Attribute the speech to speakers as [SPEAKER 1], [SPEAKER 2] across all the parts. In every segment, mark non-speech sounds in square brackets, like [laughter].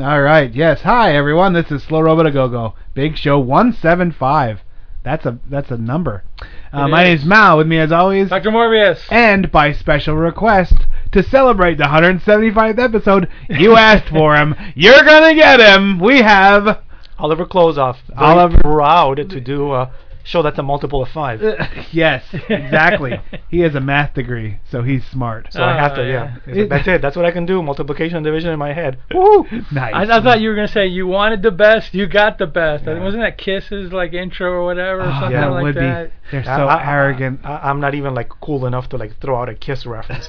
[SPEAKER 1] All right. Yes. Hi, everyone. This is Slow Robot A Go Go. Big Show 175. That's a that's a number. Uh,
[SPEAKER 2] It
[SPEAKER 1] my name
[SPEAKER 2] is.
[SPEAKER 1] is Mal. With me, as always,
[SPEAKER 2] Dr. Morbius.
[SPEAKER 1] and by special request to celebrate the 175th episode, you
[SPEAKER 3] [laughs]
[SPEAKER 1] asked for him. You're gonna get him. We have.
[SPEAKER 2] Oliver Klozoff. Very
[SPEAKER 1] Oliver-
[SPEAKER 2] proud to do a show that's a multiple of
[SPEAKER 1] [laughs]
[SPEAKER 2] five.
[SPEAKER 1] yes,
[SPEAKER 3] [laughs]
[SPEAKER 1] exactly. he has a math degree, so he's smart.
[SPEAKER 2] so I have to,
[SPEAKER 3] Oh,
[SPEAKER 2] yeah.
[SPEAKER 3] yeah.
[SPEAKER 2] It's- That's it. That's what I can do. Multiplication and division in my head.
[SPEAKER 1] [laughs] Woo! Nice.
[SPEAKER 3] I, I thought you were gonna say you wanted the best, you got the best. I think wasn't that Kisses like intro or whatever, or
[SPEAKER 1] Oh,
[SPEAKER 3] something
[SPEAKER 1] that
[SPEAKER 3] like
[SPEAKER 1] would
[SPEAKER 3] that.
[SPEAKER 1] be. They're so
[SPEAKER 2] I- I-
[SPEAKER 1] arrogant.
[SPEAKER 2] I, I'm not even like cool enough to like throw out a kiss
[SPEAKER 3] [laughs]
[SPEAKER 2] reference. [laughs]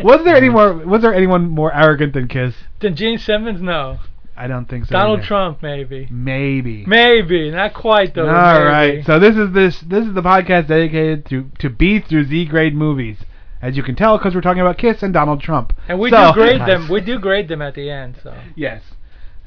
[SPEAKER 1] was there any more? Was there anyone more arrogant than Kiss?
[SPEAKER 3] then Gene Simmons, no.
[SPEAKER 1] I don't think so.
[SPEAKER 3] Donald
[SPEAKER 1] either.
[SPEAKER 3] Trump, maybe.
[SPEAKER 1] Maybe.
[SPEAKER 3] Maybe not quite though.
[SPEAKER 1] All
[SPEAKER 3] maybe.
[SPEAKER 1] right. So this is this this is the podcast dedicated to to B through Z grade movies. As you can tell, because we're talking about Kiss and Donald Trump.
[SPEAKER 3] and we
[SPEAKER 1] So-
[SPEAKER 3] do grade them. We do grade them at the end. So
[SPEAKER 1] Yes.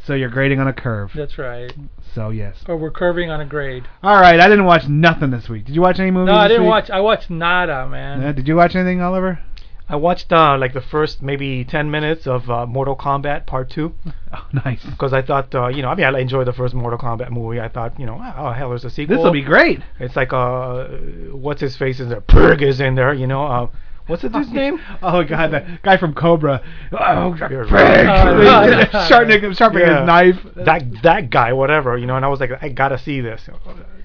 [SPEAKER 1] So you're grading on a curve.
[SPEAKER 3] that's right.
[SPEAKER 1] So yes.
[SPEAKER 3] Or we're curving on a grade.
[SPEAKER 1] All right. I didn't watch nothing this week. Did you watch any movies?
[SPEAKER 3] No, I
[SPEAKER 1] this
[SPEAKER 3] didn't
[SPEAKER 1] week?
[SPEAKER 3] watch. I watched Nada, man.
[SPEAKER 1] Uh, did you watch anything, Oliver?
[SPEAKER 2] I watched uh, like the first maybe 10 minutes of uh, Mortal Kombat Part 2
[SPEAKER 1] Oh, [laughs] nice.
[SPEAKER 2] because I thought, uh, you know, I mean, I enjoyed the first Mortal Kombat movie. I thought, you know, oh, hell, there's a sequel.
[SPEAKER 1] This will be great.
[SPEAKER 2] It's like, uh, what's his face is there? Purg is in there, you know. Uh, what's the dude's name?
[SPEAKER 1] [laughs] Oh god, that guy from Cobra. Oh,
[SPEAKER 2] You're
[SPEAKER 1] prick.
[SPEAKER 3] right.
[SPEAKER 1] [laughs] He's sharpening, sharpening
[SPEAKER 2] Yeah.
[SPEAKER 1] his knife.
[SPEAKER 2] that that guy, whatever, you know. And I was like, I gotta see this.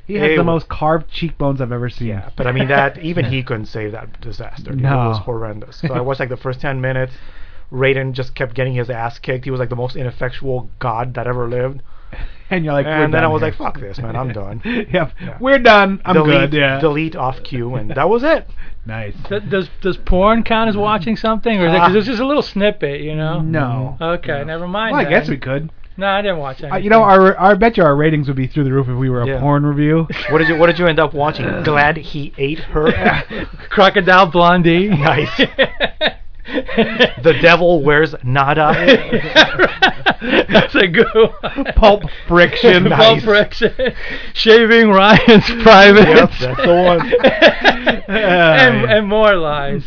[SPEAKER 1] He has
[SPEAKER 2] Ew.
[SPEAKER 1] the most carved cheekbones I've ever seen.
[SPEAKER 2] Yeah, but I
[SPEAKER 1] [laughs]
[SPEAKER 2] mean that even he couldn't save that disaster. dude.
[SPEAKER 1] No.
[SPEAKER 2] It was horrendous.
[SPEAKER 1] [laughs]
[SPEAKER 2] So I watched like the first ten minutes. Raiden just kept getting his ass kicked. He was like the most ineffectual god that ever lived.
[SPEAKER 1] And you're like, we're
[SPEAKER 2] and then
[SPEAKER 1] done
[SPEAKER 2] I was
[SPEAKER 1] here.
[SPEAKER 2] like, fuck this, man, I'm done.
[SPEAKER 1] [laughs] yep,
[SPEAKER 2] Yeah.
[SPEAKER 1] we're done. I'm good.
[SPEAKER 2] delete,
[SPEAKER 1] Yeah,
[SPEAKER 2] delete off cue, and that was it.
[SPEAKER 1] nice.
[SPEAKER 3] Th- Does does porn count as watching something, or is it, cause it's just a little snippet, you know?
[SPEAKER 1] Ah.
[SPEAKER 2] Mm-hmm.
[SPEAKER 1] No.
[SPEAKER 3] Okay, never mind.
[SPEAKER 1] Well, I
[SPEAKER 3] then.
[SPEAKER 1] guess we could.
[SPEAKER 3] No, I didn't watch anything.
[SPEAKER 1] Uh, you know, our, our I bet you our ratings would be through the roof if we were a
[SPEAKER 2] Yeah.
[SPEAKER 1] porn review.
[SPEAKER 2] [laughs] What did you What did you end up
[SPEAKER 1] [laughs]
[SPEAKER 2] watching? Glad he ate her.
[SPEAKER 1] [laughs]
[SPEAKER 3] Crocodile Blondie. [laughs]
[SPEAKER 2] nice. The devil wears nada.
[SPEAKER 3] That's a good one.
[SPEAKER 1] Pulp Friction.
[SPEAKER 2] [laughs]
[SPEAKER 3] Pulp [laughs] Friction. Shaving Ryan's private.
[SPEAKER 2] yep, that's the one.
[SPEAKER 3] [laughs] and, and more lies.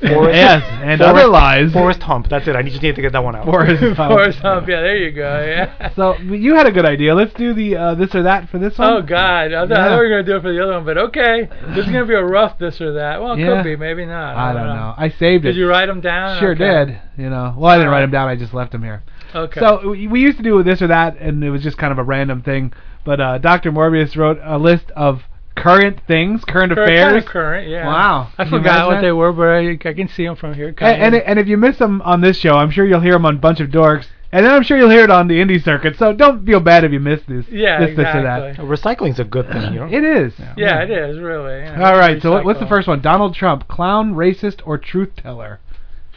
[SPEAKER 3] [laughs]
[SPEAKER 1] [laughs]
[SPEAKER 2] Forrest,
[SPEAKER 1] yes, and
[SPEAKER 2] Forrest-
[SPEAKER 1] other lies.
[SPEAKER 2] Forrest Hump. That's it. I just need to get that one out.
[SPEAKER 1] Forrest [laughs] Hump.
[SPEAKER 3] Forrest Hump. Yeah, there you go. Yeah.
[SPEAKER 1] So you had a good idea. Let's do the uh, this or that for this one.
[SPEAKER 3] [laughs] Oh God! I thought, I
[SPEAKER 1] Yeah.
[SPEAKER 3] thought we were gonna do it for the other one, but okay. This is gonna be a rough this or that. Well, it
[SPEAKER 1] Yeah.
[SPEAKER 3] could be, maybe not.
[SPEAKER 1] I don't know. I saved it.
[SPEAKER 3] Did you write them down?
[SPEAKER 1] Sure
[SPEAKER 3] Okay.
[SPEAKER 1] did. You know. Well, I didn't write
[SPEAKER 3] Alright.
[SPEAKER 1] them down. I just left them here.
[SPEAKER 3] Okay.
[SPEAKER 1] So we we used to do this or that, and it was just kind of a random thing. But uh, Dr. Morbius wrote a list of current things, current
[SPEAKER 3] Cur-
[SPEAKER 1] affairs.
[SPEAKER 3] kinda current, yeah.
[SPEAKER 1] Wow.
[SPEAKER 3] I
[SPEAKER 1] Can you
[SPEAKER 3] forgot what
[SPEAKER 1] imagine
[SPEAKER 3] they
[SPEAKER 1] that?
[SPEAKER 3] were, but I, I can see them from here.
[SPEAKER 1] And, and, and if you miss them on this show, I'm sure you'll hear them on Bunch of Dorks, and then I'm sure you'll hear it on the indie circuit. So don't feel bad if you miss this.
[SPEAKER 3] yeah,
[SPEAKER 1] this,
[SPEAKER 3] exactly.
[SPEAKER 1] this or that.
[SPEAKER 2] Recycling's a good thing, you know.
[SPEAKER 1] It is.
[SPEAKER 3] Yeah, it is really. yeah.
[SPEAKER 1] All right. So what- what's the
[SPEAKER 3] Recycle.
[SPEAKER 1] first one? Donald Trump, clown, racist, or truth teller?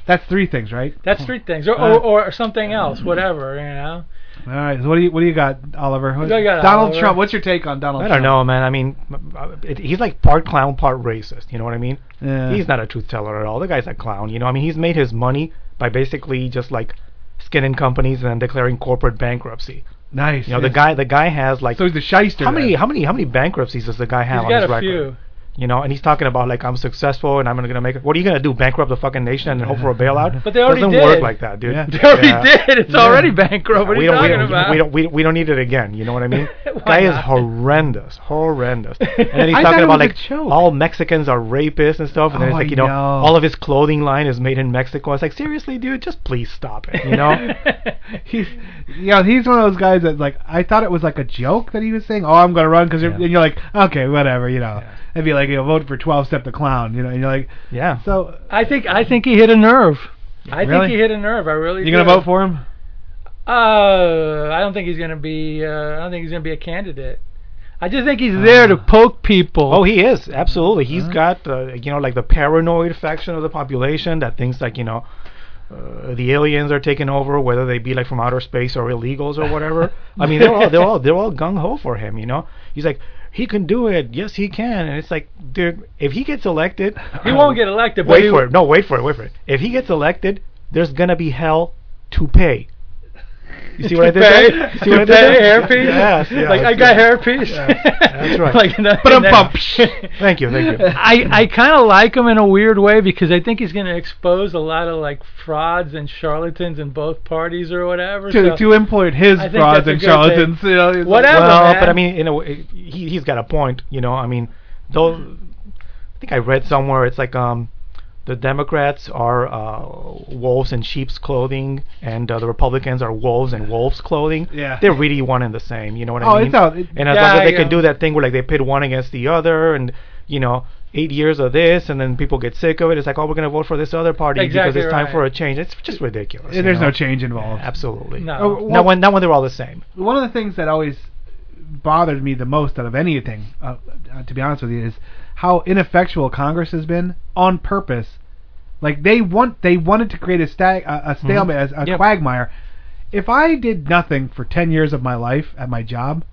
[SPEAKER 1] That's three things, right?
[SPEAKER 3] That's three things, or, or or something else, whatever you know.
[SPEAKER 1] All right. So what do you what do you got, Oliver?
[SPEAKER 3] do I got,
[SPEAKER 1] Donald
[SPEAKER 3] Oliver?
[SPEAKER 1] Trump. What's your take on Donald?
[SPEAKER 2] I don't
[SPEAKER 1] Trump?
[SPEAKER 2] know, man. I mean, it, he's like part clown, part racist. You know what I mean?
[SPEAKER 1] Yeah.
[SPEAKER 2] He's not a truth teller at all. The guy's a clown. You know, I mean, he's made his money by basically just like skinning companies and then declaring corporate bankruptcy.
[SPEAKER 1] nice.
[SPEAKER 2] You know, the guy, the guy has like
[SPEAKER 1] So he's a shyster.
[SPEAKER 2] how many,
[SPEAKER 1] then.
[SPEAKER 2] how many, how many bankruptcies does the guy have
[SPEAKER 3] He's
[SPEAKER 2] on
[SPEAKER 3] got
[SPEAKER 2] his
[SPEAKER 3] a
[SPEAKER 2] record?
[SPEAKER 3] few. [laughs]
[SPEAKER 2] You know, and he's talking about like I'm successful and I'm gonna make. it. What are you gonna do? Bankrupt the fucking nation and hope for a bailout?
[SPEAKER 3] But they already
[SPEAKER 2] doesn't
[SPEAKER 3] did.
[SPEAKER 2] work like that, dude.
[SPEAKER 1] Yeah.
[SPEAKER 3] [laughs] They already
[SPEAKER 2] Yeah.
[SPEAKER 3] did. It's already bankrupt. What are
[SPEAKER 2] we
[SPEAKER 3] you
[SPEAKER 2] don't, we
[SPEAKER 3] talking
[SPEAKER 2] don't,
[SPEAKER 3] about?
[SPEAKER 2] We don't, we, we don't need it again. You know what
[SPEAKER 1] [laughs]
[SPEAKER 2] I mean?
[SPEAKER 3] Why
[SPEAKER 2] Guy is
[SPEAKER 3] not?
[SPEAKER 2] horrendous, horrendous. And then he's
[SPEAKER 1] I thought
[SPEAKER 2] talking
[SPEAKER 1] it
[SPEAKER 2] about
[SPEAKER 1] was a
[SPEAKER 2] like
[SPEAKER 1] joke.
[SPEAKER 2] all Mexicans are rapists and stuff. And then
[SPEAKER 1] Oh, I
[SPEAKER 2] it's like you know,
[SPEAKER 1] know.
[SPEAKER 2] all of his clothing line is made in Mexico. It's like seriously, dude, just please stop it. You
[SPEAKER 1] [laughs]
[SPEAKER 3] [laughs]
[SPEAKER 2] know?
[SPEAKER 1] [laughs] He's, yeah, he's one of those guys that like I thought it was like a joke that he was saying. Oh, I'm gonna run because
[SPEAKER 2] Yeah.
[SPEAKER 1] and you're like, okay, whatever, you know. It'd be like you know, vote for 12 Step the Clown, you know. And you're like,
[SPEAKER 2] yeah.
[SPEAKER 1] so
[SPEAKER 3] I think I think he hit a nerve. I
[SPEAKER 1] Really?
[SPEAKER 3] think he hit a nerve. I really.
[SPEAKER 1] you gonna
[SPEAKER 3] do.
[SPEAKER 1] vote for him?
[SPEAKER 3] Uh, I don't think he's gonna be. Uh, I don't think he's gonna be a candidate. I just think he's there to poke people.
[SPEAKER 2] Oh, he is absolutely. He's got uh, you know like the paranoid faction of the population that thinks like you know. uh, the aliens are taking over, whether they be like from outer space or illegals or whatever. I mean, they're all they're all they're all gung ho for him. You know, he's like he can do it. Yes, he can. And it's like, dude, if he gets elected, uh,
[SPEAKER 3] He won't get elected. but
[SPEAKER 2] oh. Wait
[SPEAKER 3] he-
[SPEAKER 2] for it. No, wait for it. Wait for it. If he gets elected, there's gonna be hell to pay. You see
[SPEAKER 3] [laughs]
[SPEAKER 2] what I did? there? You see what I did?
[SPEAKER 3] That
[SPEAKER 2] there?
[SPEAKER 3] hairpiece?
[SPEAKER 2] Yes, yes,
[SPEAKER 3] like I
[SPEAKER 2] yes.
[SPEAKER 3] got hairpiece.
[SPEAKER 2] that's right.
[SPEAKER 3] [laughs] like that,
[SPEAKER 2] But I'm
[SPEAKER 3] that-
[SPEAKER 2] pumped. Thank you, thank you.
[SPEAKER 3] [laughs] I I kind of like him in a weird way because I think he's going to expose a lot of like frauds and charlatans in both parties or whatever.
[SPEAKER 1] to,
[SPEAKER 3] so-
[SPEAKER 1] to employ his
[SPEAKER 3] I think
[SPEAKER 1] frauds
[SPEAKER 3] that's a
[SPEAKER 1] and
[SPEAKER 3] good
[SPEAKER 1] charlatans. You know, it's like-
[SPEAKER 3] Whatever.
[SPEAKER 2] well,
[SPEAKER 3] man.
[SPEAKER 2] but I mean, you know, he he's got a point. You know, I mean, though, I think I read somewhere it's like um, the Democrats are uh, wolves in sheep's clothing, and uh, the Republicans are wolves in wolves' clothing.
[SPEAKER 1] Yeah.
[SPEAKER 2] they're really one and the same. You know what
[SPEAKER 1] Oh,
[SPEAKER 2] I mean?
[SPEAKER 1] it's all- it-
[SPEAKER 2] and as
[SPEAKER 3] Yeah,
[SPEAKER 2] long as they
[SPEAKER 3] yeah.
[SPEAKER 2] can do that thing where like they pit one against the other, and you know. Eight years of this, and then people get sick of it. It's like, oh, we're gonna vote for this other party
[SPEAKER 3] Exactly
[SPEAKER 2] because it's time
[SPEAKER 3] right.
[SPEAKER 2] for a change. It's just ridiculous. you
[SPEAKER 1] there's
[SPEAKER 2] know?
[SPEAKER 1] no change involved.
[SPEAKER 2] Absolutely.
[SPEAKER 3] No.
[SPEAKER 1] Oh,
[SPEAKER 2] Not when, not when they're all the same.
[SPEAKER 1] one of the things that always bothered me the most out of anything, uh, uh, to be honest with you, is how ineffectual Congress has been on purpose. Like they want, they wanted to create a, stag, a, a stalemate, a, a
[SPEAKER 2] Mm-hmm. Yep.
[SPEAKER 1] quagmire. If I did nothing for ten years of my life at my job,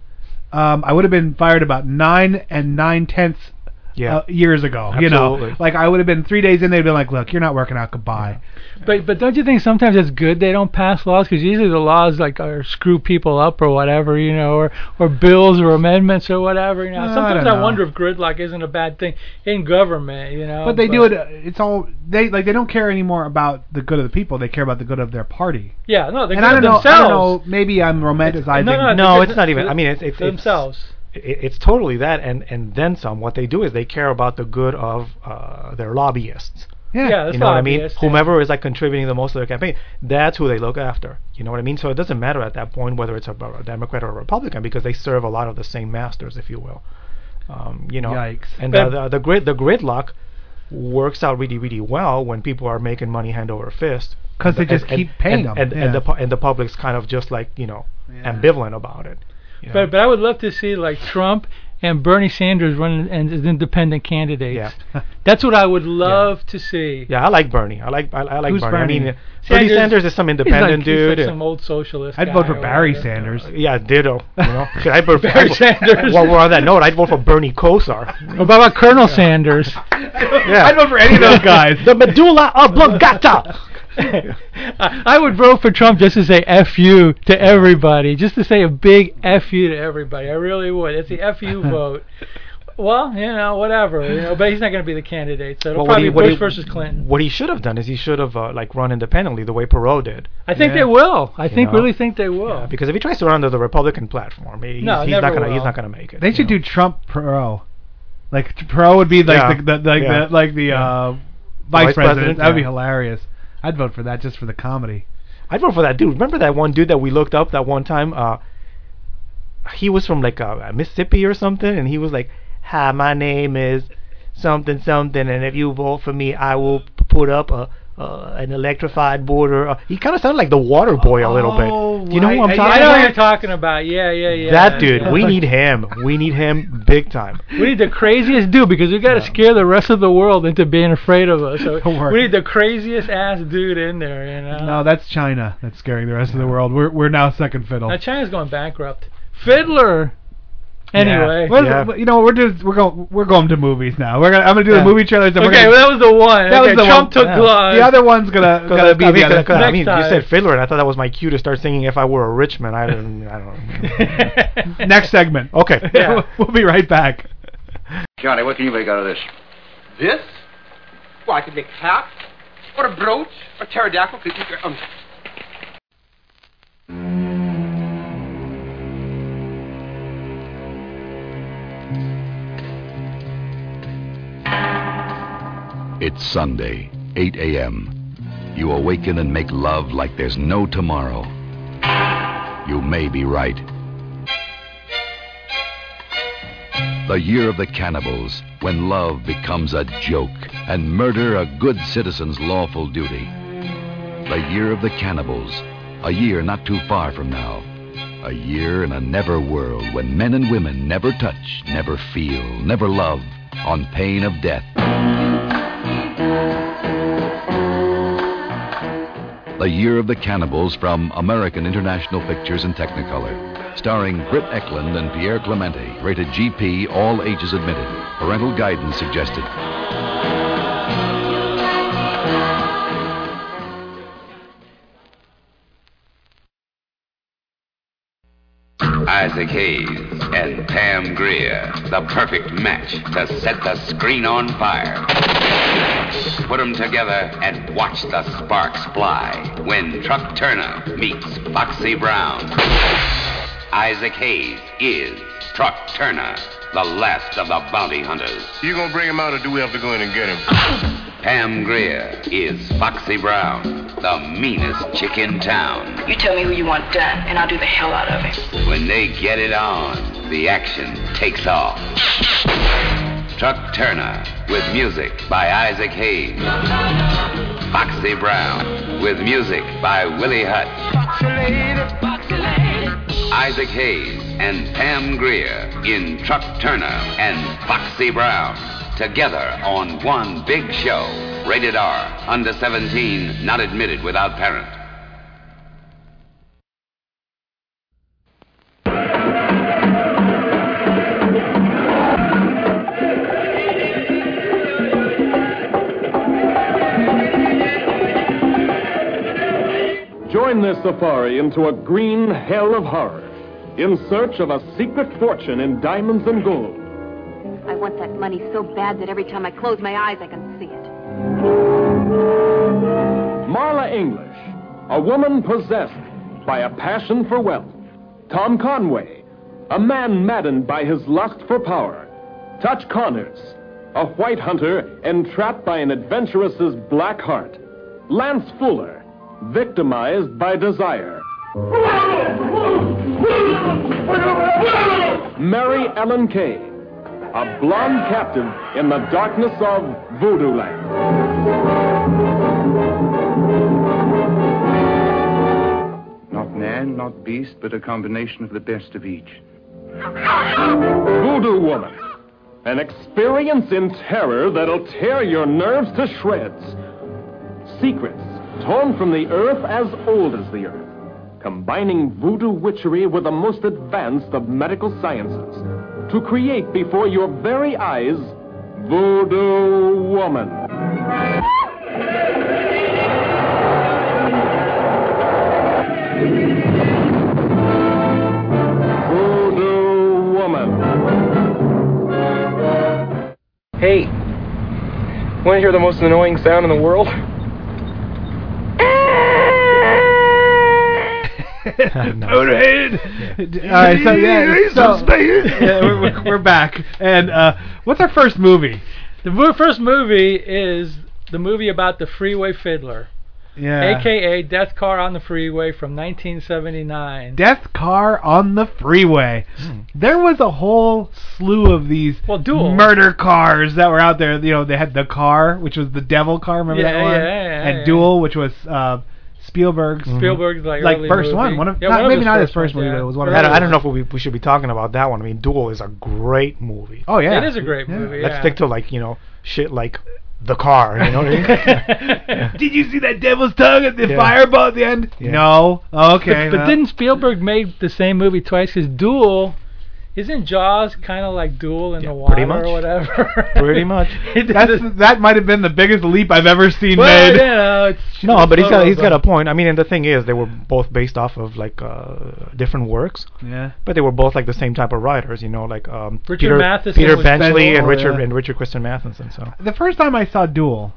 [SPEAKER 1] um, I would have been fired about nine and nine tenths
[SPEAKER 2] Yeah.
[SPEAKER 1] uh, years ago. You
[SPEAKER 2] Absolutely.
[SPEAKER 1] know, like I would have been three days in, they'd been like, "Look, you're not working out. Goodbye."
[SPEAKER 3] But but don't you think sometimes it's good they don't pass laws because usually the laws like are screw people up or whatever you know or or bills or amendments or whatever you know.
[SPEAKER 1] Uh, I
[SPEAKER 3] sometimes
[SPEAKER 1] don't
[SPEAKER 3] I,
[SPEAKER 1] know.
[SPEAKER 3] wonder if gridlock isn't a bad thing in government you know.
[SPEAKER 1] But they do it. uh, It's all they like. They don't care anymore about the good of the people. They care about the good of their party.
[SPEAKER 3] Yeah, no, they're
[SPEAKER 1] and I don't know.
[SPEAKER 3] themselves.
[SPEAKER 1] I don't know. Maybe I'm romanticizing.
[SPEAKER 3] no, no,
[SPEAKER 2] No,
[SPEAKER 3] they're-
[SPEAKER 2] it's not even- I mean, it's- it's- it's-
[SPEAKER 3] themselves.
[SPEAKER 2] it, it's totally that and and then some what they do is they care about the good of uh, their lobbyists
[SPEAKER 1] Yeah.
[SPEAKER 3] yeah, that's
[SPEAKER 2] you know what i mean
[SPEAKER 3] obvious, yeah.
[SPEAKER 2] whomever is like contributing the most to their campaign that's who they look after you know what i mean so it doesn't matter at that point whether it's a, a democrat or a republican because they serve a lot of the same masters if you will um, you know
[SPEAKER 1] Yikes.
[SPEAKER 2] and uh,
[SPEAKER 3] But-
[SPEAKER 2] the the grid the gridlock works out really really well when people are making money hand over fist
[SPEAKER 1] 'Cause they
[SPEAKER 2] And-
[SPEAKER 1] just
[SPEAKER 2] and-
[SPEAKER 1] keep paying
[SPEAKER 2] and,
[SPEAKER 1] them,
[SPEAKER 2] and,
[SPEAKER 1] yeah.
[SPEAKER 2] and the pu- and the public's kind of just like you know
[SPEAKER 1] Yeah.
[SPEAKER 2] ambivalent about it you know?
[SPEAKER 3] But but I would love to see like Trump and Bernie Sanders running and as independent candidates.
[SPEAKER 2] yeah
[SPEAKER 3] That's what I would love to see.
[SPEAKER 2] Yeah, I like Bernie. I like I, I like
[SPEAKER 1] Who's
[SPEAKER 2] Bernie. I
[SPEAKER 1] Bernie?
[SPEAKER 2] mean, uh, Bernie
[SPEAKER 3] Sanders-
[SPEAKER 2] Sanders
[SPEAKER 1] [laughs]
[SPEAKER 2] is some
[SPEAKER 3] He's like-
[SPEAKER 2] independent
[SPEAKER 3] he's like
[SPEAKER 2] dude.
[SPEAKER 3] some old socialist.
[SPEAKER 1] I'd
[SPEAKER 3] guy
[SPEAKER 1] vote for
[SPEAKER 3] or
[SPEAKER 1] Barry
[SPEAKER 3] whatever.
[SPEAKER 1] Sanders.
[SPEAKER 3] [laughs]
[SPEAKER 2] yeah, ditto. You know, Shit, I'd vote for I'd
[SPEAKER 3] Barry
[SPEAKER 2] vote-
[SPEAKER 3] Sanders.
[SPEAKER 2] While we're on that note, I'd vote for Bernie Kosar.
[SPEAKER 3] What [laughs] about Colonel Sanders? [laughs]
[SPEAKER 2] Yeah.
[SPEAKER 1] I'd vote for any of those guys.
[SPEAKER 2] [laughs] the medulla oblongata.
[SPEAKER 3] I I would vote for Trump just to say F you to everybody, just to say a big F you to everybody. I really would. It's the
[SPEAKER 2] [laughs]
[SPEAKER 3] F you vote. Well, you know, whatever. You know, but he's not going to be the candidate, so it'll
[SPEAKER 2] Well, what
[SPEAKER 3] probably
[SPEAKER 2] he-
[SPEAKER 3] be
[SPEAKER 2] what
[SPEAKER 3] Bush
[SPEAKER 2] he-
[SPEAKER 3] versus Clinton.
[SPEAKER 2] [laughs] What he should have done is he should have uh, like run independently the way Perot did.
[SPEAKER 3] I think
[SPEAKER 1] Yeah.
[SPEAKER 3] they will. I think
[SPEAKER 2] know?
[SPEAKER 3] really think they will.
[SPEAKER 2] Yeah, because if he tries to run under the Republican platform, he- he's,
[SPEAKER 3] No,
[SPEAKER 2] he's
[SPEAKER 3] never
[SPEAKER 2] not gonna
[SPEAKER 3] will.
[SPEAKER 2] he's not gonna make it.
[SPEAKER 1] They
[SPEAKER 2] you
[SPEAKER 1] should
[SPEAKER 2] know?
[SPEAKER 1] do Trump pro. Like pro would be like
[SPEAKER 2] Yeah.
[SPEAKER 1] the, the like
[SPEAKER 2] Yeah.
[SPEAKER 1] the like the uh, vice,
[SPEAKER 2] Vice
[SPEAKER 1] president.
[SPEAKER 2] president,
[SPEAKER 1] That would be
[SPEAKER 2] yeah.
[SPEAKER 1] hilarious. I'd vote for that just for the comedy.
[SPEAKER 2] I'd vote for that dude. Remember that one dude that we looked up that one time? Uh, he was from like uh, Mississippi or something, and he was like, "Hi, my name is something something, and if you vote for me, I will put up a." Uh, an electrified border. Uh, he kind of sounded like the water boy a little
[SPEAKER 1] Oh,
[SPEAKER 2] bit. You know who
[SPEAKER 1] right.
[SPEAKER 2] I'm
[SPEAKER 1] Yeah,
[SPEAKER 3] I
[SPEAKER 2] talking
[SPEAKER 3] know what
[SPEAKER 2] about?
[SPEAKER 3] you're talking about. Yeah, yeah, yeah.
[SPEAKER 2] that dude.
[SPEAKER 3] [laughs] yeah.
[SPEAKER 2] We need him. We need him big
[SPEAKER 3] [laughs]
[SPEAKER 2] time.
[SPEAKER 3] We need the craziest dude because we got to scare the rest of the world into being afraid of us. So
[SPEAKER 1] Don't worry.
[SPEAKER 3] we need the craziest ass dude in there. You know.
[SPEAKER 1] No, that's China. That's scaring the rest of the world. We're we're now second fiddle.
[SPEAKER 3] Now China's going bankrupt. Fiddler. Anyway.
[SPEAKER 1] What is-
[SPEAKER 2] Yeah.
[SPEAKER 1] You know, we're just we're going we're going to movies now. We're gonna I'm gonna do
[SPEAKER 2] Yeah.
[SPEAKER 1] the movie trailers. And we're
[SPEAKER 3] Okay,
[SPEAKER 1] gonna,
[SPEAKER 3] well, that was the one.
[SPEAKER 1] That was
[SPEAKER 3] okay,
[SPEAKER 1] the
[SPEAKER 3] Trump
[SPEAKER 1] one.
[SPEAKER 3] took
[SPEAKER 2] Yeah.
[SPEAKER 3] gloves.
[SPEAKER 1] the other one's gonna
[SPEAKER 2] Cause
[SPEAKER 1] gonna
[SPEAKER 2] I,
[SPEAKER 1] be
[SPEAKER 2] mean,
[SPEAKER 1] the other.
[SPEAKER 2] 'cause- 'cause I
[SPEAKER 3] Next
[SPEAKER 2] mean, you
[SPEAKER 3] time.
[SPEAKER 2] said fiddler, and I thought that was my cue to start singing. If I were a rich man, I don't. I
[SPEAKER 3] [laughs]
[SPEAKER 2] don't.
[SPEAKER 3] one.
[SPEAKER 1] Next segment. [laughs]
[SPEAKER 2] Okay.
[SPEAKER 3] Yeah.
[SPEAKER 1] we'll be right back.
[SPEAKER 4] Johnny, what can you make out of this?
[SPEAKER 5] This? Well, I could make a hat, or a brooch, or pterodactyl. Could you, um,
[SPEAKER 6] It's Sunday, 8 a.m. You awaken and make love like there's no tomorrow. You may be right. The year of the cannibals, when love becomes a joke and murder a good citizen's lawful duty. The year of the cannibals, a year not too far from now. A year in a never world when men and women never touch, never feel, never love, on pain of death.
[SPEAKER 7] The Year of the Cannibals from American International Pictures and Technicolor. Starring Britt Eklund and Pierre Clementi. Rated GP, all ages admitted. Parental guidance suggested.
[SPEAKER 8] Isaac Hayes and Pam Grier, the perfect match to set the screen on fire. Put 'em together and watch the sparks fly when Truck Turner meets Foxy Brown. Isaac Hayes is Truck Turner, the last of the bounty hunters.
[SPEAKER 9] You gonna bring him out, or do we have to go in and get him?
[SPEAKER 8] Pam Grier is Foxy Brown, the meanest chick in town.
[SPEAKER 10] You tell me who you want done, and I'll do the hell out of it.
[SPEAKER 8] When they get it on, the action takes off. Truck Turner with music by Isaac Hayes. Foxy Brown with music by Willie Hutch. Isaac Hayes and Pam Greer in Truck Turner and Foxy Brown. Together on one big show. Rated R. Under 17. Not admitted without parent.
[SPEAKER 3] Join this safari into a green hell of horror in search of a secret fortune in diamonds and gold.
[SPEAKER 11] I want that money so bad that every time I close my eyes, I can see it.
[SPEAKER 3] Marla English, a woman possessed by a passion for wealth. Tom Conway, a man maddened by his lust for power. Touch Connors, a white hunter entrapped by an adventuress's black heart. Lance Fuller, victimized by desire. Mary Ellen Kay, a blonde captive in the darkness of Voodoo Land.
[SPEAKER 12] Not man, not beast, but a combination of the best of each.
[SPEAKER 3] Voodoo Woman, an experience in terror that'll tear your nerves to shreds. Secrets torn from the earth as old as the earth, combining voodoo witchery with the most advanced of medical sciences to create before your very eyes Voodoo Woman. Voodoo Woman.
[SPEAKER 13] Hey, want to hear the most annoying sound in the world?
[SPEAKER 2] [laughs]
[SPEAKER 1] All right, so yeah, so, [laughs] yeah we're, we're, we're back. And uh, what's our first movie?
[SPEAKER 14] The mo- first movie is the movie about the freeway fiddler,
[SPEAKER 1] Yeah,
[SPEAKER 14] aka Death Car on the Freeway from 1979.
[SPEAKER 1] Death Car on the Freeway.
[SPEAKER 14] Hmm.
[SPEAKER 1] There was a whole slew of these
[SPEAKER 14] Well, dual.
[SPEAKER 1] murder cars that were out there. You know, they had the car, which was the devil car. Remember
[SPEAKER 14] Yeah,
[SPEAKER 1] that one?
[SPEAKER 14] yeah, yeah,
[SPEAKER 1] and
[SPEAKER 14] yeah.
[SPEAKER 1] Duel, which was uh, Mm-hmm. Spielberg's.
[SPEAKER 14] Spielberg's like, early
[SPEAKER 1] first
[SPEAKER 14] movie.
[SPEAKER 1] one. One of
[SPEAKER 14] Yeah,
[SPEAKER 1] not,
[SPEAKER 14] one of
[SPEAKER 1] maybe
[SPEAKER 14] his
[SPEAKER 1] not his
[SPEAKER 14] first
[SPEAKER 1] first
[SPEAKER 14] ones,
[SPEAKER 1] movie,
[SPEAKER 14] yeah.
[SPEAKER 1] but it was one of
[SPEAKER 2] I don't, I
[SPEAKER 1] his-
[SPEAKER 2] don't know if we, we should be talking about that one. I mean, Duel is a great movie.
[SPEAKER 1] Oh yeah,
[SPEAKER 14] It is a great movie.
[SPEAKER 2] Let's
[SPEAKER 14] yeah.
[SPEAKER 2] stick to like you know shit like the car. You know what I mean?
[SPEAKER 1] [laughs] Did you see that devil's tongue at the
[SPEAKER 14] Yeah.
[SPEAKER 1] fireball at the end?
[SPEAKER 2] Yeah.
[SPEAKER 1] No. Okay.
[SPEAKER 14] But, [laughs] but
[SPEAKER 1] well,
[SPEAKER 14] didn't Spielberg make the same movie twice? Because Duel, isn't Jaws kind of like Duel in the water
[SPEAKER 2] pretty much.
[SPEAKER 14] or whatever?
[SPEAKER 2] Pretty
[SPEAKER 14] [laughs]
[SPEAKER 2] much.
[SPEAKER 14] It
[SPEAKER 1] that's
[SPEAKER 14] doesn't-
[SPEAKER 1] that might have been the biggest leap I've ever seen
[SPEAKER 14] well,
[SPEAKER 1] made.
[SPEAKER 14] you know, it's
[SPEAKER 2] No, but he's got he's got a
[SPEAKER 14] horrible.
[SPEAKER 2] point. I mean, and the thing is, they were both based off of like uh, different works,
[SPEAKER 1] Yeah.
[SPEAKER 2] but they were both like the same type of writers. You know, like um,
[SPEAKER 14] Richard
[SPEAKER 2] Peter
[SPEAKER 14] Matheson
[SPEAKER 2] Peter
[SPEAKER 14] was
[SPEAKER 2] Benchley and
[SPEAKER 1] Bendel,
[SPEAKER 2] Richard
[SPEAKER 1] yeah.
[SPEAKER 2] and Richard Christian Matheson. So
[SPEAKER 1] The first time I saw Duel,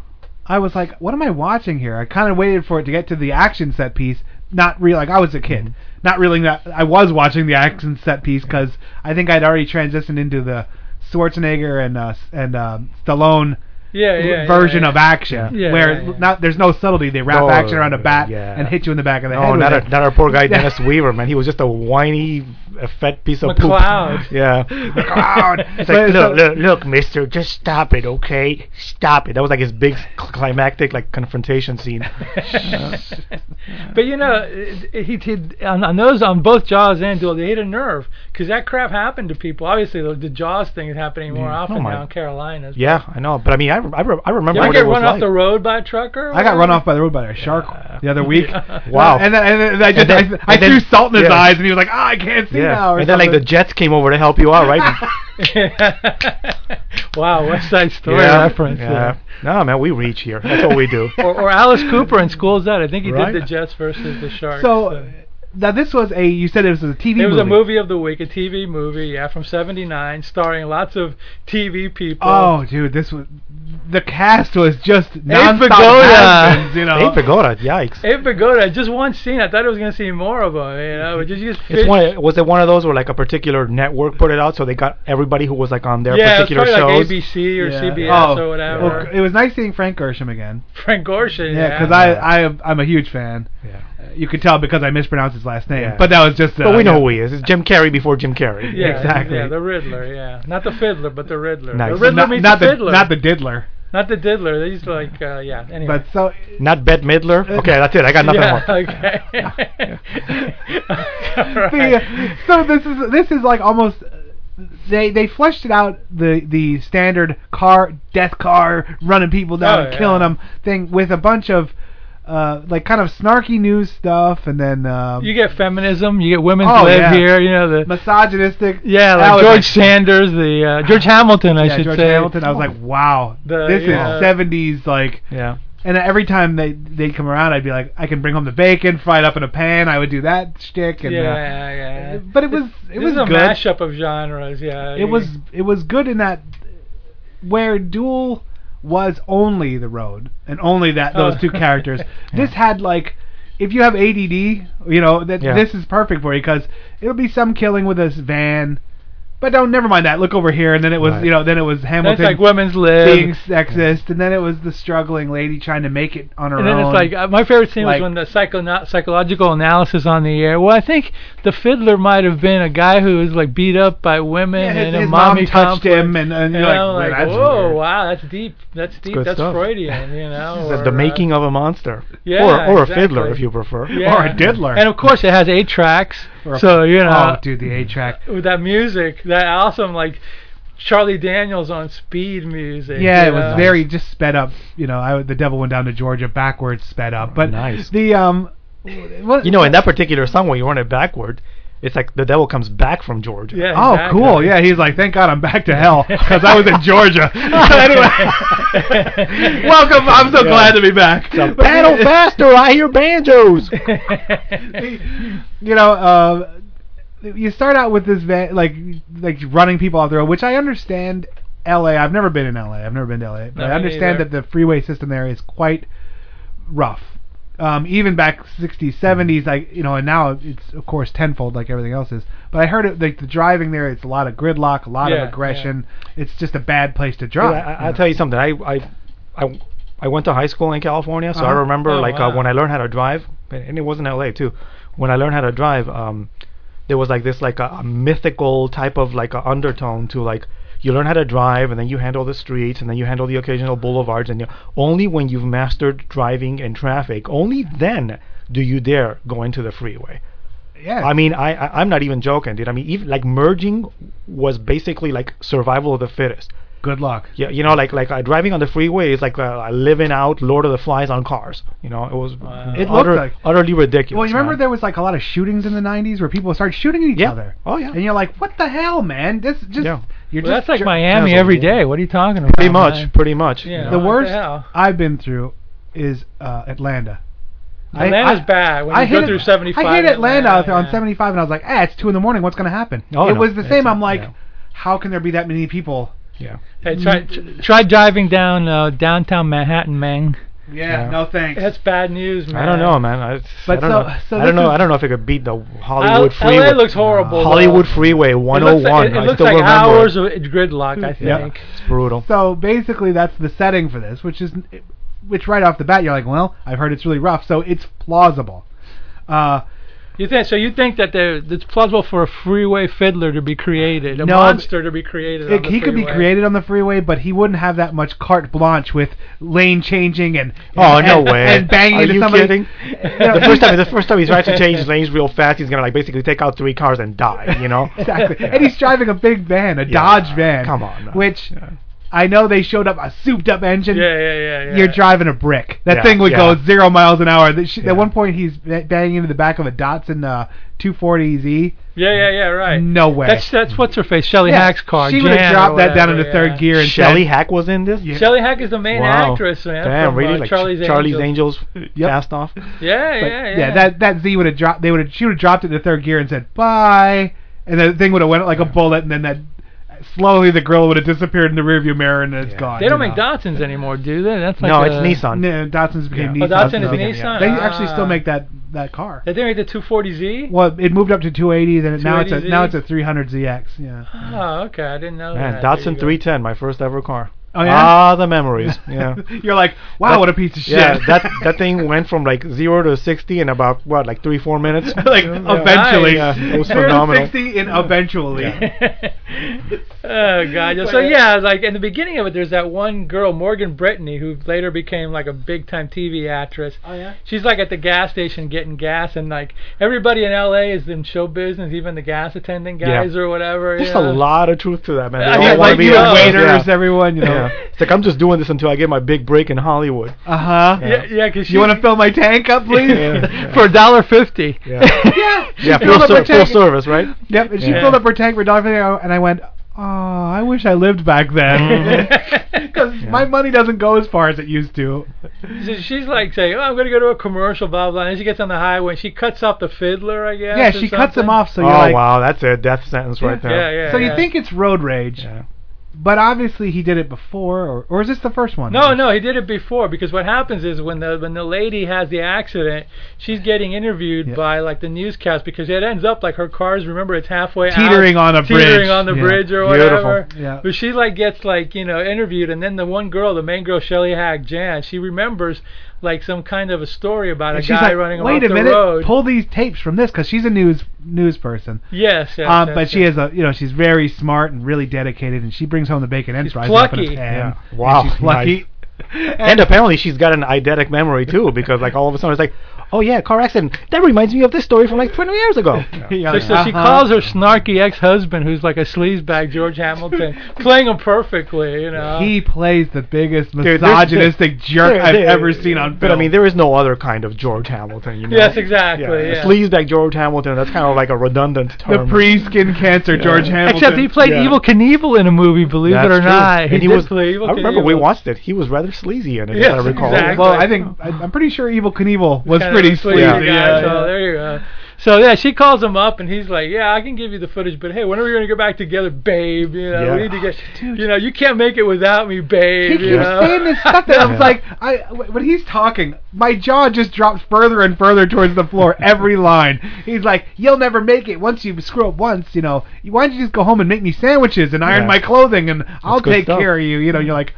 [SPEAKER 1] I was like, "What am I watching here?" I kind of waited for it to get to the action set piece. Not real, like I was a kid.
[SPEAKER 14] Mm-hmm.
[SPEAKER 1] Not really that I was watching the action set piece because I think I'd already transitioned into the Schwarzenegger and uh, s- and um, Stallone
[SPEAKER 14] yeah, yeah,
[SPEAKER 1] version
[SPEAKER 3] [laughs]
[SPEAKER 14] yeah,
[SPEAKER 1] of action,
[SPEAKER 14] Yeah,
[SPEAKER 1] where
[SPEAKER 14] yeah, yeah.
[SPEAKER 1] not there's no subtlety. They wrap
[SPEAKER 2] No,
[SPEAKER 1] action around a bat
[SPEAKER 2] yeah.
[SPEAKER 1] and hit you in the back of the head.
[SPEAKER 2] no,
[SPEAKER 1] with
[SPEAKER 2] not
[SPEAKER 1] it.
[SPEAKER 2] our, not our
[SPEAKER 1] [laughs]
[SPEAKER 2] poor [laughs] guy Dennis Weaver, man. He was just a whiny, a fat piece of
[SPEAKER 14] McLeod.
[SPEAKER 2] poop. [laughs] yeah,
[SPEAKER 1] McLeod.
[SPEAKER 2] [laughs] It's
[SPEAKER 1] But
[SPEAKER 2] like,
[SPEAKER 1] so-
[SPEAKER 2] look, look, look, Mister, just stop it, okay? Stop it. That was like his big cl- climactic like confrontation [laughs] scene.
[SPEAKER 14] yeah. but you know, it- it- he did on, on those on both Jaws and Duel, they hit a nerve
[SPEAKER 3] because that crap happened to people. Obviously, the, the Jaws thing is happening more
[SPEAKER 2] Yeah.
[SPEAKER 3] often
[SPEAKER 2] Oh, my-
[SPEAKER 3] now in Carolinas.
[SPEAKER 2] Yeah, I know. But I mean, I, re- I, re- I remember
[SPEAKER 3] Did I
[SPEAKER 2] what
[SPEAKER 3] get
[SPEAKER 2] it was
[SPEAKER 3] run off
[SPEAKER 2] like.
[SPEAKER 3] the road by a trucker? or
[SPEAKER 1] I got
[SPEAKER 3] whatever?
[SPEAKER 1] run off by the road by a shark
[SPEAKER 14] [laughs]
[SPEAKER 1] the other week.
[SPEAKER 2] Wow.
[SPEAKER 1] And then, and then I
[SPEAKER 2] And
[SPEAKER 1] just
[SPEAKER 2] then-
[SPEAKER 1] I, I
[SPEAKER 2] and then-
[SPEAKER 1] threw salt in his
[SPEAKER 2] yeah.
[SPEAKER 1] eyes, and he was like, "Ah, I can't see
[SPEAKER 2] yeah.
[SPEAKER 1] now." Or
[SPEAKER 2] and then like the
[SPEAKER 1] something.
[SPEAKER 2] Jets came over to help you out,
[SPEAKER 3] [laughs]
[SPEAKER 2] right?
[SPEAKER 3] [laughs] wow, West Side Story reference.
[SPEAKER 2] Yeah. No, man, we reach here. That's what we do.
[SPEAKER 3] Or, or Alice Cooper in School's Out. I think he
[SPEAKER 2] Right.
[SPEAKER 3] did the Jets versus the Sharks.
[SPEAKER 1] so. Now this was a you said it was a TV
[SPEAKER 3] it was
[SPEAKER 1] movie.
[SPEAKER 3] a movie of the week, a TV movie, yeah, from '79, starring lots of TV people.
[SPEAKER 1] Oh, dude, this was the cast was just
[SPEAKER 3] Abe
[SPEAKER 1] nonstop husbands, you know.
[SPEAKER 2] Abe Pagoda, yikes.
[SPEAKER 3] Abe Pagoda, just one scene. I thought I was gonna see more of him. You know, it just, just
[SPEAKER 2] It's
[SPEAKER 3] fit-
[SPEAKER 2] one. of- Was it one of those where like a particular network put it out, so they got everybody who was like on their
[SPEAKER 3] yeah,
[SPEAKER 2] particular
[SPEAKER 3] it's probably
[SPEAKER 2] shows?
[SPEAKER 3] like ABC or
[SPEAKER 1] Yeah.
[SPEAKER 3] CBS
[SPEAKER 1] Oh,
[SPEAKER 3] or whatever.
[SPEAKER 1] well, it was nice seeing Frank Gershom again.
[SPEAKER 3] Frank Gorshin.
[SPEAKER 1] Yeah, because I, I I'm a huge fan. Yeah. You could tell because I mispronounced his last name,
[SPEAKER 2] Yeah.
[SPEAKER 1] but that was just. Uh,
[SPEAKER 2] but we know
[SPEAKER 1] yeah.
[SPEAKER 2] who he is. It's Jim Carrey before Jim Carrey.
[SPEAKER 3] Yeah,
[SPEAKER 2] exactly.
[SPEAKER 3] Yeah, the Riddler. Yeah, not the Fiddler, but the Riddler.
[SPEAKER 2] Nice.
[SPEAKER 3] The Riddler
[SPEAKER 2] Not-
[SPEAKER 3] meets
[SPEAKER 2] not
[SPEAKER 3] the
[SPEAKER 2] the-
[SPEAKER 3] Fiddler.
[SPEAKER 2] not
[SPEAKER 1] the diddler.
[SPEAKER 3] Not the diddler. They used to like, uh, yeah. Anyway.
[SPEAKER 1] But so
[SPEAKER 2] Not Bette Midler. Okay, that's it. I got nothing
[SPEAKER 3] yeah,
[SPEAKER 2] more. [laughs]
[SPEAKER 3] [laughs] Okay.
[SPEAKER 1] See, uh, so this is this is like almost they they fleshed it out the the standard car death car running people down
[SPEAKER 3] Oh,
[SPEAKER 1] and
[SPEAKER 3] yeah.
[SPEAKER 1] killing them thing with a bunch of uh like kind of snarky news stuff and then um,
[SPEAKER 3] You get feminism. You get women's
[SPEAKER 1] Oh,
[SPEAKER 3] live
[SPEAKER 1] yeah.
[SPEAKER 3] here. You know the
[SPEAKER 1] misogynistic
[SPEAKER 3] yeah,
[SPEAKER 1] That
[SPEAKER 3] like
[SPEAKER 1] was
[SPEAKER 3] George
[SPEAKER 1] like-
[SPEAKER 3] Sanders, the uh, George Hamilton, I
[SPEAKER 1] yeah,
[SPEAKER 3] should
[SPEAKER 1] George
[SPEAKER 3] say.
[SPEAKER 1] Hamilton I was like wow
[SPEAKER 3] The-
[SPEAKER 1] this
[SPEAKER 3] yeah.
[SPEAKER 1] is 70s like
[SPEAKER 3] yeah.
[SPEAKER 1] and every time they they come around I'd be like I can bring home the bacon fried up in a pan I would do that shtick and
[SPEAKER 3] yeah,
[SPEAKER 1] uh,
[SPEAKER 3] yeah, yeah.
[SPEAKER 1] but it was it
[SPEAKER 3] this
[SPEAKER 1] was
[SPEAKER 3] is a
[SPEAKER 1] good.
[SPEAKER 3] mashup of genres. Yeah,
[SPEAKER 1] it was it was good in that where Duel was only the road and only that those
[SPEAKER 3] Oh.
[SPEAKER 1] two
[SPEAKER 3] [laughs]
[SPEAKER 1] characters. This had like if you have ADD, you know that
[SPEAKER 2] Yeah.
[SPEAKER 1] this is perfect for you because it'll be some killing with this van. But don't never mind that. Look over here, and then it was
[SPEAKER 2] Right.
[SPEAKER 1] you know then it was
[SPEAKER 3] That's
[SPEAKER 1] Hamilton
[SPEAKER 3] like women's lib.
[SPEAKER 1] being sexist, and then it was the struggling lady trying to make it on her
[SPEAKER 3] And then
[SPEAKER 1] own.
[SPEAKER 3] it's like uh, my favorite scene
[SPEAKER 1] Like-
[SPEAKER 3] was when the psycho- psychological analysis on the air. Well, I think the fiddler might have been a guy who was like beat up by women
[SPEAKER 1] Yeah, his,
[SPEAKER 3] and a
[SPEAKER 1] his mom
[SPEAKER 3] mommy
[SPEAKER 1] touched
[SPEAKER 3] complex.
[SPEAKER 1] him, and, and
[SPEAKER 3] And
[SPEAKER 1] you're like,
[SPEAKER 3] I'm
[SPEAKER 1] "Well,
[SPEAKER 3] like,
[SPEAKER 1] that's
[SPEAKER 3] whoa,
[SPEAKER 1] weird."
[SPEAKER 3] wow, that's deep. That's deep.
[SPEAKER 2] good
[SPEAKER 3] That's
[SPEAKER 2] stuff.
[SPEAKER 3] Freudian,
[SPEAKER 1] [laughs]
[SPEAKER 3] you know.
[SPEAKER 2] This is
[SPEAKER 3] or,
[SPEAKER 2] the
[SPEAKER 3] uh,
[SPEAKER 2] making of a monster.
[SPEAKER 3] Yeah,
[SPEAKER 2] or or
[SPEAKER 3] exactly.
[SPEAKER 2] a fiddler, if you prefer.
[SPEAKER 3] Yeah.
[SPEAKER 1] or a diddler.
[SPEAKER 3] And of course, uh, it has eight tracks.
[SPEAKER 1] Or a-
[SPEAKER 3] So you know,
[SPEAKER 1] oh, dude, the A track.
[SPEAKER 3] with that music, that awesome like Charlie Daniels on speed music.
[SPEAKER 1] Yeah,
[SPEAKER 3] you
[SPEAKER 1] it was
[SPEAKER 3] know?
[SPEAKER 1] very just sped up. You know, I, the devil went down to Georgia backwards, sped up. But
[SPEAKER 2] Nice.
[SPEAKER 1] the um, what,
[SPEAKER 2] You know, in that particular song where you run it backward, it's like the devil comes back from Georgia.
[SPEAKER 3] [laughs] Yeah,
[SPEAKER 1] oh
[SPEAKER 3] exactly. [laughs]
[SPEAKER 1] cool, yeah. He's like, thank God I'm back to
[SPEAKER 2] [laughs]
[SPEAKER 1] hell because I was in Georgia. [laughs] anyway, welcome. I'm so glad to be back.
[SPEAKER 2] So
[SPEAKER 1] [laughs]
[SPEAKER 2] paddle faster, I hear banjos.
[SPEAKER 1] you know, uh, you start out with this van, like like running people off the road, which I understand. L.A. I've never been in L.A. I've never been to L.A. But
[SPEAKER 3] No,
[SPEAKER 1] I
[SPEAKER 3] me
[SPEAKER 1] understand
[SPEAKER 3] neither.
[SPEAKER 1] that the freeway system there is quite rough. Um, even back 60s, 70s, like you know, and now it's of course tenfold like everything else is. But I heard it like the driving there, it's a lot of gridlock, a lot
[SPEAKER 3] Yeah,
[SPEAKER 1] of aggression. It's just a bad place to
[SPEAKER 2] Dude,
[SPEAKER 1] drive.
[SPEAKER 2] I, I- I'll tell you something. I I I, I went to high school in California, so I
[SPEAKER 1] Uh-huh.
[SPEAKER 2] remember
[SPEAKER 3] Oh,
[SPEAKER 2] like uh,
[SPEAKER 3] wow.
[SPEAKER 2] when I learned how to drive, and and it was in LA too. When I learned how to drive, um, there was like this like a, a mythical type of like a undertone to like you learn how to drive and then you handle the streets and then you handle the occasional boulevards and you, only when you've mastered driving and traffic, only then do you dare go into the freeway.
[SPEAKER 1] yeah,
[SPEAKER 2] I mean, I, I I'm not even joking, dude. I mean, even like merging was basically like survival of the fittest.
[SPEAKER 1] good luck.
[SPEAKER 2] Yeah, you know, like like uh, driving on the freeway is like uh, living out Lord of the Flies on cars. You know, it was
[SPEAKER 1] It looked
[SPEAKER 2] utter,
[SPEAKER 1] like-
[SPEAKER 2] utterly ridiculous.
[SPEAKER 1] Well, you remember
[SPEAKER 2] man.
[SPEAKER 1] there was like a lot of shootings in the 90s where people started shooting at each
[SPEAKER 2] Yeah.
[SPEAKER 1] other.
[SPEAKER 2] Oh yeah,
[SPEAKER 1] And you're like, what the hell, man? This just
[SPEAKER 2] Yeah.
[SPEAKER 1] you're
[SPEAKER 3] Well,
[SPEAKER 1] just
[SPEAKER 3] that's like
[SPEAKER 1] jer-
[SPEAKER 3] Miami
[SPEAKER 2] Yeah,
[SPEAKER 3] every
[SPEAKER 2] yeah.
[SPEAKER 3] day. What are you talking about?
[SPEAKER 2] pretty much,
[SPEAKER 3] man?
[SPEAKER 2] pretty much.
[SPEAKER 3] Yeah.
[SPEAKER 2] you
[SPEAKER 1] the
[SPEAKER 2] know.
[SPEAKER 3] what the
[SPEAKER 1] worst
[SPEAKER 3] hell?
[SPEAKER 1] I've been through is uh, Atlanta. I-
[SPEAKER 3] Atlanta's
[SPEAKER 1] I-
[SPEAKER 3] bad. When
[SPEAKER 1] I
[SPEAKER 3] you
[SPEAKER 1] hit
[SPEAKER 3] go
[SPEAKER 1] it-
[SPEAKER 3] through 75.
[SPEAKER 1] I hit
[SPEAKER 3] in
[SPEAKER 1] Atlanta out there on
[SPEAKER 3] yeah.
[SPEAKER 1] 75, and I was like, ah, it's two in the morning. What's going to happen?
[SPEAKER 2] Oh,
[SPEAKER 1] it
[SPEAKER 2] no,
[SPEAKER 1] was the
[SPEAKER 2] it's
[SPEAKER 1] same.
[SPEAKER 2] not-
[SPEAKER 1] I'm like,
[SPEAKER 2] yeah.
[SPEAKER 1] how can there be that many people?
[SPEAKER 2] Yeah.
[SPEAKER 3] Hey, try,
[SPEAKER 1] Mm.
[SPEAKER 3] tr- try driving down uh, downtown Manhattan, man.
[SPEAKER 1] Yeah,
[SPEAKER 2] Yeah.
[SPEAKER 1] no thanks.
[SPEAKER 3] That's bad news, man.
[SPEAKER 2] I don't know, man. I, it's-
[SPEAKER 1] But
[SPEAKER 2] I don't
[SPEAKER 1] so-
[SPEAKER 2] know.
[SPEAKER 1] so
[SPEAKER 2] I don't
[SPEAKER 1] this
[SPEAKER 2] know.
[SPEAKER 1] is-
[SPEAKER 2] I don't know if it could beat the
[SPEAKER 3] L-
[SPEAKER 2] Hollywood Freeway.
[SPEAKER 3] LA looks horrible.
[SPEAKER 2] Hollywood
[SPEAKER 3] though.
[SPEAKER 2] Freeway
[SPEAKER 3] It looks
[SPEAKER 2] 101.
[SPEAKER 3] like, it, it
[SPEAKER 2] I
[SPEAKER 3] looks
[SPEAKER 2] still
[SPEAKER 3] like
[SPEAKER 2] remember.
[SPEAKER 3] hours of gridlock, I
[SPEAKER 2] Yeah.
[SPEAKER 3] think.
[SPEAKER 2] It's brutal.
[SPEAKER 1] So basically, that's the setting for this, which is, which right off the bat, you're like, well, I've heard it's really rough, so it's plausible. Uh,
[SPEAKER 3] You think so? You think that there, it's plausible for a freeway fiddler to be created, a
[SPEAKER 1] No,
[SPEAKER 3] monster to be created? on
[SPEAKER 1] It,
[SPEAKER 3] the
[SPEAKER 1] he could be
[SPEAKER 3] freeway.
[SPEAKER 1] created on the freeway, but he wouldn't have that much carte blanche with lane changing and
[SPEAKER 2] Oh
[SPEAKER 1] and,
[SPEAKER 2] no way!
[SPEAKER 1] and banging
[SPEAKER 2] Are
[SPEAKER 1] into
[SPEAKER 2] you
[SPEAKER 1] somebody.
[SPEAKER 2] kidding? the first time, the first time he's trying to change lanes real fast, he's gonna like basically take out three cars and die. You know?
[SPEAKER 1] [laughs] exactly. And he's driving a big van, a Dodge van.
[SPEAKER 2] come on, man.
[SPEAKER 1] Which I know they showed up a souped up engine.
[SPEAKER 3] Yeah, yeah, yeah, yeah.
[SPEAKER 1] You're driving a brick. That
[SPEAKER 2] Yeah,
[SPEAKER 1] thing would
[SPEAKER 2] yeah.
[SPEAKER 1] go zero miles an hour. That sh- At one point, he's ba- banging into the back of a Datsun uh, 240Z.
[SPEAKER 3] Yeah, yeah, yeah. Right.
[SPEAKER 1] No way.
[SPEAKER 3] That's that's what's her face, Shelly
[SPEAKER 1] Yeah,
[SPEAKER 3] Hack's car.
[SPEAKER 1] She would have
[SPEAKER 3] Jan or
[SPEAKER 1] dropped that down
[SPEAKER 3] whatever,
[SPEAKER 1] into
[SPEAKER 3] yeah.
[SPEAKER 1] third gear and
[SPEAKER 2] Shelly
[SPEAKER 1] said-
[SPEAKER 2] Hack was in this.
[SPEAKER 3] Shelley Hack is the main
[SPEAKER 2] Wow.
[SPEAKER 3] actress, man.
[SPEAKER 2] Damn,
[SPEAKER 3] from,
[SPEAKER 2] really?
[SPEAKER 3] uh,
[SPEAKER 2] like
[SPEAKER 3] Charlie's,
[SPEAKER 2] Charlie's
[SPEAKER 3] Angels.
[SPEAKER 2] Angels, fast off.
[SPEAKER 3] Yeah,
[SPEAKER 1] But,
[SPEAKER 3] yeah, yeah.
[SPEAKER 1] that that Z would have dropped. They would have. She would have dropped it to third gear and said bye, and the thing would have went like a bullet, and then that slowly the grill would have disappeared in the rearview mirror, and it's gone.
[SPEAKER 3] they don't
[SPEAKER 1] you
[SPEAKER 3] make
[SPEAKER 1] know.
[SPEAKER 3] Datsuns anymore, do they? That's like
[SPEAKER 2] No,
[SPEAKER 3] a,
[SPEAKER 2] it's Nissan.
[SPEAKER 1] No, uh, Datsun's became
[SPEAKER 3] Yeah. Oh,
[SPEAKER 1] Nissan.
[SPEAKER 3] Datsun is
[SPEAKER 1] so-
[SPEAKER 3] Nissan?
[SPEAKER 1] They actually
[SPEAKER 3] Ah.
[SPEAKER 1] still make that that car.
[SPEAKER 3] Did they make the 240Z?
[SPEAKER 1] Well, it moved up to 280, then it, now it's a
[SPEAKER 3] 280Z?
[SPEAKER 1] now it's a 300ZX. Yeah.
[SPEAKER 3] Oh, okay. I didn't know
[SPEAKER 2] Man,
[SPEAKER 3] that. There you
[SPEAKER 2] Datsun
[SPEAKER 3] go.
[SPEAKER 2] 310, my first ever car.
[SPEAKER 1] Oh, yeah?
[SPEAKER 2] Ah,
[SPEAKER 1] [laughs]
[SPEAKER 2] the memories. Yeah.
[SPEAKER 1] You're like, wow,
[SPEAKER 2] That-
[SPEAKER 1] what a piece of shit.
[SPEAKER 2] Yeah, that
[SPEAKER 1] [laughs]
[SPEAKER 2] that thing went from like zero to sixty in about what, like three, four minutes.
[SPEAKER 1] [laughs] like
[SPEAKER 2] Yeah.
[SPEAKER 1] eventually,
[SPEAKER 2] yeah, it
[SPEAKER 1] [laughs]
[SPEAKER 2] was
[SPEAKER 1] Zero to
[SPEAKER 2] phenomenal.
[SPEAKER 1] 60 in eventually. [laughs]
[SPEAKER 3] Oh god. So yeah, like in the beginning of it, there's that one girl, Morgan Brittany, who later became like a big time TV actress.
[SPEAKER 1] Oh yeah.
[SPEAKER 3] She's like at the gas station getting gas, and like everybody in LA is in show business, even the gas attendant
[SPEAKER 2] Yeah.
[SPEAKER 3] guys or whatever.
[SPEAKER 2] There's
[SPEAKER 3] you know?
[SPEAKER 2] a lot of truth to that, man. They
[SPEAKER 3] I
[SPEAKER 2] all
[SPEAKER 3] mean,
[SPEAKER 2] wanna
[SPEAKER 3] like,
[SPEAKER 2] be
[SPEAKER 3] you know,
[SPEAKER 2] actors,
[SPEAKER 1] Waiters,
[SPEAKER 2] yeah.
[SPEAKER 1] everyone, you know.
[SPEAKER 2] Yeah. It's like I'm just doing this until I get my big break
[SPEAKER 1] [laughs]
[SPEAKER 2] in Hollywood.
[SPEAKER 1] Uh huh.
[SPEAKER 3] Yeah, yeah. Cause
[SPEAKER 1] You want to fill my tank up, please?
[SPEAKER 2] Yeah.
[SPEAKER 3] for a dollar fifty.
[SPEAKER 2] Yeah,
[SPEAKER 1] [laughs]
[SPEAKER 3] [laughs]
[SPEAKER 1] yeah. She
[SPEAKER 2] yeah,
[SPEAKER 1] filled up
[SPEAKER 2] full,
[SPEAKER 1] her
[SPEAKER 2] ser- full
[SPEAKER 1] tank.
[SPEAKER 2] service, right?
[SPEAKER 1] Yep, [laughs] and she
[SPEAKER 2] Yeah.
[SPEAKER 1] filled up her tank for dollar fifty, and I went, "Oh, I wish I lived back then,
[SPEAKER 2] Mm-hmm.
[SPEAKER 1] [laughs] because my money doesn't go as far as it used to."
[SPEAKER 3] So she's like saying, "Oh, I'm gonna go to a commercial, blah blah." And she gets on the highway, and she cuts off the fiddler, I guess.
[SPEAKER 1] yeah,
[SPEAKER 3] or
[SPEAKER 1] she cuts him
[SPEAKER 3] something.
[SPEAKER 1] off, so
[SPEAKER 2] oh
[SPEAKER 1] you're like,
[SPEAKER 2] wow, that's a death sentence right
[SPEAKER 3] Yeah,
[SPEAKER 2] there.
[SPEAKER 3] yeah.
[SPEAKER 1] so you
[SPEAKER 3] yeah.
[SPEAKER 1] think it's road rage, but obviously he did it before, or or is this the first one?
[SPEAKER 3] No, no, he did it before because what happens is when the when the lady has the accident, she's getting interviewed by like the newscast because it ends up like her car's remember it's halfway out,
[SPEAKER 1] Teetering on a bridge.
[SPEAKER 3] teetering on the
[SPEAKER 1] Yeah.
[SPEAKER 3] bridge or
[SPEAKER 2] Beautiful.
[SPEAKER 3] whatever.
[SPEAKER 1] Yeah.
[SPEAKER 3] But she like gets like you know interviewed and then the one girl, the main girl, Shelley Hack Jan, she remembers like some kind of a story about
[SPEAKER 1] And
[SPEAKER 3] a
[SPEAKER 1] she's
[SPEAKER 3] guy
[SPEAKER 1] like,
[SPEAKER 3] running
[SPEAKER 1] wait
[SPEAKER 3] off
[SPEAKER 1] a
[SPEAKER 3] the
[SPEAKER 1] minute,
[SPEAKER 3] road.
[SPEAKER 1] pull these tapes from this, because she's a news news person.
[SPEAKER 3] yes, yes,
[SPEAKER 1] um,
[SPEAKER 3] yes,
[SPEAKER 1] but she
[SPEAKER 3] yes.
[SPEAKER 1] is a, you know, she's very smart and really dedicated, and she brings home the bacon and fries up in a
[SPEAKER 3] plucky.
[SPEAKER 1] pan.
[SPEAKER 2] Yeah.
[SPEAKER 1] and
[SPEAKER 2] Wow,
[SPEAKER 1] she's plucky.
[SPEAKER 2] nice.
[SPEAKER 1] [laughs]
[SPEAKER 2] And apparently she's got an eidetic memory too, because like all of a sudden it's like, oh yeah, car accident. That reminds me of this story from like 20
[SPEAKER 1] [laughs]
[SPEAKER 2] years ago.
[SPEAKER 1] You're
[SPEAKER 3] So,
[SPEAKER 1] like,
[SPEAKER 3] so
[SPEAKER 1] "Uh-huh."
[SPEAKER 3] she calls her snarky ex-husband, who's like a sleazebag,
[SPEAKER 1] [laughs]
[SPEAKER 3] George Hamilton, playing him perfectly. You know,
[SPEAKER 1] He plays the biggest
[SPEAKER 2] Dude, there's-
[SPEAKER 1] misogynistic jerk
[SPEAKER 2] there-
[SPEAKER 1] I've
[SPEAKER 2] there-
[SPEAKER 1] ever seen on film.
[SPEAKER 2] But I mean, there is no other kind of George Hamilton. You know?
[SPEAKER 3] Yes, exactly,
[SPEAKER 2] a
[SPEAKER 3] yeah.
[SPEAKER 2] Sleazebag George Hamilton. That's kind of like a redundant
[SPEAKER 1] the
[SPEAKER 2] term.
[SPEAKER 1] pre-skin cancer George Hamilton.
[SPEAKER 3] Except he played
[SPEAKER 2] Yeah.
[SPEAKER 3] Evil Knievel in a movie, believe
[SPEAKER 2] That's
[SPEAKER 3] it or
[SPEAKER 2] true.
[SPEAKER 3] not.
[SPEAKER 2] And
[SPEAKER 3] he,
[SPEAKER 2] he
[SPEAKER 3] did
[SPEAKER 2] was.
[SPEAKER 3] play Evil
[SPEAKER 2] I remember
[SPEAKER 3] Knievel.
[SPEAKER 2] we watched it. He was rather sleazy in it,
[SPEAKER 3] Yes,
[SPEAKER 2] if I recall.
[SPEAKER 3] exactly.
[SPEAKER 1] Well, I think I, I'm pretty sure Evil Knievel was
[SPEAKER 3] Kinda
[SPEAKER 1] pretty
[SPEAKER 3] a
[SPEAKER 1] sleazy.
[SPEAKER 3] guy,
[SPEAKER 1] yeah,
[SPEAKER 3] so
[SPEAKER 1] yeah.
[SPEAKER 3] there you go. So yeah, she calls him up and he's like, "Yeah, I can give you the footage, but hey, when are we gonna get back together, babe? You know, we
[SPEAKER 2] Yeah.
[SPEAKER 3] need to get. You know, you can't make it without me, babe.
[SPEAKER 1] He
[SPEAKER 3] you
[SPEAKER 1] keeps
[SPEAKER 3] know?
[SPEAKER 1] saying this stuff that I was like, I when he's talking, my jaw just drops further and further towards the floor every line. He's like, "You'll never make it once you screw up once, you know. Why don't you just go home and make me sandwiches and iron
[SPEAKER 2] Yeah.
[SPEAKER 1] my clothing and I'll
[SPEAKER 2] good
[SPEAKER 1] take
[SPEAKER 2] stuff.
[SPEAKER 1] care of you." You know, you're like,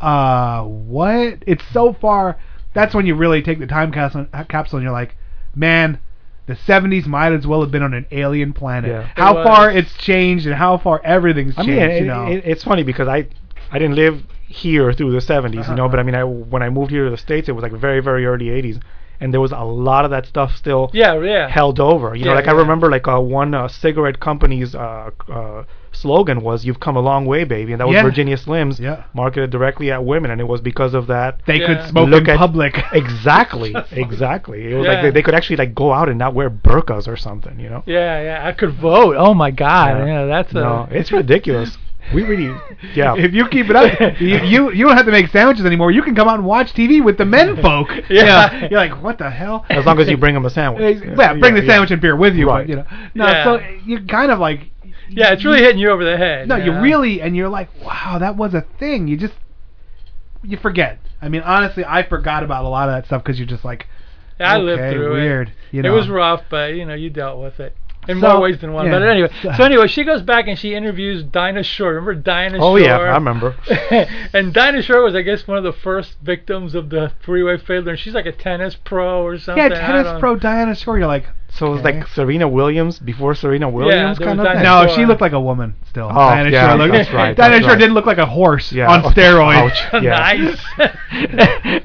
[SPEAKER 1] "Uh, what?" It's so far. That's when you really take the time capsule, capsule and you're like, "Man." The 70s might as well have been on an alien planet.
[SPEAKER 2] Yeah.
[SPEAKER 1] How
[SPEAKER 3] It was.
[SPEAKER 1] far it's changed and how far everything's
[SPEAKER 2] I
[SPEAKER 1] changed.
[SPEAKER 2] mean, it,
[SPEAKER 1] you know?
[SPEAKER 2] it, it's funny because I, I didn't live here through the 70s, you
[SPEAKER 3] Uh-huh.
[SPEAKER 2] know. But I mean, I when I moved here to the states, it was like very, very early 80s, and there was a lot of that stuff still.
[SPEAKER 3] [laughs] Yeah, yeah.
[SPEAKER 2] held over. You know,
[SPEAKER 3] Yeah,
[SPEAKER 2] like I
[SPEAKER 3] yeah.
[SPEAKER 2] remember like uh, one uh, cigarette company's uh, uh, slogan was "You've come a long way, baby," and that was
[SPEAKER 1] Yeah.
[SPEAKER 2] Virginia Slims,
[SPEAKER 1] Yeah.
[SPEAKER 2] marketed directly at women, and it was because of that.
[SPEAKER 1] they
[SPEAKER 3] Yeah.
[SPEAKER 1] could smoke
[SPEAKER 2] Look
[SPEAKER 1] in
[SPEAKER 2] at-
[SPEAKER 1] public. [laughs]
[SPEAKER 2] Exactly, exactly. It was like
[SPEAKER 3] Yeah.
[SPEAKER 2] they, they could actually like go out and not wear burqas or something, you know.
[SPEAKER 3] Yeah, yeah, I could vote. Oh my God, yeah,
[SPEAKER 2] Yeah.
[SPEAKER 3] that's a.
[SPEAKER 2] No, it's
[SPEAKER 1] [laughs]
[SPEAKER 2] ridiculous. We really, yeah.
[SPEAKER 1] if you keep it
[SPEAKER 2] [laughs]
[SPEAKER 1] up, you, you you don't have to make sandwiches anymore. You can come out and watch TV with the
[SPEAKER 2] [laughs]
[SPEAKER 1] men folk.
[SPEAKER 3] Yeah.
[SPEAKER 1] you're like, what the hell?
[SPEAKER 2] as long
[SPEAKER 1] [laughs]
[SPEAKER 2] as you bring them a sandwich.
[SPEAKER 1] Yeah, bring the
[SPEAKER 2] yeah.
[SPEAKER 1] sandwich and beer with you,
[SPEAKER 2] Right.
[SPEAKER 1] but you know, no.
[SPEAKER 3] Yeah.
[SPEAKER 1] So you kind of like,
[SPEAKER 3] yeah, it's really hitting you over the head.
[SPEAKER 1] no,
[SPEAKER 3] you
[SPEAKER 1] you
[SPEAKER 3] know?
[SPEAKER 1] really, and you're like, wow, that was a thing. You just you forget. I mean, honestly, I forgot about a lot of that stuff because you're just like,
[SPEAKER 3] I
[SPEAKER 1] okay,
[SPEAKER 3] lived through it.
[SPEAKER 1] weird. You know,
[SPEAKER 3] It was rough, but you know, you dealt with it. In
[SPEAKER 1] So,
[SPEAKER 3] more ways than one.
[SPEAKER 1] yeah. [laughs]
[SPEAKER 3] But anyway. So anyway, she goes back and she interviews Dinah Shore. Remember Dinah
[SPEAKER 2] Oh
[SPEAKER 3] Shore?
[SPEAKER 2] yeah, I remember.
[SPEAKER 3] [laughs] and Dinah Shore was, I guess, one of the first victims of the freeway fiddler. She's like a tennis pro or something.
[SPEAKER 1] Yeah,
[SPEAKER 3] I
[SPEAKER 1] tennis
[SPEAKER 3] don't- [laughs]
[SPEAKER 1] pro Diana Shore. You're like,
[SPEAKER 2] So it was like Serena Williams before Serena Williams
[SPEAKER 3] there
[SPEAKER 2] kind
[SPEAKER 3] was
[SPEAKER 2] of thing.
[SPEAKER 1] No, she looked like a woman still.
[SPEAKER 2] Oh,
[SPEAKER 1] Diana
[SPEAKER 2] yeah,
[SPEAKER 1] Shore looked,
[SPEAKER 2] that's right,
[SPEAKER 1] Diana
[SPEAKER 2] that's
[SPEAKER 1] Shore
[SPEAKER 2] right.
[SPEAKER 1] didn't look like a horse
[SPEAKER 2] Yeah,
[SPEAKER 1] on
[SPEAKER 2] oh,
[SPEAKER 1] steroids. [laughs]
[SPEAKER 2] ouch, yeah. Nice.
[SPEAKER 1] Look,
[SPEAKER 3] [laughs]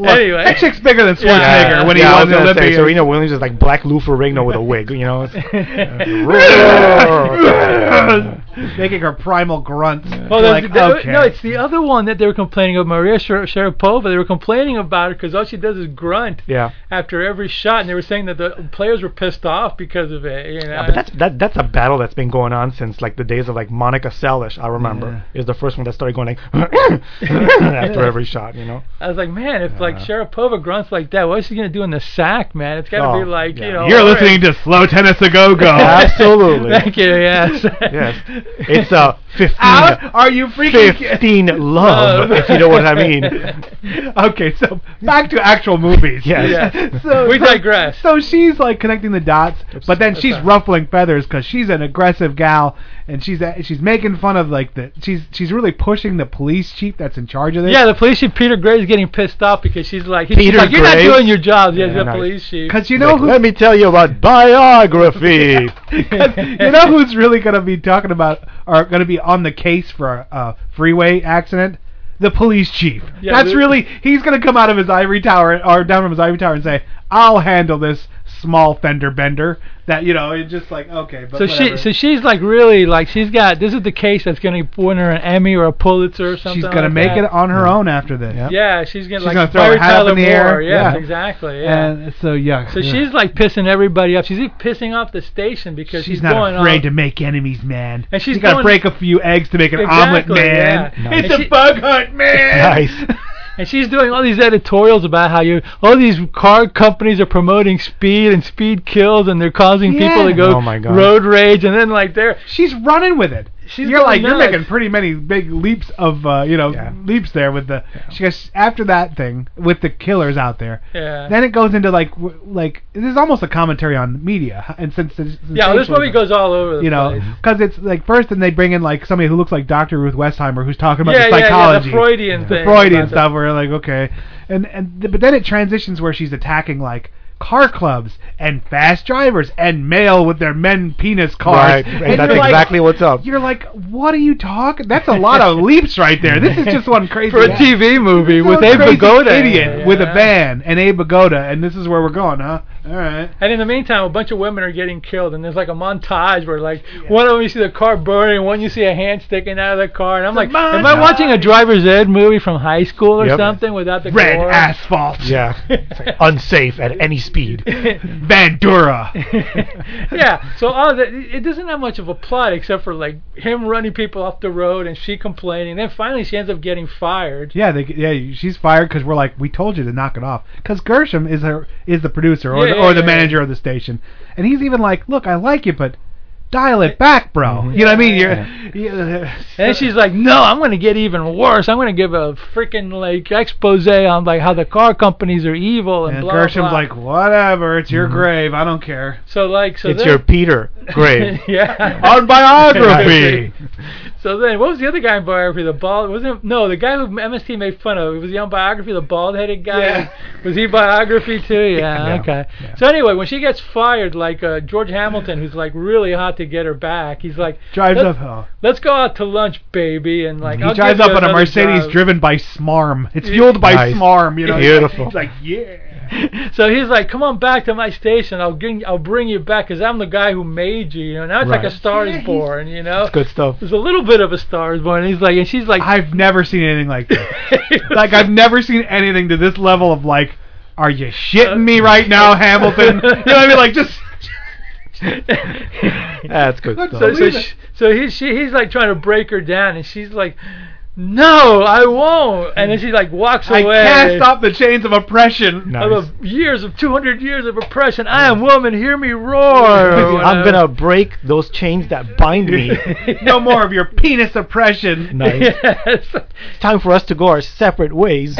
[SPEAKER 3] Anyway.
[SPEAKER 1] that chick's bigger than Schwarzenegger when he
[SPEAKER 2] Yeah, I
[SPEAKER 1] won the
[SPEAKER 2] gonna say,
[SPEAKER 1] Olympics.
[SPEAKER 2] Serena Williams is like Black Lou Ferrigno with a wig, you
[SPEAKER 1] [laughs]
[SPEAKER 2] know? It's-
[SPEAKER 1] [laughs]
[SPEAKER 2] [laughs]
[SPEAKER 1] Making her primal grunts.
[SPEAKER 3] [laughs]
[SPEAKER 1] You're
[SPEAKER 3] Well, that's-
[SPEAKER 1] like,
[SPEAKER 3] that-
[SPEAKER 1] okay.
[SPEAKER 3] no, it's the other one that they were complaining of, Maria Shar- Sharapova. They were complaining about her because all she does is grunt
[SPEAKER 2] yeah.
[SPEAKER 3] after every shot, and they were saying that the players were pissed off because of it. You know,
[SPEAKER 2] Yeah, but that's that, that's a battle that's been going on since like the days of like Monica Seles. I remember is the first one that started going
[SPEAKER 1] [laughs]
[SPEAKER 2] like [coughs] after every shot, you know.
[SPEAKER 3] I was like, man, if like Sharapova grunts like that, what is she gonna do in the sack, man? It's gotta
[SPEAKER 2] Oh,
[SPEAKER 3] be like, you know,
[SPEAKER 1] You're
[SPEAKER 3] all right. [laughs]
[SPEAKER 1] listening to Slow Tennis A [laughs] Go Go.
[SPEAKER 2] Absolutely.
[SPEAKER 3] Thank you. Yes.
[SPEAKER 2] [laughs] yes,
[SPEAKER 3] [laughs]
[SPEAKER 2] it's uh, fifteen.
[SPEAKER 1] Out? Are you freaking kidding?
[SPEAKER 2] fifteen love? if you know what I mean.
[SPEAKER 3] [laughs]
[SPEAKER 1] okay, so back to actual movies.
[SPEAKER 2] Yes.
[SPEAKER 1] [laughs]
[SPEAKER 3] Yeah.
[SPEAKER 1] So,
[SPEAKER 3] [laughs] We
[SPEAKER 1] so-
[SPEAKER 3] digress.
[SPEAKER 1] So she's like connecting the dots, but then she's
[SPEAKER 3] sorry.
[SPEAKER 1] ruffling feathers because she's an aggressive gal, and she's uh, she's making fun of like the she's she's really pushing the police chief that's in charge of this.
[SPEAKER 3] Yeah, the police chief Peter Gray's getting pissed off because she's like, he's
[SPEAKER 2] Peter
[SPEAKER 3] like, you're not
[SPEAKER 2] Graves?
[SPEAKER 3] doing your job. Yeah,
[SPEAKER 2] Yeah,
[SPEAKER 3] the
[SPEAKER 2] nice.
[SPEAKER 3] police chief.
[SPEAKER 1] Because you know
[SPEAKER 2] Like,
[SPEAKER 1] who
[SPEAKER 2] Let me tell you about biography.
[SPEAKER 1] [laughs] 'Cause you know who's really going to be talking about or going to be on the case for a uh, freeway accident? The police chief.
[SPEAKER 3] Yeah,
[SPEAKER 1] That's
[SPEAKER 3] the-
[SPEAKER 1] really he's going to come out of his ivory tower or down from his ivory tower and say, "I'll handle this small fender bender." That you know, it's just like okay, but
[SPEAKER 3] So
[SPEAKER 1] whatever.
[SPEAKER 3] she, so she's like really like she's got this is the case that's going to win her an Emmy or a Pulitzer or something.
[SPEAKER 1] she's going to
[SPEAKER 3] like
[SPEAKER 1] make
[SPEAKER 3] that.
[SPEAKER 1] it on her own after this.
[SPEAKER 3] Yeah, she's gonna
[SPEAKER 1] She's
[SPEAKER 3] like
[SPEAKER 1] gonna throw her
[SPEAKER 3] fire
[SPEAKER 1] hat up
[SPEAKER 3] Tyler
[SPEAKER 1] in the air.
[SPEAKER 3] Moore. Yes,
[SPEAKER 1] Yeah.
[SPEAKER 3] exactly. Yeah.
[SPEAKER 1] And so yeah.
[SPEAKER 3] so
[SPEAKER 1] yeah.
[SPEAKER 3] she's like pissing everybody off. She's pissing off the station because she's,
[SPEAKER 1] She's not
[SPEAKER 3] going
[SPEAKER 1] afraid
[SPEAKER 3] off.
[SPEAKER 1] to make enemies, man.
[SPEAKER 3] And she's
[SPEAKER 1] you gotta
[SPEAKER 3] going-
[SPEAKER 1] break a few eggs to make an omelet,
[SPEAKER 3] Exactly,
[SPEAKER 1] man.
[SPEAKER 3] yeah.
[SPEAKER 1] It's
[SPEAKER 3] And
[SPEAKER 1] a
[SPEAKER 3] she-
[SPEAKER 1] bug hunt, man.
[SPEAKER 2] nice.
[SPEAKER 3] And she's doing all these editorials about how you all these car companies are promoting speed and speed kills and they're causing people
[SPEAKER 1] Yeah.
[SPEAKER 3] to go
[SPEAKER 2] Oh, my God.
[SPEAKER 3] road rage and then like they're
[SPEAKER 1] [laughs] She's running with it.
[SPEAKER 3] She's
[SPEAKER 1] you're like
[SPEAKER 3] going
[SPEAKER 1] you're
[SPEAKER 3] nuts.
[SPEAKER 1] making pretty many big leaps of uh, you know
[SPEAKER 2] Yeah.
[SPEAKER 1] leaps there with the she goes after that thing with the killers out there.
[SPEAKER 3] yeah.
[SPEAKER 1] Then it goes into like w- like this is almost a commentary on media and since
[SPEAKER 3] yeah, well, this movie goes all over the
[SPEAKER 1] you know
[SPEAKER 3] place.
[SPEAKER 1] because it's like first then they bring in like somebody who looks like Dr. Ruth Westheimer who's talking about
[SPEAKER 3] yeah,
[SPEAKER 1] the
[SPEAKER 3] yeah, yeah,
[SPEAKER 1] psychology
[SPEAKER 3] the Freudian
[SPEAKER 1] the
[SPEAKER 3] thing.
[SPEAKER 1] Freudian
[SPEAKER 3] about the-
[SPEAKER 1] stuff where you're like, okay, and and th- but then it transitions where she's attacking like car clubs and fast drivers and male with their men penis cars.
[SPEAKER 2] Right, and that's
[SPEAKER 1] you're like-
[SPEAKER 2] exactly what's up.
[SPEAKER 1] You're like, what are you talking? That's a lot of leaps right there. This is just one
[SPEAKER 2] [laughs]
[SPEAKER 1] crazy
[SPEAKER 3] for a TV movie with
[SPEAKER 1] Some
[SPEAKER 3] Abe
[SPEAKER 1] crazy
[SPEAKER 3] Vigoda.
[SPEAKER 1] idiot
[SPEAKER 3] Yeah.
[SPEAKER 1] with a van and Abe Vigoda, and this is where we're going, huh? All right.
[SPEAKER 3] And in the meantime, a bunch of women are getting killed, and there's like a montage where like one of them you see the car burning, one you see a hand sticking out of the car, and I'm like, am I
[SPEAKER 1] montage.
[SPEAKER 3] watching a driver's ed movie from high school or
[SPEAKER 2] Yep.
[SPEAKER 3] something without the
[SPEAKER 1] Red
[SPEAKER 3] gore?
[SPEAKER 1] asphalt.
[SPEAKER 2] Yeah, It's like [laughs] unsafe at any speed.
[SPEAKER 1] [laughs] Bandura. [laughs]
[SPEAKER 3] [laughs] yeah. So all that it it doesn't have much of a plot except for like him running people off the road and she complaining. Then finally she ends up getting fired.
[SPEAKER 1] Yeah, they, yeah, she's fired because we're like, we told you to knock it off. Because Gershom is her is the producer or
[SPEAKER 3] Yeah,
[SPEAKER 1] the,
[SPEAKER 3] yeah,
[SPEAKER 1] or the
[SPEAKER 3] yeah,
[SPEAKER 1] manager of the station, and he's even like, look, I like you, but dial it back, bro.
[SPEAKER 3] Mm-hmm.
[SPEAKER 1] You know what I mean? You're, yeah.
[SPEAKER 3] And then she's like, "No, I'm going to get even worse. I'm going to give a freaking like expose on like how the car companies are evil and,
[SPEAKER 1] and
[SPEAKER 3] blah
[SPEAKER 1] Gershom's
[SPEAKER 3] blah." Mm-hmm.
[SPEAKER 1] like, whatever, it's your grave, I don't care.
[SPEAKER 3] so like, so
[SPEAKER 2] It's
[SPEAKER 3] then,
[SPEAKER 2] your Peter
[SPEAKER 1] [laughs]
[SPEAKER 2] Grave.
[SPEAKER 3] [laughs] yeah.
[SPEAKER 2] On biography.
[SPEAKER 3] So then, what was the other guy in biography? The bald wasn't it- no the guy who MST made fun of. It was the on biography, the bald headed guy.
[SPEAKER 1] Yeah.
[SPEAKER 3] Was he biography
[SPEAKER 1] [laughs]
[SPEAKER 3] too? Yeah.
[SPEAKER 2] Yeah.
[SPEAKER 3] Okay. So anyway, when she gets fired, like uh, George Hamilton, who's like really hot to get her back, he's like
[SPEAKER 1] Drives
[SPEAKER 3] let's,
[SPEAKER 1] up hell.
[SPEAKER 3] Let's go out to lunch, baby, and like I'll
[SPEAKER 1] he drives
[SPEAKER 3] give you
[SPEAKER 1] up on a
[SPEAKER 3] another
[SPEAKER 1] Mercedes
[SPEAKER 3] job.
[SPEAKER 1] driven by Smarm. It's fueled by
[SPEAKER 2] Nice.
[SPEAKER 1] Smarm. You know,
[SPEAKER 2] Beautiful.
[SPEAKER 1] He's like, yeah.
[SPEAKER 3] [laughs] So he's like, "Come on back to my station. I'll bring I'll bring you back because I'm the guy who made you." You know, now it's like
[SPEAKER 2] Right.
[SPEAKER 3] a Star
[SPEAKER 1] Yeah,
[SPEAKER 3] is
[SPEAKER 1] he's-
[SPEAKER 3] Born. You know,
[SPEAKER 2] Good stuff.
[SPEAKER 3] there's a little bit of a Star is Born. And he's like, and
[SPEAKER 1] [laughs]
[SPEAKER 3] she's [laughs] like,
[SPEAKER 1] I've never seen anything like this. [laughs] like I've never seen anything to this level of like, are you shitting
[SPEAKER 3] Uh,
[SPEAKER 1] me right
[SPEAKER 3] [laughs]
[SPEAKER 1] now, Hamilton? You know what I mean? Like just
[SPEAKER 2] That's good
[SPEAKER 1] Good
[SPEAKER 2] stuff.
[SPEAKER 3] so so,
[SPEAKER 1] Believe it.
[SPEAKER 3] she, so he, she, he's like trying to break her down, and she's like, "No, I won't." And then she like walks
[SPEAKER 1] I
[SPEAKER 3] away.
[SPEAKER 1] cast off the chains of oppression.
[SPEAKER 2] Nice.
[SPEAKER 3] Of a years of 200 years of oppression, I am woman. Hear
[SPEAKER 1] [laughs]
[SPEAKER 3] me roar! or
[SPEAKER 2] I'm
[SPEAKER 3] whatever.
[SPEAKER 2] gonna break those chains that bind me.
[SPEAKER 1] [laughs] No more of your penis oppression.
[SPEAKER 2] nice.
[SPEAKER 3] [laughs] Yes. [laughs]
[SPEAKER 2] It's time for us to go our separate ways.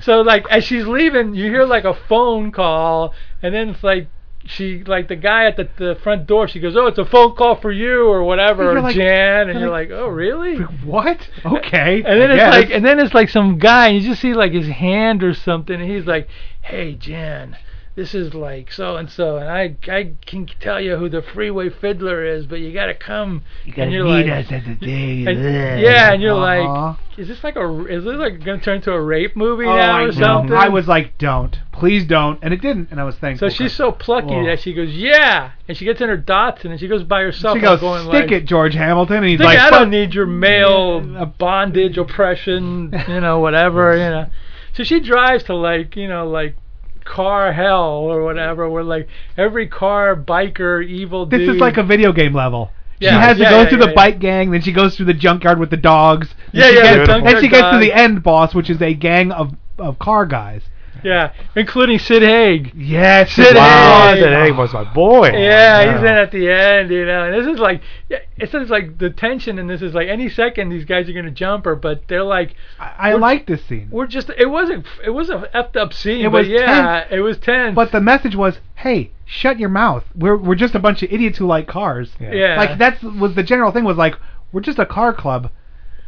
[SPEAKER 3] so like as she's leaving, you hear like a phone call, and then it's like she like the guy at the, the front door. She goes, "Oh, it's a phone call for you or whatever,
[SPEAKER 1] You're
[SPEAKER 3] or
[SPEAKER 1] like-
[SPEAKER 3] Jan," and
[SPEAKER 1] you're
[SPEAKER 3] you're like, "Oh, really?"
[SPEAKER 1] [laughs] What?
[SPEAKER 2] [laughs]
[SPEAKER 1] Okay.
[SPEAKER 3] And then
[SPEAKER 1] I
[SPEAKER 3] it's
[SPEAKER 1] guess.
[SPEAKER 3] like, and then it's like some guy, and you just see like his hand or something, and he's like, "Hey, Jan, this is like so and so, and I I can tell you who the freeway fiddler is, but you gotta come.
[SPEAKER 1] You gotta
[SPEAKER 3] and you're
[SPEAKER 1] meet
[SPEAKER 3] like,
[SPEAKER 1] us at the day.
[SPEAKER 3] and- yeah, and you're like, is this like a is this like gonna turn into a rape movie
[SPEAKER 1] oh,
[SPEAKER 3] now
[SPEAKER 1] I,
[SPEAKER 3] or
[SPEAKER 1] know.
[SPEAKER 3] something?
[SPEAKER 1] I was like, don't, please don't, and it didn't, and I was thankful.
[SPEAKER 3] So she's so plucky
[SPEAKER 1] Whoa.
[SPEAKER 3] that she goes, yeah, and she gets in her dots, and then she goes by herself.
[SPEAKER 1] she goes,
[SPEAKER 3] going
[SPEAKER 1] stick
[SPEAKER 3] like,
[SPEAKER 1] it, George Hamilton, and he's
[SPEAKER 3] Stick
[SPEAKER 1] like,
[SPEAKER 3] it, I don't
[SPEAKER 1] "Fuck."
[SPEAKER 3] need your male uh, bondage, oppression, you know, whatever, you know. So she drives to like, you know, like car hell or whatever, where like every car biker evil
[SPEAKER 1] This
[SPEAKER 3] dude.
[SPEAKER 1] is like a video game level.
[SPEAKER 3] Yeah,
[SPEAKER 1] she has to
[SPEAKER 3] yeah,
[SPEAKER 1] go
[SPEAKER 3] yeah,
[SPEAKER 1] through
[SPEAKER 3] yeah,
[SPEAKER 1] the
[SPEAKER 3] yeah.
[SPEAKER 1] bike gang, then she goes through the junkyard with the dogs. then
[SPEAKER 3] Yeah,
[SPEAKER 1] she
[SPEAKER 3] yeah, the
[SPEAKER 1] gets,
[SPEAKER 3] junkyard
[SPEAKER 1] Then she gets to
[SPEAKER 3] dogs.
[SPEAKER 1] the end boss, which is a gang of, of car guys.
[SPEAKER 3] yeah, including Sid Haig.
[SPEAKER 1] Yes,
[SPEAKER 3] Sid
[SPEAKER 2] Wow,
[SPEAKER 3] Haig.
[SPEAKER 2] Sid Haig was my
[SPEAKER 1] Oh,
[SPEAKER 2] boy.
[SPEAKER 3] Yeah, he's in at the end, you know. And this is like, yeah, it's just like the tension, and this is like any second these guys are gonna jump her, but they're like,
[SPEAKER 1] I like this scene.
[SPEAKER 3] we're just, it wasn't, it was a effed up scene,
[SPEAKER 1] It
[SPEAKER 3] but
[SPEAKER 1] was
[SPEAKER 3] yeah,
[SPEAKER 1] tense.
[SPEAKER 3] it was tense.
[SPEAKER 1] But the message was, hey, shut your mouth. We're we're just a bunch of idiots who like cars.
[SPEAKER 3] Yeah.
[SPEAKER 1] Like that's was the general thing was like we're just a car club.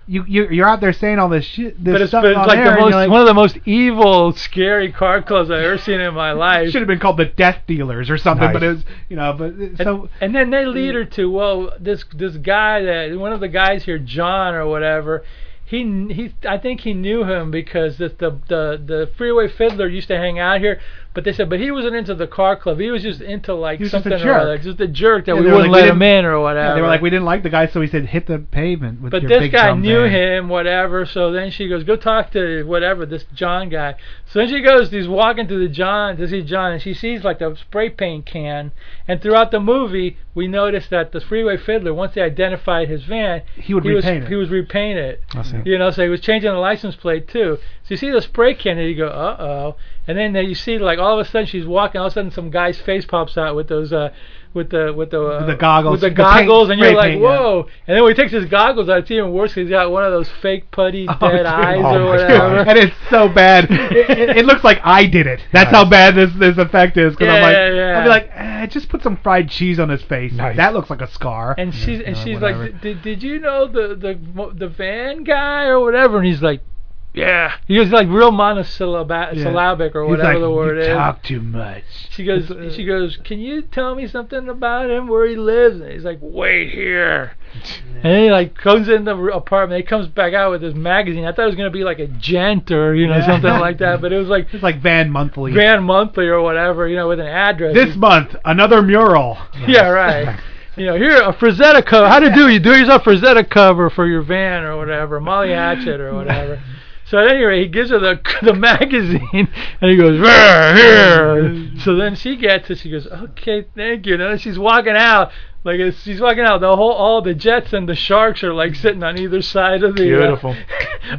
[SPEAKER 1] You you you're out there saying all this shit. This
[SPEAKER 3] but it's,
[SPEAKER 1] stuff
[SPEAKER 3] but it's
[SPEAKER 1] on
[SPEAKER 3] like
[SPEAKER 1] air,
[SPEAKER 3] the
[SPEAKER 1] and
[SPEAKER 3] most
[SPEAKER 1] you're like,
[SPEAKER 3] one of the most evil, scary car clubs I've ever seen
[SPEAKER 1] [laughs]
[SPEAKER 3] in my life.
[SPEAKER 1] should have been called the Death Dealers or something. But it was
[SPEAKER 3] Nice.
[SPEAKER 1] you know. But so
[SPEAKER 3] and then they lead her to well, this this guy that one of the guys here, John or whatever. He kn- he, I think he knew him because the the the, the freeway fiddler used to hang out here. But they said, but he wasn't into the car club. He was just into like
[SPEAKER 1] He was just a
[SPEAKER 3] something or
[SPEAKER 1] jerk.
[SPEAKER 3] other, just a jerk that
[SPEAKER 1] Yeah,
[SPEAKER 3] we
[SPEAKER 1] they were
[SPEAKER 3] wouldn't
[SPEAKER 1] like, we
[SPEAKER 3] let him
[SPEAKER 1] didn't-
[SPEAKER 3] in or whatever.
[SPEAKER 1] yeah, they were like, we didn't like the guy, so we said hit the pavement with
[SPEAKER 3] But
[SPEAKER 1] your
[SPEAKER 3] this
[SPEAKER 1] big
[SPEAKER 3] guy
[SPEAKER 1] drum
[SPEAKER 3] knew
[SPEAKER 1] band."
[SPEAKER 3] him, whatever. So then she goes, "Go talk to whatever this John guy." So then she goes, he's walking to the John to see John, and she sees like the spray paint can. And throughout the movie, we notice that the freeway fiddler, once they identified his van,
[SPEAKER 1] He would
[SPEAKER 3] was,
[SPEAKER 1] repaint it.
[SPEAKER 3] He was repaint it.
[SPEAKER 1] I see.
[SPEAKER 3] You know, so he was changing the license plate too. So you see the spray can, and you go, "Uh oh!" And then you see like all of a sudden she's walking, all of a sudden some guy's face pops out with those. uh with the with the, uh,
[SPEAKER 1] With the goggles,
[SPEAKER 3] with the
[SPEAKER 1] the paint-
[SPEAKER 3] goggles, and you're
[SPEAKER 1] spray
[SPEAKER 3] like,
[SPEAKER 1] paint, yeah.
[SPEAKER 3] whoa! Oh, And then when he takes his goggles out, it's even worse. 'cause He's got one of those fake putty
[SPEAKER 1] Oh,
[SPEAKER 3] dead
[SPEAKER 1] dude.
[SPEAKER 3] eyes
[SPEAKER 1] Oh,
[SPEAKER 3] or
[SPEAKER 1] my
[SPEAKER 3] whatever.
[SPEAKER 1] God. and it's so bad.
[SPEAKER 3] [laughs]
[SPEAKER 1] It, it, it looks like I did it. That's how bad this this effect is. Because I'm
[SPEAKER 3] Yeah,
[SPEAKER 1] like,
[SPEAKER 3] yeah, yeah.
[SPEAKER 1] I'd be like, eh, just put some fried [laughs] cheese on his face. That looks like a scar. [laughs]
[SPEAKER 3] And she's and
[SPEAKER 1] Uh,
[SPEAKER 3] she's
[SPEAKER 1] whatever.
[SPEAKER 3] like, did did you know the the mo- the van guy or whatever? And he's like, yeah. He was like real monosyllabic
[SPEAKER 1] Yeah.
[SPEAKER 3] syllabic or
[SPEAKER 1] He's
[SPEAKER 3] whatever
[SPEAKER 1] like,
[SPEAKER 3] the word
[SPEAKER 1] you
[SPEAKER 3] is.
[SPEAKER 1] talk uh, too much.
[SPEAKER 3] She goes she goes, can you tell me something about him where he lives? And he's like, wait
[SPEAKER 1] [laughs]
[SPEAKER 3] here. And then he like comes in the r- apartment. He comes back out with his magazine. I thought it was gonna be like a gent or you know
[SPEAKER 1] Yeah. [laughs]
[SPEAKER 3] something like that, but it was like
[SPEAKER 1] It's like Van Monthly.
[SPEAKER 3] Grand Monthly or whatever, you know, with an address.
[SPEAKER 1] this month, another mural.
[SPEAKER 3] [laughs] yeah, right. You know, here a Frazetta cover. How to do you do yourself a Frazetta cover for your van or whatever, Molly Hatchet or whatever. So at any rate, he gives her the [laughs] the magazine and he goes "Rah, here. So then she gets it. She goes, okay, thank you. And then she's walking out. Like as she's walking out, the whole all the jets and the sharks are like sitting on either side of the uh, [laughs]
[SPEAKER 2] Beautiful.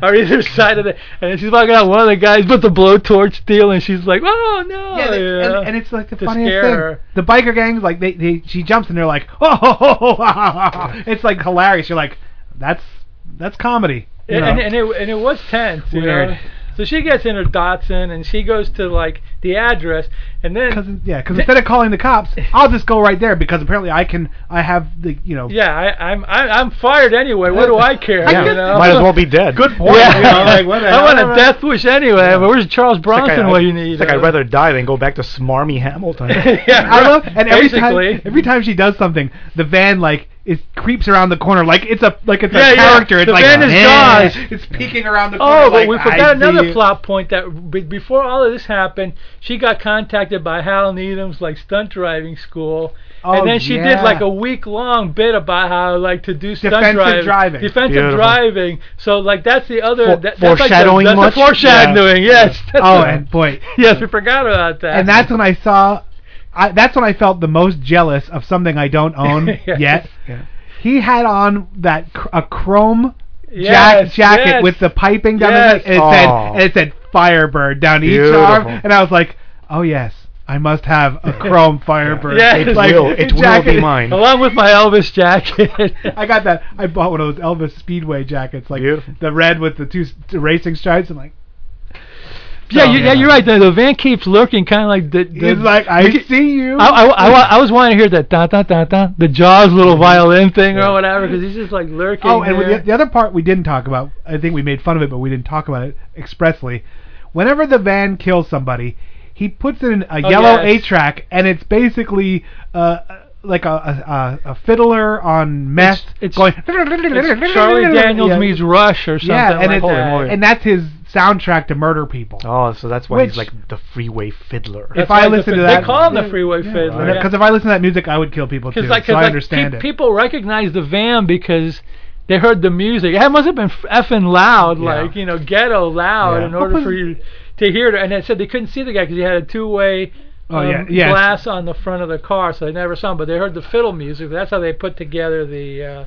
[SPEAKER 3] or either side of the. And she's walking out. One of the guys puts a blowtorch steel, and she's like, oh no.
[SPEAKER 1] Yeah, they-
[SPEAKER 3] you
[SPEAKER 1] and-
[SPEAKER 3] know,
[SPEAKER 1] and, it's like the
[SPEAKER 3] to
[SPEAKER 1] funniest
[SPEAKER 3] scare
[SPEAKER 1] thing.
[SPEAKER 3] her.
[SPEAKER 1] The biker gangs, like they, they, she jumps and they're like, oh, [laughs] ho, ho, ho, ha, ha, ha. it's like hilarious. You're like, that's that's comedy. you
[SPEAKER 3] and,
[SPEAKER 1] know?
[SPEAKER 3] and, and it and it was tense. You
[SPEAKER 1] Weird.
[SPEAKER 3] Know? So she gets in her Datsun and she goes to like the address, and then
[SPEAKER 1] Cause, yeah,
[SPEAKER 3] [laughs]
[SPEAKER 1] because instead of calling the cops, I'll just go right there because apparently I can. I have the you know.
[SPEAKER 3] yeah, I, I'm I, I'm fired anyway. What do I care?
[SPEAKER 1] Yeah.
[SPEAKER 3] you
[SPEAKER 2] [laughs]
[SPEAKER 3] know?
[SPEAKER 2] Might as
[SPEAKER 3] [laughs]
[SPEAKER 2] well be dead. Good
[SPEAKER 1] point.
[SPEAKER 3] Yeah.
[SPEAKER 1] You know, like, what the
[SPEAKER 3] I want
[SPEAKER 1] hell?
[SPEAKER 3] a death wish anyway. But where's Charles
[SPEAKER 2] It's
[SPEAKER 3] Bronson?
[SPEAKER 2] like I-
[SPEAKER 3] what you need?
[SPEAKER 2] It's like
[SPEAKER 1] uh,
[SPEAKER 2] I'd rather die than go back to smarmy
[SPEAKER 1] [laughs]
[SPEAKER 2] Hamilton.
[SPEAKER 3] [laughs] yeah,
[SPEAKER 1] I love and every
[SPEAKER 3] basically.
[SPEAKER 1] time every time she does something, the van like is creeps around the corner like it's a like it's
[SPEAKER 3] Yeah,
[SPEAKER 1] a
[SPEAKER 3] yeah.
[SPEAKER 1] character. It's
[SPEAKER 3] The
[SPEAKER 1] like
[SPEAKER 3] van is
[SPEAKER 1] "Eh."
[SPEAKER 3] Jaws.
[SPEAKER 1] It's peeking around the corner.
[SPEAKER 3] Oh, but
[SPEAKER 1] like,
[SPEAKER 3] we
[SPEAKER 1] "I
[SPEAKER 3] forgot
[SPEAKER 1] see
[SPEAKER 3] another
[SPEAKER 1] you."
[SPEAKER 3] plot point that be before all of this happened, she got contacted by Hal Needham's like stunt driving school,
[SPEAKER 1] Oh,
[SPEAKER 3] and then she
[SPEAKER 1] yeah.
[SPEAKER 3] did like a week long bit about how like to do stunt
[SPEAKER 1] Defensive
[SPEAKER 3] driving,
[SPEAKER 1] driving.
[SPEAKER 3] defensive
[SPEAKER 2] Beautiful.
[SPEAKER 3] driving. So like that's the other
[SPEAKER 2] For-
[SPEAKER 3] that, that's
[SPEAKER 2] foreshadowing
[SPEAKER 3] Like the,
[SPEAKER 2] much?
[SPEAKER 3] that's the foreshadowing. Yes. [laughs] That's
[SPEAKER 1] Oh,
[SPEAKER 3] the-
[SPEAKER 1] and boy,
[SPEAKER 3] yes, we forgot about that.
[SPEAKER 1] and that's when I saw. I, that's when I felt the most jealous of something I don't own
[SPEAKER 3] [laughs] Yes.
[SPEAKER 1] yet. He had on that cr- a chrome
[SPEAKER 3] Yes,
[SPEAKER 1] jack, jacket
[SPEAKER 3] yes.
[SPEAKER 1] with the piping down
[SPEAKER 3] Yes.
[SPEAKER 1] the neck.
[SPEAKER 2] Oh.
[SPEAKER 1] And it said, and it said Firebird down each
[SPEAKER 2] Beautiful.
[SPEAKER 1] arm, and I was like, oh yes, I must have
[SPEAKER 2] [laughs]
[SPEAKER 1] a chrome Firebird.
[SPEAKER 3] Yes.
[SPEAKER 2] It
[SPEAKER 1] Like,
[SPEAKER 2] will. It will
[SPEAKER 1] jacket-
[SPEAKER 2] be mine.
[SPEAKER 3] along with my Elvis jacket.
[SPEAKER 1] [laughs] I got that. I bought one of those Elvis Speedway jackets, like
[SPEAKER 2] Beautiful.
[SPEAKER 1] the red with the two s- the racing stripes. I'm like,
[SPEAKER 3] yeah,
[SPEAKER 1] So,
[SPEAKER 3] you, yeah,
[SPEAKER 1] yeah.
[SPEAKER 3] you're right. The, the van keeps lurking, kind of like the. the
[SPEAKER 1] he's like, I
[SPEAKER 3] you get-
[SPEAKER 1] see you.
[SPEAKER 3] I, I, I, wa- I was wanting to hear that da da da da the Jaws little violin thing or whatever because he's just like lurking.
[SPEAKER 1] Oh, and with
[SPEAKER 3] there.
[SPEAKER 1] the, the other part we didn't talk about, I think we made fun of it, but we didn't talk about it expressly. Whenever the van kills somebody, He puts in a
[SPEAKER 3] Oh,
[SPEAKER 1] yellow
[SPEAKER 3] yes.
[SPEAKER 1] eight track, and it's basically uh, like a, a, a, a fiddler on meth going.
[SPEAKER 3] It's Charlie Daniels
[SPEAKER 1] Yeah.
[SPEAKER 3] meets Rush or something
[SPEAKER 1] Yeah, and,
[SPEAKER 3] like
[SPEAKER 1] it's,
[SPEAKER 3] that.
[SPEAKER 1] and that's his soundtrack to murder people.
[SPEAKER 2] Oh, so that's why
[SPEAKER 1] Which-
[SPEAKER 2] he's like the freeway fiddler.
[SPEAKER 1] if I listen to that,
[SPEAKER 3] they call him the freeway fiddler. yeah.
[SPEAKER 1] Because if I listen to that music, I would kill people too.
[SPEAKER 3] Because like,
[SPEAKER 1] so
[SPEAKER 3] 'cause,
[SPEAKER 1] I
[SPEAKER 3] like,
[SPEAKER 1] understand
[SPEAKER 3] pe-
[SPEAKER 1] it.
[SPEAKER 3] people recognize the van because they heard the music. It must have been effing loud, like you know, ghetto loud,
[SPEAKER 1] Yeah.
[SPEAKER 3] in order for you to hear it. And they said they couldn't see the guy because he had a two-way
[SPEAKER 1] Oh,
[SPEAKER 3] um,
[SPEAKER 1] yeah, yes.
[SPEAKER 3] glass on the front of the car, so they never saw him. But they heard the fiddle music. That's how they put together the uh,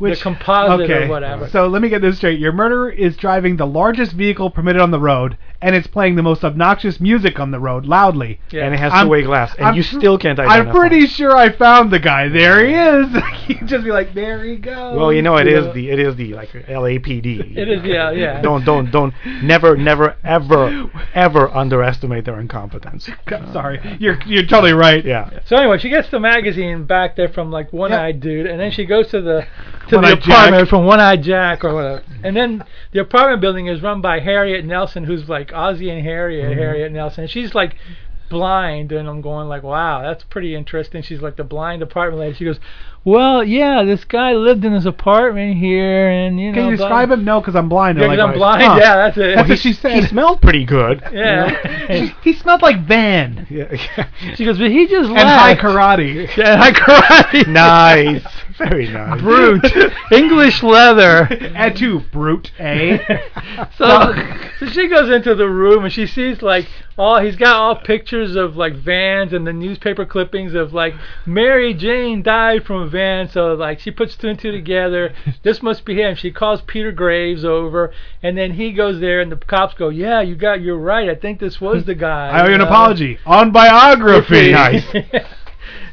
[SPEAKER 3] the composite
[SPEAKER 1] okay.
[SPEAKER 3] or whatever.
[SPEAKER 1] So let me get this straight. Your murderer is driving the largest vehicle permitted on the road, and it's playing the most obnoxious music on the road loudly.
[SPEAKER 2] Yeah. And it has
[SPEAKER 1] I'm-
[SPEAKER 2] two-way glass, and
[SPEAKER 1] I'm
[SPEAKER 2] you
[SPEAKER 1] pr-
[SPEAKER 2] still can't
[SPEAKER 1] I'm
[SPEAKER 2] identify.
[SPEAKER 1] pretty sure I found the guy. There he is. [laughs] You'd just be like, there he goes.
[SPEAKER 2] Well, you know it
[SPEAKER 1] You
[SPEAKER 2] is the it is the like LAPD.
[SPEAKER 3] It is, yeah, yeah.
[SPEAKER 2] Don't don't don't never never ever ever underestimate their
[SPEAKER 3] [laughs]
[SPEAKER 2] incompetence.
[SPEAKER 1] I'm sorry. You're you're totally right.
[SPEAKER 2] Yeah.
[SPEAKER 3] So anyway, she gets the magazine back there from like One Eyed Dude, and then she goes to the to the
[SPEAKER 1] One-Eyed Jack.
[SPEAKER 3] apartment from One Eyed Jack or whatever. And then the apartment building is run by Harriet Nelson, who's like Ozzy and Harriet,
[SPEAKER 2] Mhm.
[SPEAKER 1] Mm-hmm.
[SPEAKER 3] Harriet Nelson. She's like blind, and I'm going like, wow, that's pretty interesting. She's like the blind apartment lady. She goes, well, yeah, this guy lived in his apartment here, and you know.
[SPEAKER 1] Can you
[SPEAKER 3] blah-
[SPEAKER 1] describe him? No, because I'm blind.
[SPEAKER 3] Yeah,
[SPEAKER 1] They're
[SPEAKER 3] 'cause I'm blind.
[SPEAKER 1] huh.
[SPEAKER 3] Yeah, that's it.
[SPEAKER 1] That's what she said.
[SPEAKER 2] He smelled pretty good.
[SPEAKER 3] Yeah.
[SPEAKER 1] he smelled like Van.
[SPEAKER 2] Yeah. [laughs]
[SPEAKER 3] she goes, but he just
[SPEAKER 1] and
[SPEAKER 3] left.
[SPEAKER 1] high karate.
[SPEAKER 3] Yeah,
[SPEAKER 1] [laughs]
[SPEAKER 3] high karate.
[SPEAKER 2] nice. [laughs] Very nice.
[SPEAKER 3] brute [laughs]
[SPEAKER 1] [laughs]
[SPEAKER 3] English leather.
[SPEAKER 1] At you, brute, eh?
[SPEAKER 3] [laughs] So, [laughs] so she goes into the room and she sees like all he's got all pictures of like vans and the newspaper clippings of like Mary Jane died from a van. So like she puts two and two together. This must be him. She calls Peter Graves over and then he goes there and the cops go, yeah, you got, you're right. I think this was the guy. Uh,
[SPEAKER 1] I owe you an
[SPEAKER 3] know?
[SPEAKER 1] apology on biography.
[SPEAKER 2] Nice.
[SPEAKER 3] [laughs]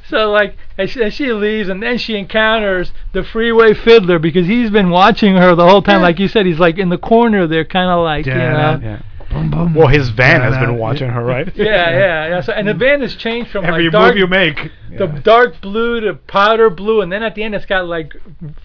[SPEAKER 3] So like, as she, as she leaves, and then she encounters the freeway fiddler because he's been watching her the whole time. Like you said, he's like in the corner there, kind of like you know.
[SPEAKER 2] Yeah. Well, his van has been watching her,
[SPEAKER 3] [laughs]
[SPEAKER 2] right?
[SPEAKER 3] Yeah, yeah, yeah. So and the band has changed from
[SPEAKER 1] Every
[SPEAKER 3] like dark,
[SPEAKER 1] move you make.
[SPEAKER 3] the dark blue to powder blue, and then at the end it's got like,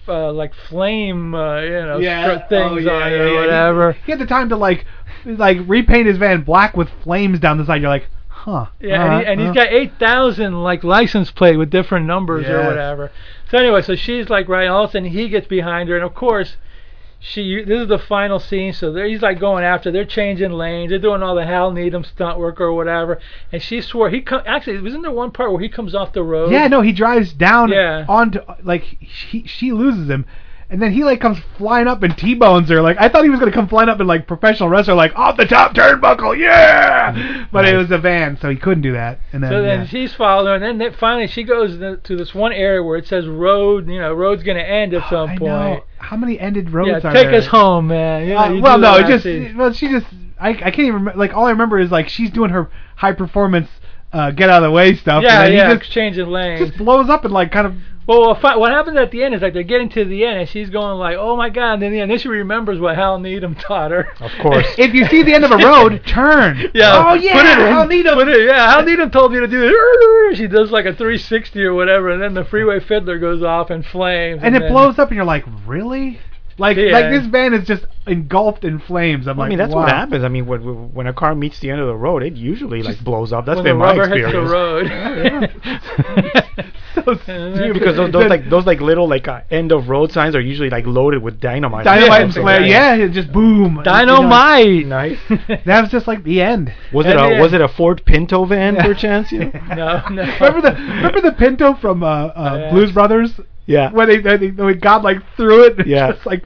[SPEAKER 3] uh, like flame, uh, you know, str-
[SPEAKER 1] oh,
[SPEAKER 3] things
[SPEAKER 1] yeah,
[SPEAKER 3] on it
[SPEAKER 1] yeah,
[SPEAKER 3] or
[SPEAKER 1] yeah.
[SPEAKER 3] whatever.
[SPEAKER 1] He, he had the time to like, like repaint his van black with flames down the side. You're like, huh?
[SPEAKER 3] Yeah, and, he, and he's
[SPEAKER 1] got.
[SPEAKER 3] got eight thousand like license plate with different numbers or
[SPEAKER 1] Yes.
[SPEAKER 3] whatever. So anyway, so she's like right, all of a sudden he gets behind her, and of course, she. This is the final scene, so they're- he's like going after. They're changing lanes. They're doing all the Hal Needham stunt work or whatever. And she swore he co- actually wasn't there one part where he comes off the road.
[SPEAKER 1] Yeah, no, he drives down
[SPEAKER 3] Yeah.
[SPEAKER 1] onto like she she loses him, and then he like comes flying up and t-bones her. Like I thought he was gonna come flying up and like professional wrestler, like off the top turnbuckle, yeah. But it was a van, so he couldn't do that. And then,
[SPEAKER 3] So then
[SPEAKER 1] yeah.
[SPEAKER 3] she's following, her, and then they- finally she goes th- to this one area where it says road. You know, road's gonna end at some
[SPEAKER 1] I
[SPEAKER 3] point.
[SPEAKER 1] know. How many ended roads
[SPEAKER 3] oh Yeah,
[SPEAKER 1] are
[SPEAKER 3] take
[SPEAKER 1] there?
[SPEAKER 3] us home, man. Yeah,
[SPEAKER 1] Uh,
[SPEAKER 3] you
[SPEAKER 1] well,
[SPEAKER 3] do
[SPEAKER 1] no,
[SPEAKER 3] the
[SPEAKER 1] it just [laughs]
[SPEAKER 3] last scene.
[SPEAKER 1] well, she just I I can't even remember. Like all I remember is like she's doing her high performance uh, get out of the way stuff.
[SPEAKER 3] Yeah,
[SPEAKER 1] and then
[SPEAKER 3] yeah,
[SPEAKER 1] He just
[SPEAKER 3] changing lanes.
[SPEAKER 1] [laughs] just blows up and like kind of
[SPEAKER 3] Well, well, fi- what happens at the end is like they're getting to the end, and she's going like, "Oh my god!" And then, and then she remembers what Hal Needham taught her.
[SPEAKER 2] Of course.
[SPEAKER 3] [laughs]
[SPEAKER 1] if you see the end of a road, turn.
[SPEAKER 3] Yeah.
[SPEAKER 1] Oh yeah.
[SPEAKER 3] Put it in.
[SPEAKER 1] I'll need
[SPEAKER 3] Put it- yeah, Hal Needham told me to do it. [laughs] She does like a 360 or whatever, and then the freeway fiddler goes off in flames,
[SPEAKER 1] and it
[SPEAKER 3] then-
[SPEAKER 1] blows up, and you're like, really? Like,
[SPEAKER 3] Yeah.
[SPEAKER 1] like this van is just engulfed in flames. I'm
[SPEAKER 2] I
[SPEAKER 1] like,
[SPEAKER 2] mean, that's
[SPEAKER 1] wow. [laughs]
[SPEAKER 2] what happens. I mean, when when a car meets the end of the road, it usually like blows up. That's
[SPEAKER 3] when
[SPEAKER 2] been
[SPEAKER 3] the
[SPEAKER 2] my
[SPEAKER 3] rubber hits
[SPEAKER 2] experience.
[SPEAKER 3] the road. [laughs]
[SPEAKER 1] so
[SPEAKER 3] stupid.
[SPEAKER 2] because those, those like those like little like uh, end of road signs are usually like loaded with dynamite.
[SPEAKER 3] [laughs]
[SPEAKER 1] Dynamite and
[SPEAKER 2] something.
[SPEAKER 1] flare, yeah, it just boom.
[SPEAKER 3] Dynamite.
[SPEAKER 2] Nice.
[SPEAKER 1] [laughs] That was just like the end.
[SPEAKER 2] Was it
[SPEAKER 1] And
[SPEAKER 2] a
[SPEAKER 1] then-
[SPEAKER 2] was it a Ford Pinto van
[SPEAKER 1] [laughs]
[SPEAKER 2] perchance? You know?
[SPEAKER 3] no, no.
[SPEAKER 1] Remember the remember the Pinto from uh, uh,
[SPEAKER 3] yeah.
[SPEAKER 1] Blues Brothers
[SPEAKER 2] Yeah.
[SPEAKER 1] when they, they, when God like threw it. and
[SPEAKER 2] Yeah.
[SPEAKER 1] Just like,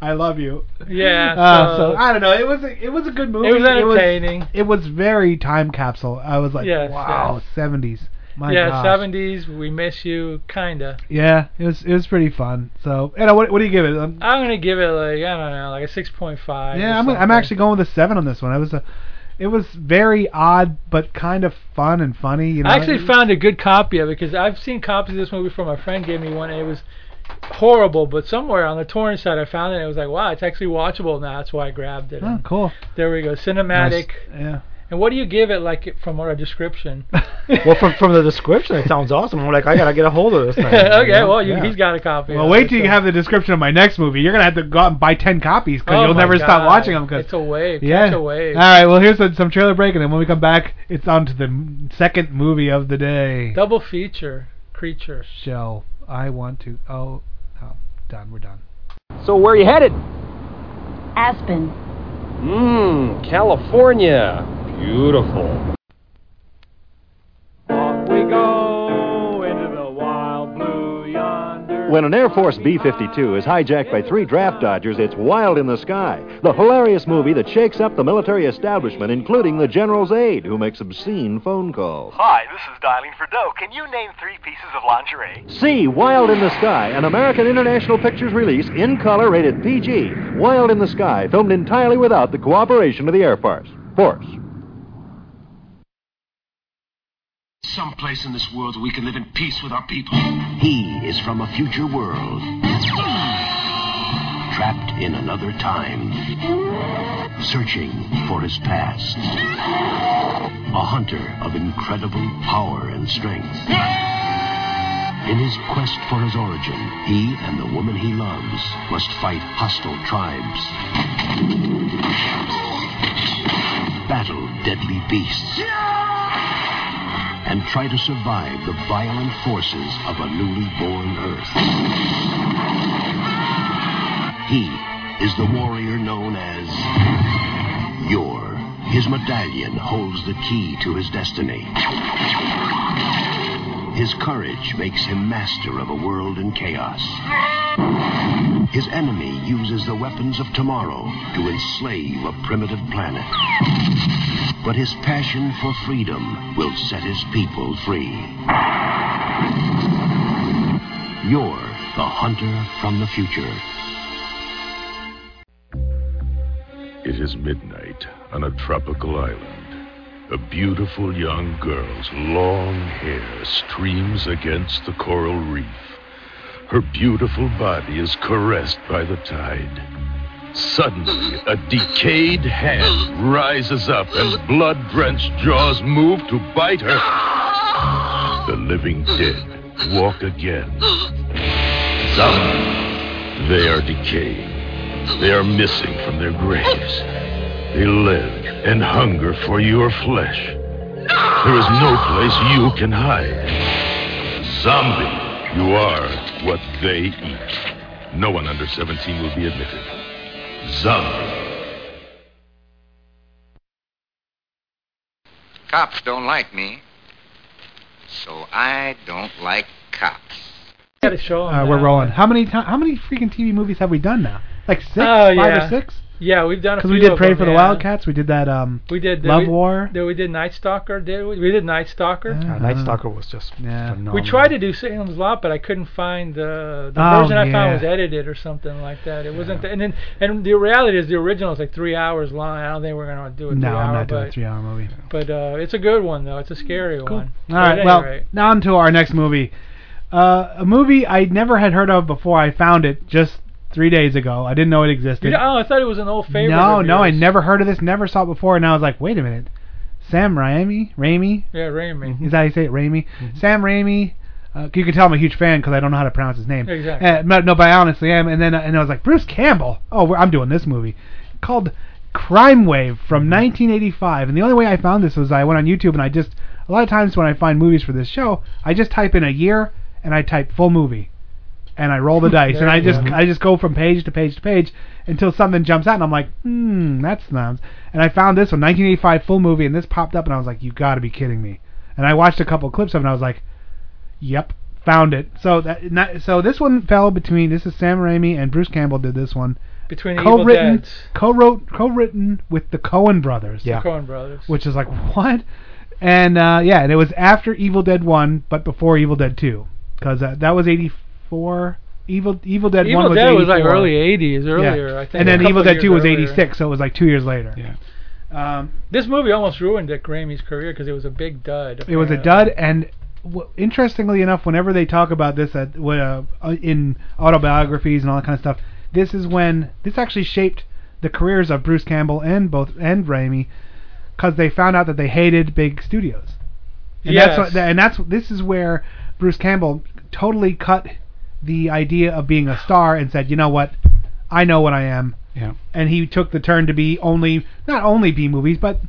[SPEAKER 1] I love you.
[SPEAKER 3] Yeah.
[SPEAKER 1] Uh,
[SPEAKER 3] so,
[SPEAKER 1] so I don't know. It was a, it was a good movie.
[SPEAKER 3] it was entertaining.
[SPEAKER 1] It was, very time capsule. I was like,
[SPEAKER 3] Yes,
[SPEAKER 1] wow,
[SPEAKER 3] yes.
[SPEAKER 1] 70s. My
[SPEAKER 3] yeah,
[SPEAKER 1] gosh.
[SPEAKER 3] 70s. We miss you, kinda.
[SPEAKER 1] Yeah, it was it was pretty fun. So, and what what do you give it? Um,
[SPEAKER 3] I'm gonna give it like I don't know, like a 6.5.
[SPEAKER 1] yeah,
[SPEAKER 3] or
[SPEAKER 1] I'm I'm
[SPEAKER 3] something.
[SPEAKER 1] actually going with a seven on this one. It was a it was very odd but kind of fun and funny. You know,
[SPEAKER 3] I actually
[SPEAKER 1] It-
[SPEAKER 3] found a good copy of it because I've seen copies of this movie before. My friend gave me one, and it was horrible. But somewhere on the torrent side, I found it. and It was like, wow, it's actually watchable now. That's why I grabbed it.
[SPEAKER 1] Oh,
[SPEAKER 3] And
[SPEAKER 1] cool.
[SPEAKER 3] There we go, cinematic.
[SPEAKER 1] Nice. Yeah.
[SPEAKER 3] And what do you give it, like from our
[SPEAKER 1] [laughs]
[SPEAKER 3] description?
[SPEAKER 2] well,
[SPEAKER 3] [laughs]
[SPEAKER 2] from from the description, it sounds awesome. I'm like, I gotta get a hold of
[SPEAKER 1] [laughs]
[SPEAKER 2] this thing.
[SPEAKER 3] okay,
[SPEAKER 2] know?
[SPEAKER 3] well, you,
[SPEAKER 2] Yeah.
[SPEAKER 3] he's got a copy.
[SPEAKER 1] Well,
[SPEAKER 3] of
[SPEAKER 1] wait
[SPEAKER 3] it,
[SPEAKER 1] till you
[SPEAKER 3] so-
[SPEAKER 1] have the description of my next movie. You're gonna have to go out and buy ten copies because
[SPEAKER 3] Oh
[SPEAKER 1] you'll
[SPEAKER 3] my
[SPEAKER 1] never stop
[SPEAKER 3] God,
[SPEAKER 1] watching them. Cause,
[SPEAKER 3] it's a wave.
[SPEAKER 1] Yeah.
[SPEAKER 3] Catch a wave.
[SPEAKER 1] All right. Well, here's a, some trailer break, and then when we come back, it's on to the m- second movie of the day.
[SPEAKER 3] Double feature creature.
[SPEAKER 1] Shell. I want to. Oh, no. Done. We're done.
[SPEAKER 15] So where are you headed?
[SPEAKER 16] Aspen.
[SPEAKER 15] Mmm, California. Beautiful.
[SPEAKER 17] When an Air Force B 52 is hijacked by three draft dodgers, it's Wild in the Sky, the hilarious movie that shakes up the military establishment, including the general's aide, who makes obscene phone calls.
[SPEAKER 18] Hi, this is Dialing for Doe. Can you name three pieces of lingerie?
[SPEAKER 17] See Wild in the Sky, an American International Pictures release in color rated PG. Wild in the Sky, filmed entirely without the cooperation of the Air Force. Force.
[SPEAKER 11] Someplace in this world we can live in peace with our people. He is from a future world. Trapped in another time. Searching for his past. A hunter of incredible power and strength. In his quest for his origin, he and the woman he loves must fight hostile tribes. Battle deadly beasts and try to survive the violent forces of a newly born Earth. He is the warrior known as Yor. His medallion holds the key to his destiny. His courage makes him master of a world in chaos. His enemy uses the weapons of tomorrow to enslave a primitive planet. But his passion for freedom will set his people free. You're the hunter from the future.
[SPEAKER 7] It is midnight on a tropical island. A beautiful young girl's long hair streams against the coral reef. Her beautiful body is caressed by the tide. Suddenly, a decayed hand rises up and blood drenched jaws move to bite her. The living dead walk again. Zombies. They are decaying. They are missing from their graves. They live and hunger for your flesh. There is no place you can hide. Zombie, you are what they eat. No one under 17 will be admitted. Zombie.
[SPEAKER 19] Cops don't like me, so I don't like cops.
[SPEAKER 3] Gotta show him.
[SPEAKER 1] Uh, we're
[SPEAKER 3] that.
[SPEAKER 1] rolling. How many ti How many freaking TV movies have we done now? Like six,
[SPEAKER 3] Oh,
[SPEAKER 1] five
[SPEAKER 3] yeah.
[SPEAKER 1] or six?
[SPEAKER 3] Yeah, we've done a
[SPEAKER 1] Because
[SPEAKER 3] few.
[SPEAKER 1] we did
[SPEAKER 3] of
[SPEAKER 1] Pray
[SPEAKER 3] them,
[SPEAKER 1] for the
[SPEAKER 3] yeah.
[SPEAKER 1] Wildcats. We did that. Um,
[SPEAKER 3] We did did
[SPEAKER 1] Love
[SPEAKER 3] we-
[SPEAKER 1] War.
[SPEAKER 3] Did we did Night Stalker? Did we? We did Night Stalker.
[SPEAKER 2] Uh, Night Stalker was just phenomenal.
[SPEAKER 1] oh,
[SPEAKER 3] We tried to do Salem's Lot, but I couldn't find the the
[SPEAKER 2] Oh,
[SPEAKER 3] version I
[SPEAKER 2] yeah.
[SPEAKER 3] found was edited or something like that. It wasn't, and then and the reality is the original is like three hours long. I don't think we're gonna do it.
[SPEAKER 1] No,
[SPEAKER 3] three
[SPEAKER 1] I'm
[SPEAKER 3] hour,
[SPEAKER 1] not doing
[SPEAKER 3] but,
[SPEAKER 1] a three-hour movie.
[SPEAKER 3] But uh, it's a good one though. It's a scary one.
[SPEAKER 1] All right. Well, now on to our next movie. Uh, a movie I never had heard of before. I found it just three days ago. I didn't know it existed.
[SPEAKER 3] oh, I thought it was an old favorite.
[SPEAKER 1] no,
[SPEAKER 3] of
[SPEAKER 1] no, I
[SPEAKER 3] yours.
[SPEAKER 1] never heard of this. Never saw it before. And I was like, wait a minute, Sam Raimi, Raimi,
[SPEAKER 3] Yeah, Raimi.
[SPEAKER 1] is that how you say it? Raimi,
[SPEAKER 3] Mm-hmm.
[SPEAKER 1] Sam Raimi. Uh, you can tell I'm a huge fan because I don't know how to pronounce his name.
[SPEAKER 3] Exactly.
[SPEAKER 1] Uh, no, no, but I honestly am. And then uh, and I was like, Bruce Campbell. Oh, we're- I'm doing this movie called Crime Wave from
[SPEAKER 3] Mm-hmm.
[SPEAKER 1] 1985. And the only way I found this was I went on YouTube and I just a lot of times when I find movies for this show, I just type in a year and I type full movie. And I roll the dice, and
[SPEAKER 20] There
[SPEAKER 1] I
[SPEAKER 20] you
[SPEAKER 1] just
[SPEAKER 20] go.
[SPEAKER 1] I just go from page to page to page until something jumps out, and I'm like, hmm, that sounds. And I found this one, 1985 full movie, and this popped up, and I was like, you got to be kidding me. And I watched a couple clips of it, and I was like, Yep, found it. So that not, so this one fell between this is Sam Raimi and Bruce Campbell did this one.
[SPEAKER 3] Between the Evil
[SPEAKER 1] Co-written,
[SPEAKER 3] Deads.
[SPEAKER 1] co-wrote, co-written with the Cohen brothers.
[SPEAKER 3] Yeah. The Coen brothers.
[SPEAKER 1] Which is like what? And uh, yeah, and it was after Evil Dead One, but before Evil Dead Two, because uh, that was '84. Evil Evil Dead
[SPEAKER 3] Evil
[SPEAKER 1] One was
[SPEAKER 3] Dead was, like,
[SPEAKER 1] 84.
[SPEAKER 3] early 80s,
[SPEAKER 1] Yeah.
[SPEAKER 3] earlier, I think,
[SPEAKER 1] And
[SPEAKER 3] a
[SPEAKER 1] then
[SPEAKER 3] couple
[SPEAKER 1] Evil Dead
[SPEAKER 3] years
[SPEAKER 1] Two was
[SPEAKER 3] earlier.
[SPEAKER 1] '86, so it was like two years later. Yeah. Um,
[SPEAKER 3] this movie almost ruined Dick Ramey's career because it was a big dud.
[SPEAKER 1] It was a
[SPEAKER 3] apparently.
[SPEAKER 1] dud, and w- interestingly enough, whenever they talk about this at, w- uh, in autobiographies and all that kind of stuff, this is when this actually shaped the careers of Bruce Campbell and both and Raimi. because they found out that they hated big studios. And
[SPEAKER 3] Yes.
[SPEAKER 1] that's what, and that's this is where Bruce Campbell totally cut the idea of being a star and said, you know what, I know what I am.
[SPEAKER 21] Yeah.
[SPEAKER 1] And he took the turn to be only not only B movies, but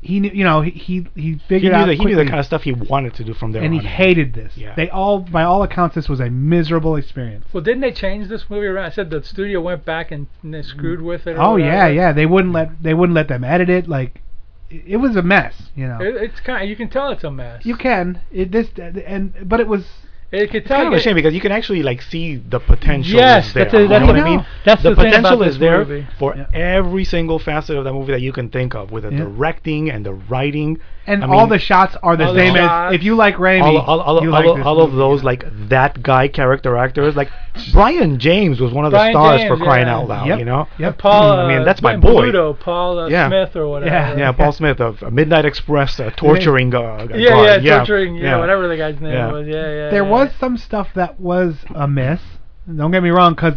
[SPEAKER 1] he knew, you know, he he, he figured
[SPEAKER 2] He knew,
[SPEAKER 1] out
[SPEAKER 2] the, he knew the
[SPEAKER 1] quickly-
[SPEAKER 2] kind of stuff he wanted to do from there
[SPEAKER 1] and he
[SPEAKER 2] on.
[SPEAKER 1] hated this.
[SPEAKER 2] Yeah.
[SPEAKER 1] They all, by all accounts, this was a miserable experience.
[SPEAKER 3] Well, didn't they change this movie around? I said the studio went back and, and they screwed with it. or
[SPEAKER 1] Oh yeah,
[SPEAKER 3] whatever.
[SPEAKER 1] yeah. They wouldn't let they wouldn't let them edit it. Like, it it was a mess. You know,
[SPEAKER 3] It, it's kind. Of, you can tell it's a mess.
[SPEAKER 1] you can it this and but it was.
[SPEAKER 3] It could
[SPEAKER 2] It's
[SPEAKER 3] tell
[SPEAKER 2] kind of
[SPEAKER 3] you-
[SPEAKER 2] a shame because you can actually like see the potential.
[SPEAKER 3] Yes,
[SPEAKER 2] is there.
[SPEAKER 3] that's a- that's
[SPEAKER 2] you know what
[SPEAKER 3] a-
[SPEAKER 2] I mean.
[SPEAKER 3] that's the thing about
[SPEAKER 2] potential
[SPEAKER 3] this
[SPEAKER 2] is there Hmm,
[SPEAKER 3] movie.
[SPEAKER 2] for every single facet of that movie that you can think of, with the directing and the writing.
[SPEAKER 1] And
[SPEAKER 2] I
[SPEAKER 1] all
[SPEAKER 2] mean,
[SPEAKER 1] the shots are the
[SPEAKER 2] all the
[SPEAKER 1] same as
[SPEAKER 2] shots.
[SPEAKER 1] if you like Raimi,
[SPEAKER 2] all, all, all,
[SPEAKER 1] you
[SPEAKER 2] all,
[SPEAKER 1] like
[SPEAKER 2] all,
[SPEAKER 1] this
[SPEAKER 2] of those like that guy character actors. Like Brian James was one of the
[SPEAKER 3] Brian
[SPEAKER 2] stars for
[SPEAKER 3] James,
[SPEAKER 2] crying
[SPEAKER 3] yeah.
[SPEAKER 2] out loud.
[SPEAKER 3] Yep,
[SPEAKER 2] You know,
[SPEAKER 3] yep. Paul,
[SPEAKER 2] I mean,
[SPEAKER 3] uh,
[SPEAKER 2] that's my
[SPEAKER 3] Glenn
[SPEAKER 2] boy.
[SPEAKER 3] Bluto, Paul uh,
[SPEAKER 2] Yeah.
[SPEAKER 3] Smith or whatever.
[SPEAKER 2] Yeah, yeah, Paul Smith of uh, Midnight Express, uh, torturing. Uh,
[SPEAKER 3] [laughs] Yeah,
[SPEAKER 2] guard.
[SPEAKER 3] yeah, torturing, yeah, whatever the guy's name
[SPEAKER 2] Yeah.
[SPEAKER 3] was. Yeah, yeah.
[SPEAKER 1] there
[SPEAKER 3] yeah.
[SPEAKER 1] was some stuff that was amiss. Don't get me wrong, because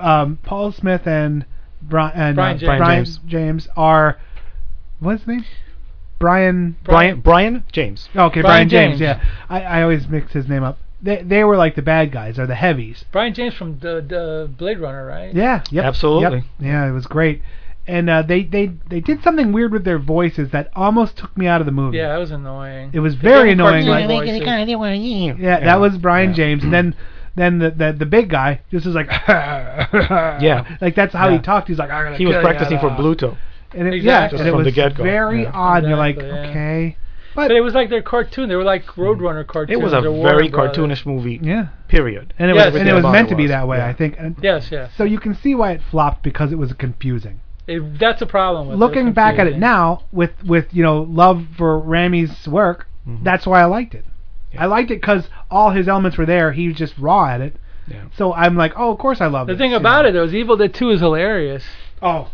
[SPEAKER 1] um, Paul Smith and Brian and
[SPEAKER 2] Brian
[SPEAKER 1] uh,
[SPEAKER 2] James.
[SPEAKER 1] Brian
[SPEAKER 2] James.
[SPEAKER 1] James are what's his name? Brian.
[SPEAKER 2] Brian Brian James.
[SPEAKER 1] Oh,
[SPEAKER 3] Oh,
[SPEAKER 1] Okay, Brian, James. Yeah, I, I always mix his name up. They they were like the bad guys or the heavies.
[SPEAKER 3] Brian James from the, the Blade Runner, right?
[SPEAKER 1] Yeah. Yep,
[SPEAKER 2] Absolutely.
[SPEAKER 1] yep. Yeah, it was great. And uh, they they they did something weird with their voices that almost took me out of the movie.
[SPEAKER 3] Yeah, that was annoying.
[SPEAKER 1] It was very
[SPEAKER 3] They gave him
[SPEAKER 1] annoying.
[SPEAKER 3] cartoon
[SPEAKER 1] Like,
[SPEAKER 3] voices.
[SPEAKER 1] Yeah, that was Brian James. And then then the, the the big guy just was like [laughs]
[SPEAKER 2] Yeah.
[SPEAKER 1] like that's how
[SPEAKER 2] Yeah.
[SPEAKER 1] he talked. He's like I gotta
[SPEAKER 2] He was
[SPEAKER 1] kill you,
[SPEAKER 2] practicing for
[SPEAKER 1] da."
[SPEAKER 2] Bluto.
[SPEAKER 1] And it, yeah,
[SPEAKER 2] Exactly.
[SPEAKER 1] and it
[SPEAKER 2] From the
[SPEAKER 1] was
[SPEAKER 2] get-go.
[SPEAKER 1] very
[SPEAKER 2] Yeah.
[SPEAKER 1] odd. and you're like,
[SPEAKER 3] Exactly, yeah.
[SPEAKER 1] okay,
[SPEAKER 3] But, it was like their cartoon. They were like Roadrunner
[SPEAKER 2] Hmm. It
[SPEAKER 3] cartoons.
[SPEAKER 2] was a
[SPEAKER 3] or Warner
[SPEAKER 2] very
[SPEAKER 3] Brothers.
[SPEAKER 2] cartoonish movie.
[SPEAKER 1] Yeah.
[SPEAKER 2] Period.
[SPEAKER 1] and it
[SPEAKER 3] Yes.
[SPEAKER 1] was and
[SPEAKER 3] Everything
[SPEAKER 1] it was
[SPEAKER 3] about
[SPEAKER 1] meant
[SPEAKER 3] it
[SPEAKER 1] to be
[SPEAKER 3] was,
[SPEAKER 1] that way,
[SPEAKER 3] yeah.
[SPEAKER 1] I think. And
[SPEAKER 3] Yes, yes.
[SPEAKER 1] So you can see why it flopped because it was confusing.
[SPEAKER 3] It, that's a problem. With
[SPEAKER 1] Looking
[SPEAKER 3] it.
[SPEAKER 1] back at it now, with with you know love for Rami's work,
[SPEAKER 2] Mm-hmm.
[SPEAKER 1] that's why I liked it. I liked it because all his elements were there. He was just raw at it. So I'm like, oh, of course I love
[SPEAKER 3] The
[SPEAKER 1] this,
[SPEAKER 3] thing
[SPEAKER 1] you
[SPEAKER 3] about
[SPEAKER 1] know.
[SPEAKER 3] it, though, is Evil Dead 2 is hilarious.
[SPEAKER 1] Oh.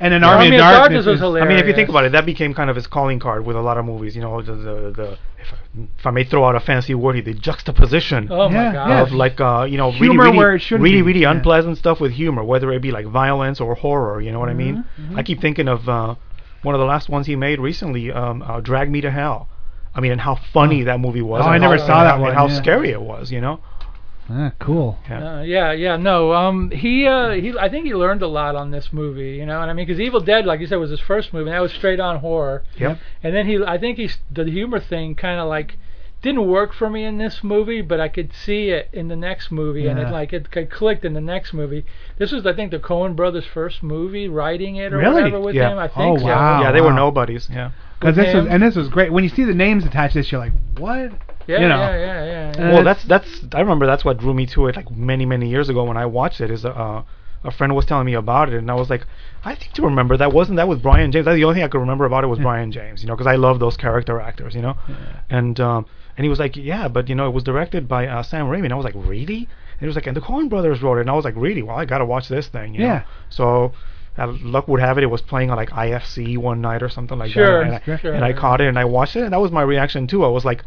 [SPEAKER 1] And an
[SPEAKER 3] Yeah,
[SPEAKER 1] army,
[SPEAKER 3] Army
[SPEAKER 1] of
[SPEAKER 3] of
[SPEAKER 1] darkness,
[SPEAKER 3] Darkness was
[SPEAKER 1] is-
[SPEAKER 3] hilarious.
[SPEAKER 2] I mean, if you think about it, that became kind of his calling card with a lot of movies. You know, the the, the if, I, if I may throw out a fancy word, here, the juxtaposition
[SPEAKER 3] Oh, my
[SPEAKER 1] Yeah,
[SPEAKER 3] God.
[SPEAKER 1] yeah.
[SPEAKER 2] of like uh, you know,
[SPEAKER 1] Humor
[SPEAKER 2] really,
[SPEAKER 1] where it
[SPEAKER 2] really,
[SPEAKER 1] shouldn't
[SPEAKER 2] really,
[SPEAKER 1] be,
[SPEAKER 2] really
[SPEAKER 1] yeah.
[SPEAKER 2] unpleasant stuff with humor, whether it be like violence or horror. You know what I mean?
[SPEAKER 1] Mm-hmm,
[SPEAKER 2] I keep thinking of uh, one of the last ones he made recently, um, uh, Drag Me to Hell. I mean, and how funny that movie was.
[SPEAKER 1] Oh, I
[SPEAKER 2] and
[SPEAKER 1] never
[SPEAKER 2] how,
[SPEAKER 1] saw
[SPEAKER 2] and
[SPEAKER 1] that
[SPEAKER 2] how-
[SPEAKER 1] one,
[SPEAKER 2] And how
[SPEAKER 1] yeah.
[SPEAKER 2] scary it was. You know?
[SPEAKER 1] Ah, cool.
[SPEAKER 3] Uh, yeah, yeah, no. Um, he, uh, he, I think he learned a lot on this movie. You know what I mean? Because Evil Dead, like you said, was his first movie, and that was straight on horror.
[SPEAKER 2] Yep.
[SPEAKER 3] And then he, I think he's the humor thing kind of like didn't work for me in this movie, but I could see it in the next movie, and
[SPEAKER 1] Yeah.
[SPEAKER 3] it like it, c- clicked in the next movie. This was, I think, the Coen Brothers' first movie, writing it or
[SPEAKER 1] Really?
[SPEAKER 3] whatever with
[SPEAKER 2] Yeah.
[SPEAKER 3] him. I
[SPEAKER 1] Oh,
[SPEAKER 3] think so.
[SPEAKER 1] wow.
[SPEAKER 2] yeah, they were
[SPEAKER 1] wow.
[SPEAKER 2] nobodies. Yeah.
[SPEAKER 1] Because this was
[SPEAKER 3] Damn.
[SPEAKER 1] and this was great. When you see the names attached to this, you're like, what?
[SPEAKER 3] Yeah,
[SPEAKER 1] you know.
[SPEAKER 3] yeah, yeah, yeah, yeah.
[SPEAKER 2] well, that's that's I remember that's what drew me to it like many many years ago when I watched it is uh, a friend was telling me about it and I was like I think to remember that wasn't that with Brian James that's the only thing I could remember about it was Brian James you know because I love those character actors you know and um, and he was like yeah but you know it was directed by uh, Sam Raimi and I was like really and he was like and the Coen Brothers wrote it and I was like really well I gotta watch this thing you know?
[SPEAKER 1] Yeah.
[SPEAKER 2] so. Uh, luck would have it, it was playing on like IFC one night or something like
[SPEAKER 3] Sure,
[SPEAKER 2] that. And I,
[SPEAKER 3] sure.
[SPEAKER 2] and I caught it and I watched it, and that was my reaction too. I was like,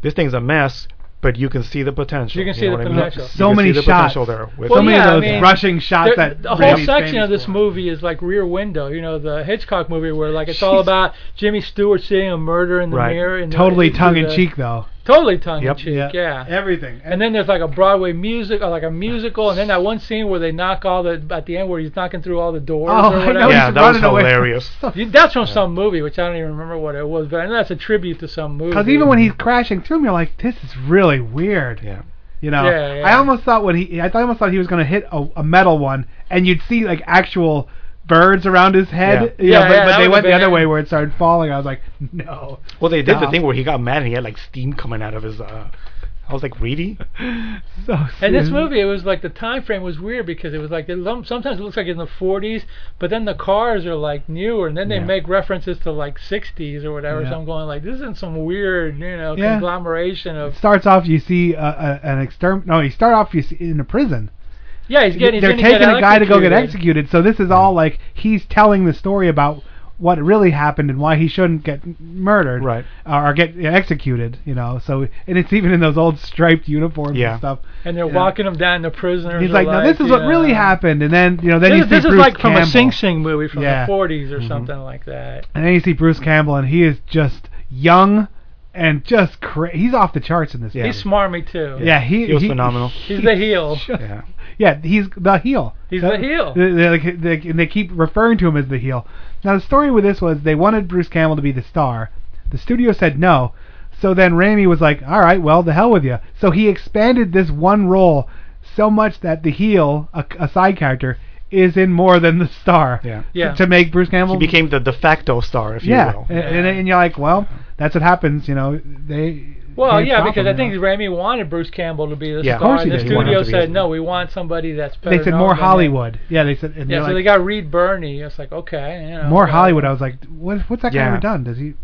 [SPEAKER 2] this thing's a mess, but you can see the potential.
[SPEAKER 3] You can see
[SPEAKER 2] know
[SPEAKER 3] the
[SPEAKER 2] what I mean?
[SPEAKER 3] potential.
[SPEAKER 2] You
[SPEAKER 1] So
[SPEAKER 2] can
[SPEAKER 1] many
[SPEAKER 2] see the
[SPEAKER 1] shots.
[SPEAKER 2] potential there. with-
[SPEAKER 1] So many
[SPEAKER 3] yeah,
[SPEAKER 1] of
[SPEAKER 3] I
[SPEAKER 1] those
[SPEAKER 3] mean,
[SPEAKER 1] rushing shots
[SPEAKER 3] there-
[SPEAKER 1] that
[SPEAKER 3] the whole
[SPEAKER 1] Brady's
[SPEAKER 3] section
[SPEAKER 1] famous
[SPEAKER 3] of this
[SPEAKER 1] for.
[SPEAKER 3] movie is like Rear Window, you know, the Hitchcock movie where like it's all
[SPEAKER 1] Jeez.
[SPEAKER 3] about Jimmy Stewart seeing a murder in the
[SPEAKER 2] Right.
[SPEAKER 3] mirror and
[SPEAKER 1] Totally
[SPEAKER 3] the-
[SPEAKER 1] tongue in
[SPEAKER 3] the-
[SPEAKER 1] cheek though.
[SPEAKER 3] Totally tongue
[SPEAKER 2] Yep.
[SPEAKER 3] in cheek,
[SPEAKER 1] Yeah.
[SPEAKER 3] yeah.
[SPEAKER 1] Everything.
[SPEAKER 3] And then there's like a Broadway music, or like a musical, and then that one scene where they knock all the at the end where he's knocking through all the doors
[SPEAKER 1] Oh,
[SPEAKER 3] or
[SPEAKER 1] I
[SPEAKER 3] whatever.
[SPEAKER 1] know.
[SPEAKER 2] yeah,
[SPEAKER 1] he's
[SPEAKER 2] that was
[SPEAKER 1] running away from [laughs]
[SPEAKER 2] hilarious.
[SPEAKER 3] You- That's from some movie, which I don't even remember what it was, but I know that's a tribute to some movie.
[SPEAKER 1] Because even when he's crashing through him, you're like, this is really weird.
[SPEAKER 2] Yeah.
[SPEAKER 1] You know,
[SPEAKER 3] Yeah, yeah.
[SPEAKER 1] I almost thought when he, I thought- I almost thought he was gonna hit a, a metal one, and you'd see like actual birds around his head.
[SPEAKER 3] Yeah.
[SPEAKER 1] you know,
[SPEAKER 3] Yeah,
[SPEAKER 1] but,
[SPEAKER 3] yeah,
[SPEAKER 1] but they
[SPEAKER 3] that would've
[SPEAKER 1] went the
[SPEAKER 3] been
[SPEAKER 1] other
[SPEAKER 3] it.
[SPEAKER 1] way where it started falling. I was like, no.
[SPEAKER 2] Well, they did the
[SPEAKER 1] Stop.
[SPEAKER 2] thing where he got mad and he had like steam coming out of his. Uh, I was like,
[SPEAKER 3] [laughs]
[SPEAKER 2] really?
[SPEAKER 1] So.
[SPEAKER 3] And this
[SPEAKER 1] soon.
[SPEAKER 3] movie, it was like the time frame was weird because it was like it, lum- sometimes it looks like in the 40s, but then the cars are like newer, and then they
[SPEAKER 1] Yeah.
[SPEAKER 3] make references to like 60s or whatever.
[SPEAKER 1] Yeah.
[SPEAKER 3] So I'm going like, this is some weird, you know,
[SPEAKER 1] Yeah.
[SPEAKER 3] conglomeration of.
[SPEAKER 1] starts off, you see uh, uh, an exterm. No, you start off you see in a prison.
[SPEAKER 3] Yeah, he's getting. he's
[SPEAKER 1] They're
[SPEAKER 3] gonna get
[SPEAKER 1] taking a guy to go get
[SPEAKER 3] executed.
[SPEAKER 1] executed. So this is all like he's telling the story about what really happened and why he shouldn't get murdered right. or get executed, you know. So and it's even in those old striped uniforms
[SPEAKER 3] Yeah.
[SPEAKER 1] and stuff.
[SPEAKER 3] And they're
[SPEAKER 1] Yeah.
[SPEAKER 3] walking him down. The prisoners.
[SPEAKER 1] He's
[SPEAKER 3] are
[SPEAKER 1] like, "Now this is what
[SPEAKER 3] yeah.
[SPEAKER 1] really happened." And then, you know, then
[SPEAKER 3] this,
[SPEAKER 1] you
[SPEAKER 3] is-
[SPEAKER 1] see
[SPEAKER 3] this is
[SPEAKER 1] Bruce
[SPEAKER 3] like from a
[SPEAKER 1] Campbell.
[SPEAKER 3] Sing Sing movie from
[SPEAKER 1] Yeah. Mm-hmm.
[SPEAKER 3] the 40s or something like that.
[SPEAKER 1] And then you see Bruce Campbell, and he is just young and just cra- he's off the charts in this. movie.
[SPEAKER 3] He's smarmy too.
[SPEAKER 1] Yeah, he,
[SPEAKER 3] He's the
[SPEAKER 1] [laughs]
[SPEAKER 3] heel.
[SPEAKER 1] yeah. Yeah, he's the heel.
[SPEAKER 3] He's the heel.
[SPEAKER 1] They, they, like, they, and they keep referring to him as the heel. Now the story with this was they wanted Bruce Campbell to be the star. The studio said no. So then Raimi was like, "All right, well, the hell with you." So he expanded this one role so much that the heel, a, a side character, is in more than the star. Yeah.
[SPEAKER 2] Yeah.
[SPEAKER 1] To, make Bruce Campbell
[SPEAKER 2] He became the de facto star, if
[SPEAKER 1] yeah,
[SPEAKER 2] you will.
[SPEAKER 1] and, and, and you're like, well, that's what happens, you know. They
[SPEAKER 3] Well,
[SPEAKER 1] they
[SPEAKER 3] yeah,
[SPEAKER 1] stop
[SPEAKER 3] because
[SPEAKER 1] him,
[SPEAKER 3] I think Raimi wanted Bruce Campbell to be the
[SPEAKER 1] Yeah, of
[SPEAKER 3] star.
[SPEAKER 1] course he
[SPEAKER 3] and the
[SPEAKER 1] did. He wanted
[SPEAKER 3] studio
[SPEAKER 1] him to be
[SPEAKER 3] said,
[SPEAKER 1] the-
[SPEAKER 3] no, we want somebody that's
[SPEAKER 1] you know.
[SPEAKER 3] better.
[SPEAKER 1] they said
[SPEAKER 3] known
[SPEAKER 1] more
[SPEAKER 3] than him."
[SPEAKER 1] Hollywood. Yeah, they said and
[SPEAKER 3] Yeah,
[SPEAKER 1] they're
[SPEAKER 3] so
[SPEAKER 1] like,
[SPEAKER 3] they got Reed Bernie. It's like, okay, you know,
[SPEAKER 1] more
[SPEAKER 3] whatever.
[SPEAKER 1] Hollywood. I was like, what, what's that guy
[SPEAKER 2] Yeah.
[SPEAKER 1] ever done? Does he?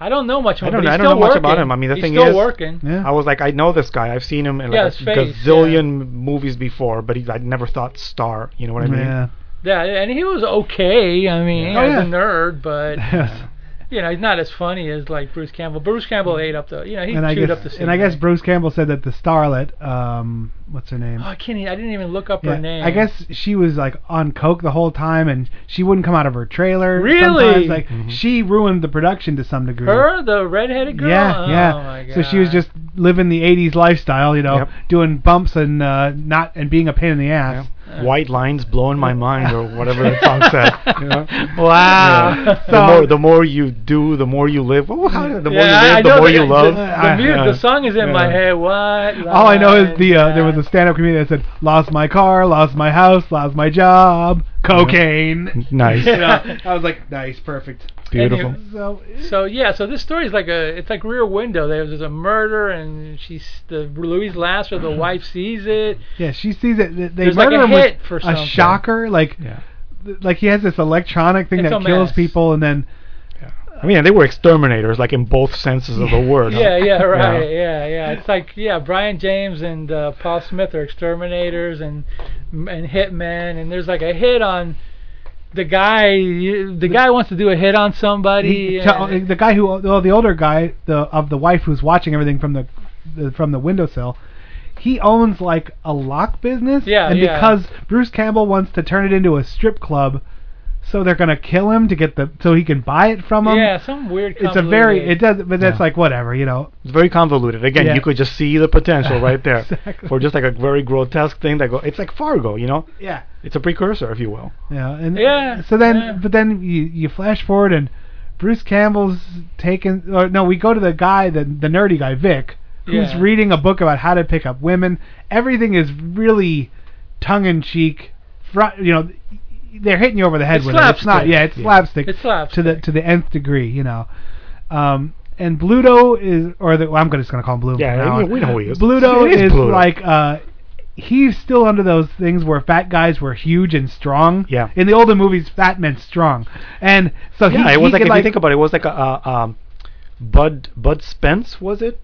[SPEAKER 3] I don't know much.
[SPEAKER 2] I
[SPEAKER 3] About
[SPEAKER 2] don't,
[SPEAKER 3] him, but
[SPEAKER 2] I
[SPEAKER 3] he's
[SPEAKER 2] don't know
[SPEAKER 3] still
[SPEAKER 2] much about
[SPEAKER 3] working.
[SPEAKER 2] him. I mean, the
[SPEAKER 3] he's
[SPEAKER 2] thing
[SPEAKER 3] still
[SPEAKER 2] is,
[SPEAKER 3] working.
[SPEAKER 2] I was like, I know this guy. I've seen him in
[SPEAKER 3] Yeah,
[SPEAKER 2] like
[SPEAKER 3] his
[SPEAKER 2] a
[SPEAKER 3] face,
[SPEAKER 2] gazillion movies before, but he, I never thought star. You know what I mean?
[SPEAKER 3] [laughs]
[SPEAKER 1] Yeah.
[SPEAKER 3] Yeah, and he was okay. I mean,
[SPEAKER 2] Yeah.
[SPEAKER 3] he was
[SPEAKER 2] Oh,
[SPEAKER 3] a nerd,
[SPEAKER 1] [laughs]
[SPEAKER 3] but you know, he's not as funny as like Bruce Campbell. Bruce Campbell ate up the, you know, he
[SPEAKER 1] and I
[SPEAKER 3] chewed
[SPEAKER 1] guess
[SPEAKER 3] up the scene.
[SPEAKER 1] and I guess Bruce Campbell said that the starlet, um, what's her name?
[SPEAKER 3] Oh, I can't. e- I didn't even look up
[SPEAKER 1] Yeah,
[SPEAKER 3] her name.
[SPEAKER 1] I guess she was like on coke the whole time, and she wouldn't come out of her trailer.
[SPEAKER 3] Really?
[SPEAKER 1] Sometimes, like she ruined the production to some degree.
[SPEAKER 3] her, the redheaded girl.
[SPEAKER 1] Yeah,
[SPEAKER 3] oh,
[SPEAKER 1] yeah.
[SPEAKER 3] My God.
[SPEAKER 1] So she was
[SPEAKER 3] [laughs]
[SPEAKER 1] just living the '80s lifestyle, you know, doing bumps and uh, not and being a pain in the ass.
[SPEAKER 2] White lines blowing my mind, or whatever the song [laughs] said. you know?
[SPEAKER 3] Wow.
[SPEAKER 2] Yeah. the more
[SPEAKER 3] So-
[SPEAKER 2] the more you do, the more you live. Oh, how, the more
[SPEAKER 3] yeah,
[SPEAKER 2] you
[SPEAKER 3] I- I
[SPEAKER 2] live, the
[SPEAKER 3] know
[SPEAKER 2] more
[SPEAKER 3] the,
[SPEAKER 2] you
[SPEAKER 3] the-
[SPEAKER 2] love.
[SPEAKER 3] The,
[SPEAKER 2] Yeah.
[SPEAKER 3] mu- the song is in my
[SPEAKER 2] Yeah.
[SPEAKER 3] head. What?
[SPEAKER 1] Ah, All I know is the uh, there was a stand-up comedian that said, "Lost my car, lost my house, lost my job, cocaine."
[SPEAKER 2] Nice.
[SPEAKER 1] [laughs]
[SPEAKER 3] [laughs]
[SPEAKER 1] You know, I was like, nice, perfect,
[SPEAKER 3] Beautiful.
[SPEAKER 1] So,
[SPEAKER 3] So yeah, so this story is like a it's like Rear Window. There's, there's a murder and she's the Louise Lasser,
[SPEAKER 1] Mm-hmm.
[SPEAKER 3] the wife sees it.
[SPEAKER 1] yeah, she sees it. They- They
[SPEAKER 3] There's like
[SPEAKER 1] murder
[SPEAKER 3] a
[SPEAKER 1] him with
[SPEAKER 3] hit for
[SPEAKER 1] a
[SPEAKER 3] something.
[SPEAKER 1] shocker, like, th- like he has this electronic thing
[SPEAKER 3] It's
[SPEAKER 1] that
[SPEAKER 3] a
[SPEAKER 1] kills
[SPEAKER 3] mess.
[SPEAKER 1] people, and then
[SPEAKER 2] I mean, they were exterminators, like in both senses of the word.
[SPEAKER 3] Yeah, yeah, right. Yeah, yeah. It's like yeah, Brian James and uh, Paul Smith are exterminators and and hitmen and there's like a hit on the guy the guy wants to do a hit on somebody.
[SPEAKER 1] he,
[SPEAKER 3] and-
[SPEAKER 1] t- the guy who well, the older guy the of the wife who's watching everything from the, the from the windowsill he owns like a lock business
[SPEAKER 3] Yeah,
[SPEAKER 1] and
[SPEAKER 3] yeah.
[SPEAKER 1] because Bruce Campbell wants to turn it into a strip club so they're going to kill him to get the so he can buy it from him
[SPEAKER 3] yeah, some weird
[SPEAKER 1] it's a very
[SPEAKER 3] convoluted-
[SPEAKER 1] it does but that's like whatever you know
[SPEAKER 2] It's very convoluted. Again,
[SPEAKER 1] Yeah.
[SPEAKER 2] you could just see the potential right there
[SPEAKER 1] Exactly.
[SPEAKER 2] for just like a very grotesque thing that go. It's like Fargo, you know.
[SPEAKER 1] yeah
[SPEAKER 2] It's a precursor, if you will.
[SPEAKER 1] yeah and
[SPEAKER 3] Yeah,
[SPEAKER 1] so then
[SPEAKER 3] yeah.
[SPEAKER 1] but then you you flash forward and Bruce Campbell's taken or no we go to the guy the the nerdy guy Vic who's
[SPEAKER 3] Yeah.
[SPEAKER 1] reading a book about how to pick up women. Everything is really tongue in cheek. Fr- you know, they're hitting you over the head
[SPEAKER 3] It's
[SPEAKER 1] with it. It's not.
[SPEAKER 3] slapstick.
[SPEAKER 1] Yeah, it's
[SPEAKER 3] Yeah.
[SPEAKER 1] slapstick.
[SPEAKER 3] It's slapstick.
[SPEAKER 1] to the to the nth degree. You know, um, and Bluto is or the, well, I'm just gonna call him Bluto.
[SPEAKER 2] Yeah,
[SPEAKER 1] from now
[SPEAKER 2] yeah,
[SPEAKER 1] on.
[SPEAKER 2] we know who he is.
[SPEAKER 1] Bluto
[SPEAKER 2] It is
[SPEAKER 1] is
[SPEAKER 2] Bluto.
[SPEAKER 1] like uh, he's still under those things where fat guys were huge and strong. Yeah. In the older movies, fat meant strong, and so he-
[SPEAKER 2] yeah,
[SPEAKER 1] he
[SPEAKER 2] it was like
[SPEAKER 1] could,
[SPEAKER 2] if you think about it, it was like a uh, um, Bud Bud Spence was it?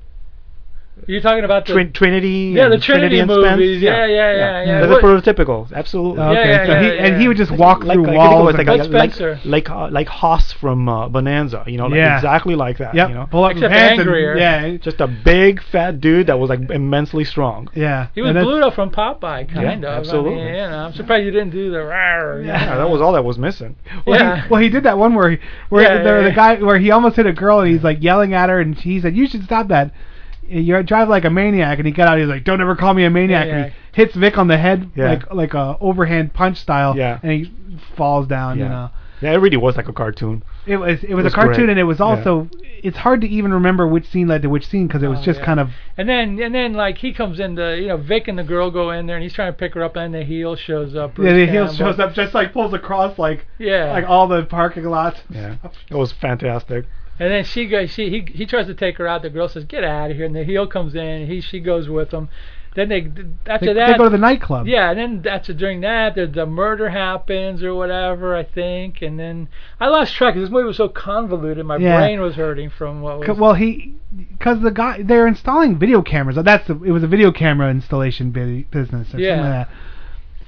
[SPEAKER 3] You're talking about the
[SPEAKER 2] Trin- Trinity.
[SPEAKER 3] Yeah, the
[SPEAKER 2] and Trinity,
[SPEAKER 3] Trinity
[SPEAKER 2] and
[SPEAKER 3] movies.
[SPEAKER 2] Spence.
[SPEAKER 3] Yeah, yeah, yeah, yeah.
[SPEAKER 2] That's
[SPEAKER 3] What-
[SPEAKER 2] a prototypical. Absolutely.
[SPEAKER 1] Okay,
[SPEAKER 3] Yeah, yeah,
[SPEAKER 1] so
[SPEAKER 3] yeah,
[SPEAKER 1] he,
[SPEAKER 3] yeah.
[SPEAKER 1] and he would just walk
[SPEAKER 2] Like,
[SPEAKER 1] through
[SPEAKER 2] like, I think it
[SPEAKER 1] walls.
[SPEAKER 2] was like,
[SPEAKER 1] and-
[SPEAKER 2] a-
[SPEAKER 3] Bud
[SPEAKER 2] like,
[SPEAKER 3] Spencer.
[SPEAKER 2] like, uh, like Haas from uh, Bonanza, you know, like
[SPEAKER 1] Yeah.
[SPEAKER 2] exactly like that.
[SPEAKER 1] Yep,
[SPEAKER 2] You know?
[SPEAKER 1] pull up his
[SPEAKER 3] Except
[SPEAKER 1] pants
[SPEAKER 3] angrier.
[SPEAKER 1] And, yeah,
[SPEAKER 2] Just a big fat dude that was like immensely strong.
[SPEAKER 1] yeah.
[SPEAKER 3] He was
[SPEAKER 1] And that's-
[SPEAKER 3] Bluto from Popeye, kind
[SPEAKER 2] Yeah,
[SPEAKER 3] of.
[SPEAKER 2] absolutely.
[SPEAKER 3] I mean, you know, I'm surprised you didn't do the rawr.
[SPEAKER 2] Yeah, that was all that was missing.
[SPEAKER 1] Well,
[SPEAKER 3] Yeah.
[SPEAKER 1] he, well, he did that one where he, where
[SPEAKER 3] Yeah,
[SPEAKER 1] there was
[SPEAKER 3] yeah, yeah.
[SPEAKER 1] a guy where he almost hit a girl and he's like yelling at her and he said, "You should stop that. You drive like a maniac." And he got out. He's like, "Don't ever call me a maniac." And
[SPEAKER 3] Maniac.
[SPEAKER 1] he hits Vic on the head
[SPEAKER 2] Yeah.
[SPEAKER 1] like like a overhand punch style.
[SPEAKER 2] Yeah.
[SPEAKER 1] And he falls down. You
[SPEAKER 2] Yeah.
[SPEAKER 1] know,
[SPEAKER 2] Yeah, it really was like a cartoon.
[SPEAKER 1] it was it was,
[SPEAKER 2] was
[SPEAKER 1] a cartoon
[SPEAKER 2] great.
[SPEAKER 1] and it was
[SPEAKER 2] Yeah.
[SPEAKER 1] also it's hard to even remember which scene led to which scene because it was
[SPEAKER 3] Oh,
[SPEAKER 1] just
[SPEAKER 3] yeah.
[SPEAKER 1] kind of
[SPEAKER 3] And then and then like he comes in the you know Vic and the girl go in there and he's trying to pick her up and the heel shows up. Bruce
[SPEAKER 1] yeah, the heel
[SPEAKER 3] Campbell.
[SPEAKER 1] shows up just like pulls across like
[SPEAKER 3] Yeah.
[SPEAKER 1] like all the parking lots.
[SPEAKER 2] Yeah, [laughs] it was fantastic.
[SPEAKER 3] And then she goes she he he tries to take her out. The girl says get out of here and the heel comes in and he she goes with him. Then they after
[SPEAKER 1] They,
[SPEAKER 3] that
[SPEAKER 1] they go to the nightclub.
[SPEAKER 3] Yeah, and then after during that, the, the murder happens or whatever, I think, and then I lost track. 'cause This movie was so convoluted, my
[SPEAKER 1] Yeah.
[SPEAKER 3] brain was hurting from what was.
[SPEAKER 1] C- well, he because the guy they're installing video cameras. That's the, it was a video camera installation bu- business or
[SPEAKER 3] Yeah.
[SPEAKER 1] something like that.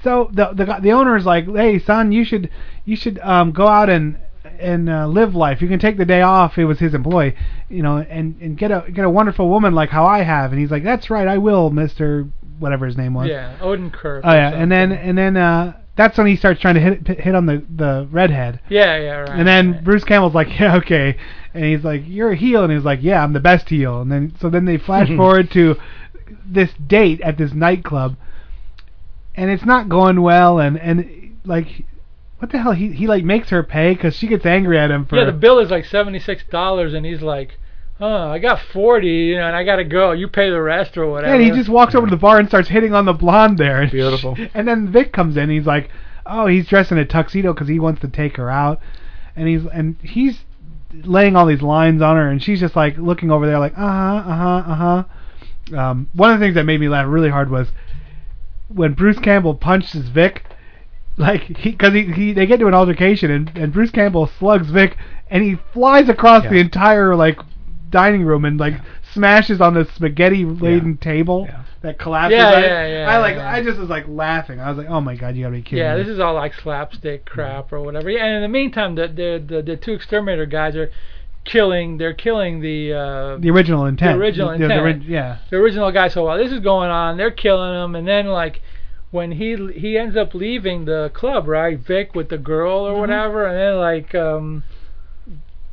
[SPEAKER 1] So the the guy- the owner is like, hey son, you should you should um go out and and uh, live life. You can take the day off. It was his employee, you know, and and get a get a wonderful woman like how I have. And he's like, that's right, I will, Mister whatever his name was.
[SPEAKER 3] Yeah, Odin Kirk.
[SPEAKER 1] Oh yeah, and then and then uh, that's when he starts trying to hit hit on the the redhead.
[SPEAKER 3] Yeah, yeah, right.
[SPEAKER 1] And then
[SPEAKER 3] right.
[SPEAKER 1] Bruce Campbell's like, [laughs] yeah, okay, and he's like, you're a heel, and he's like, yeah, I'm the best heel. And then so then they
[SPEAKER 3] [laughs]
[SPEAKER 1] flash forward to this date at this nightclub, and it's not going well, and and like. What the hell? He he like makes her pay because she gets angry at him for.
[SPEAKER 3] yeah, the bill is like seventy six dollars, and he's like, "Oh, I got forty, you know, and I gotta go. You pay the rest or whatever."
[SPEAKER 1] Yeah, and he just walks over to the bar and starts hitting on the blonde there. [laughs]
[SPEAKER 2] Beautiful.
[SPEAKER 1] And then Vic comes in. He's like, "Oh, he's dressed in a tuxedo because he wants to take her out," and he's and he's laying all these lines on her, and she's just like looking over there, like, "Uh huh, uh huh, uh huh." Um, one of the things that made me laugh really hard was when Bruce Campbell punches Vic. Like he, because he, he, they get to an altercation and, and Bruce Campbell slugs Vic and he flies across the entire like dining room and like smashes on the spaghetti laden table that collapses.
[SPEAKER 3] Yeah,
[SPEAKER 1] I,
[SPEAKER 3] yeah, yeah,
[SPEAKER 1] I like
[SPEAKER 3] yeah.
[SPEAKER 1] I just was like laughing. I was like, oh my god, you gotta be kidding
[SPEAKER 3] Yeah,
[SPEAKER 1] me.
[SPEAKER 3] this is all like slapstick crap or whatever. Yeah, and in the meantime, the the the, the two exterminator guys are killing. They're killing the uh,
[SPEAKER 1] the original intent.
[SPEAKER 3] original
[SPEAKER 1] The- the- the
[SPEAKER 3] intent.
[SPEAKER 1] ori- yeah.
[SPEAKER 3] the original guy. So while this is going on, they're killing him, and then like when he he ends up leaving the club, right? Vic with the girl
[SPEAKER 1] Mm-hmm.
[SPEAKER 3] or whatever, and then like um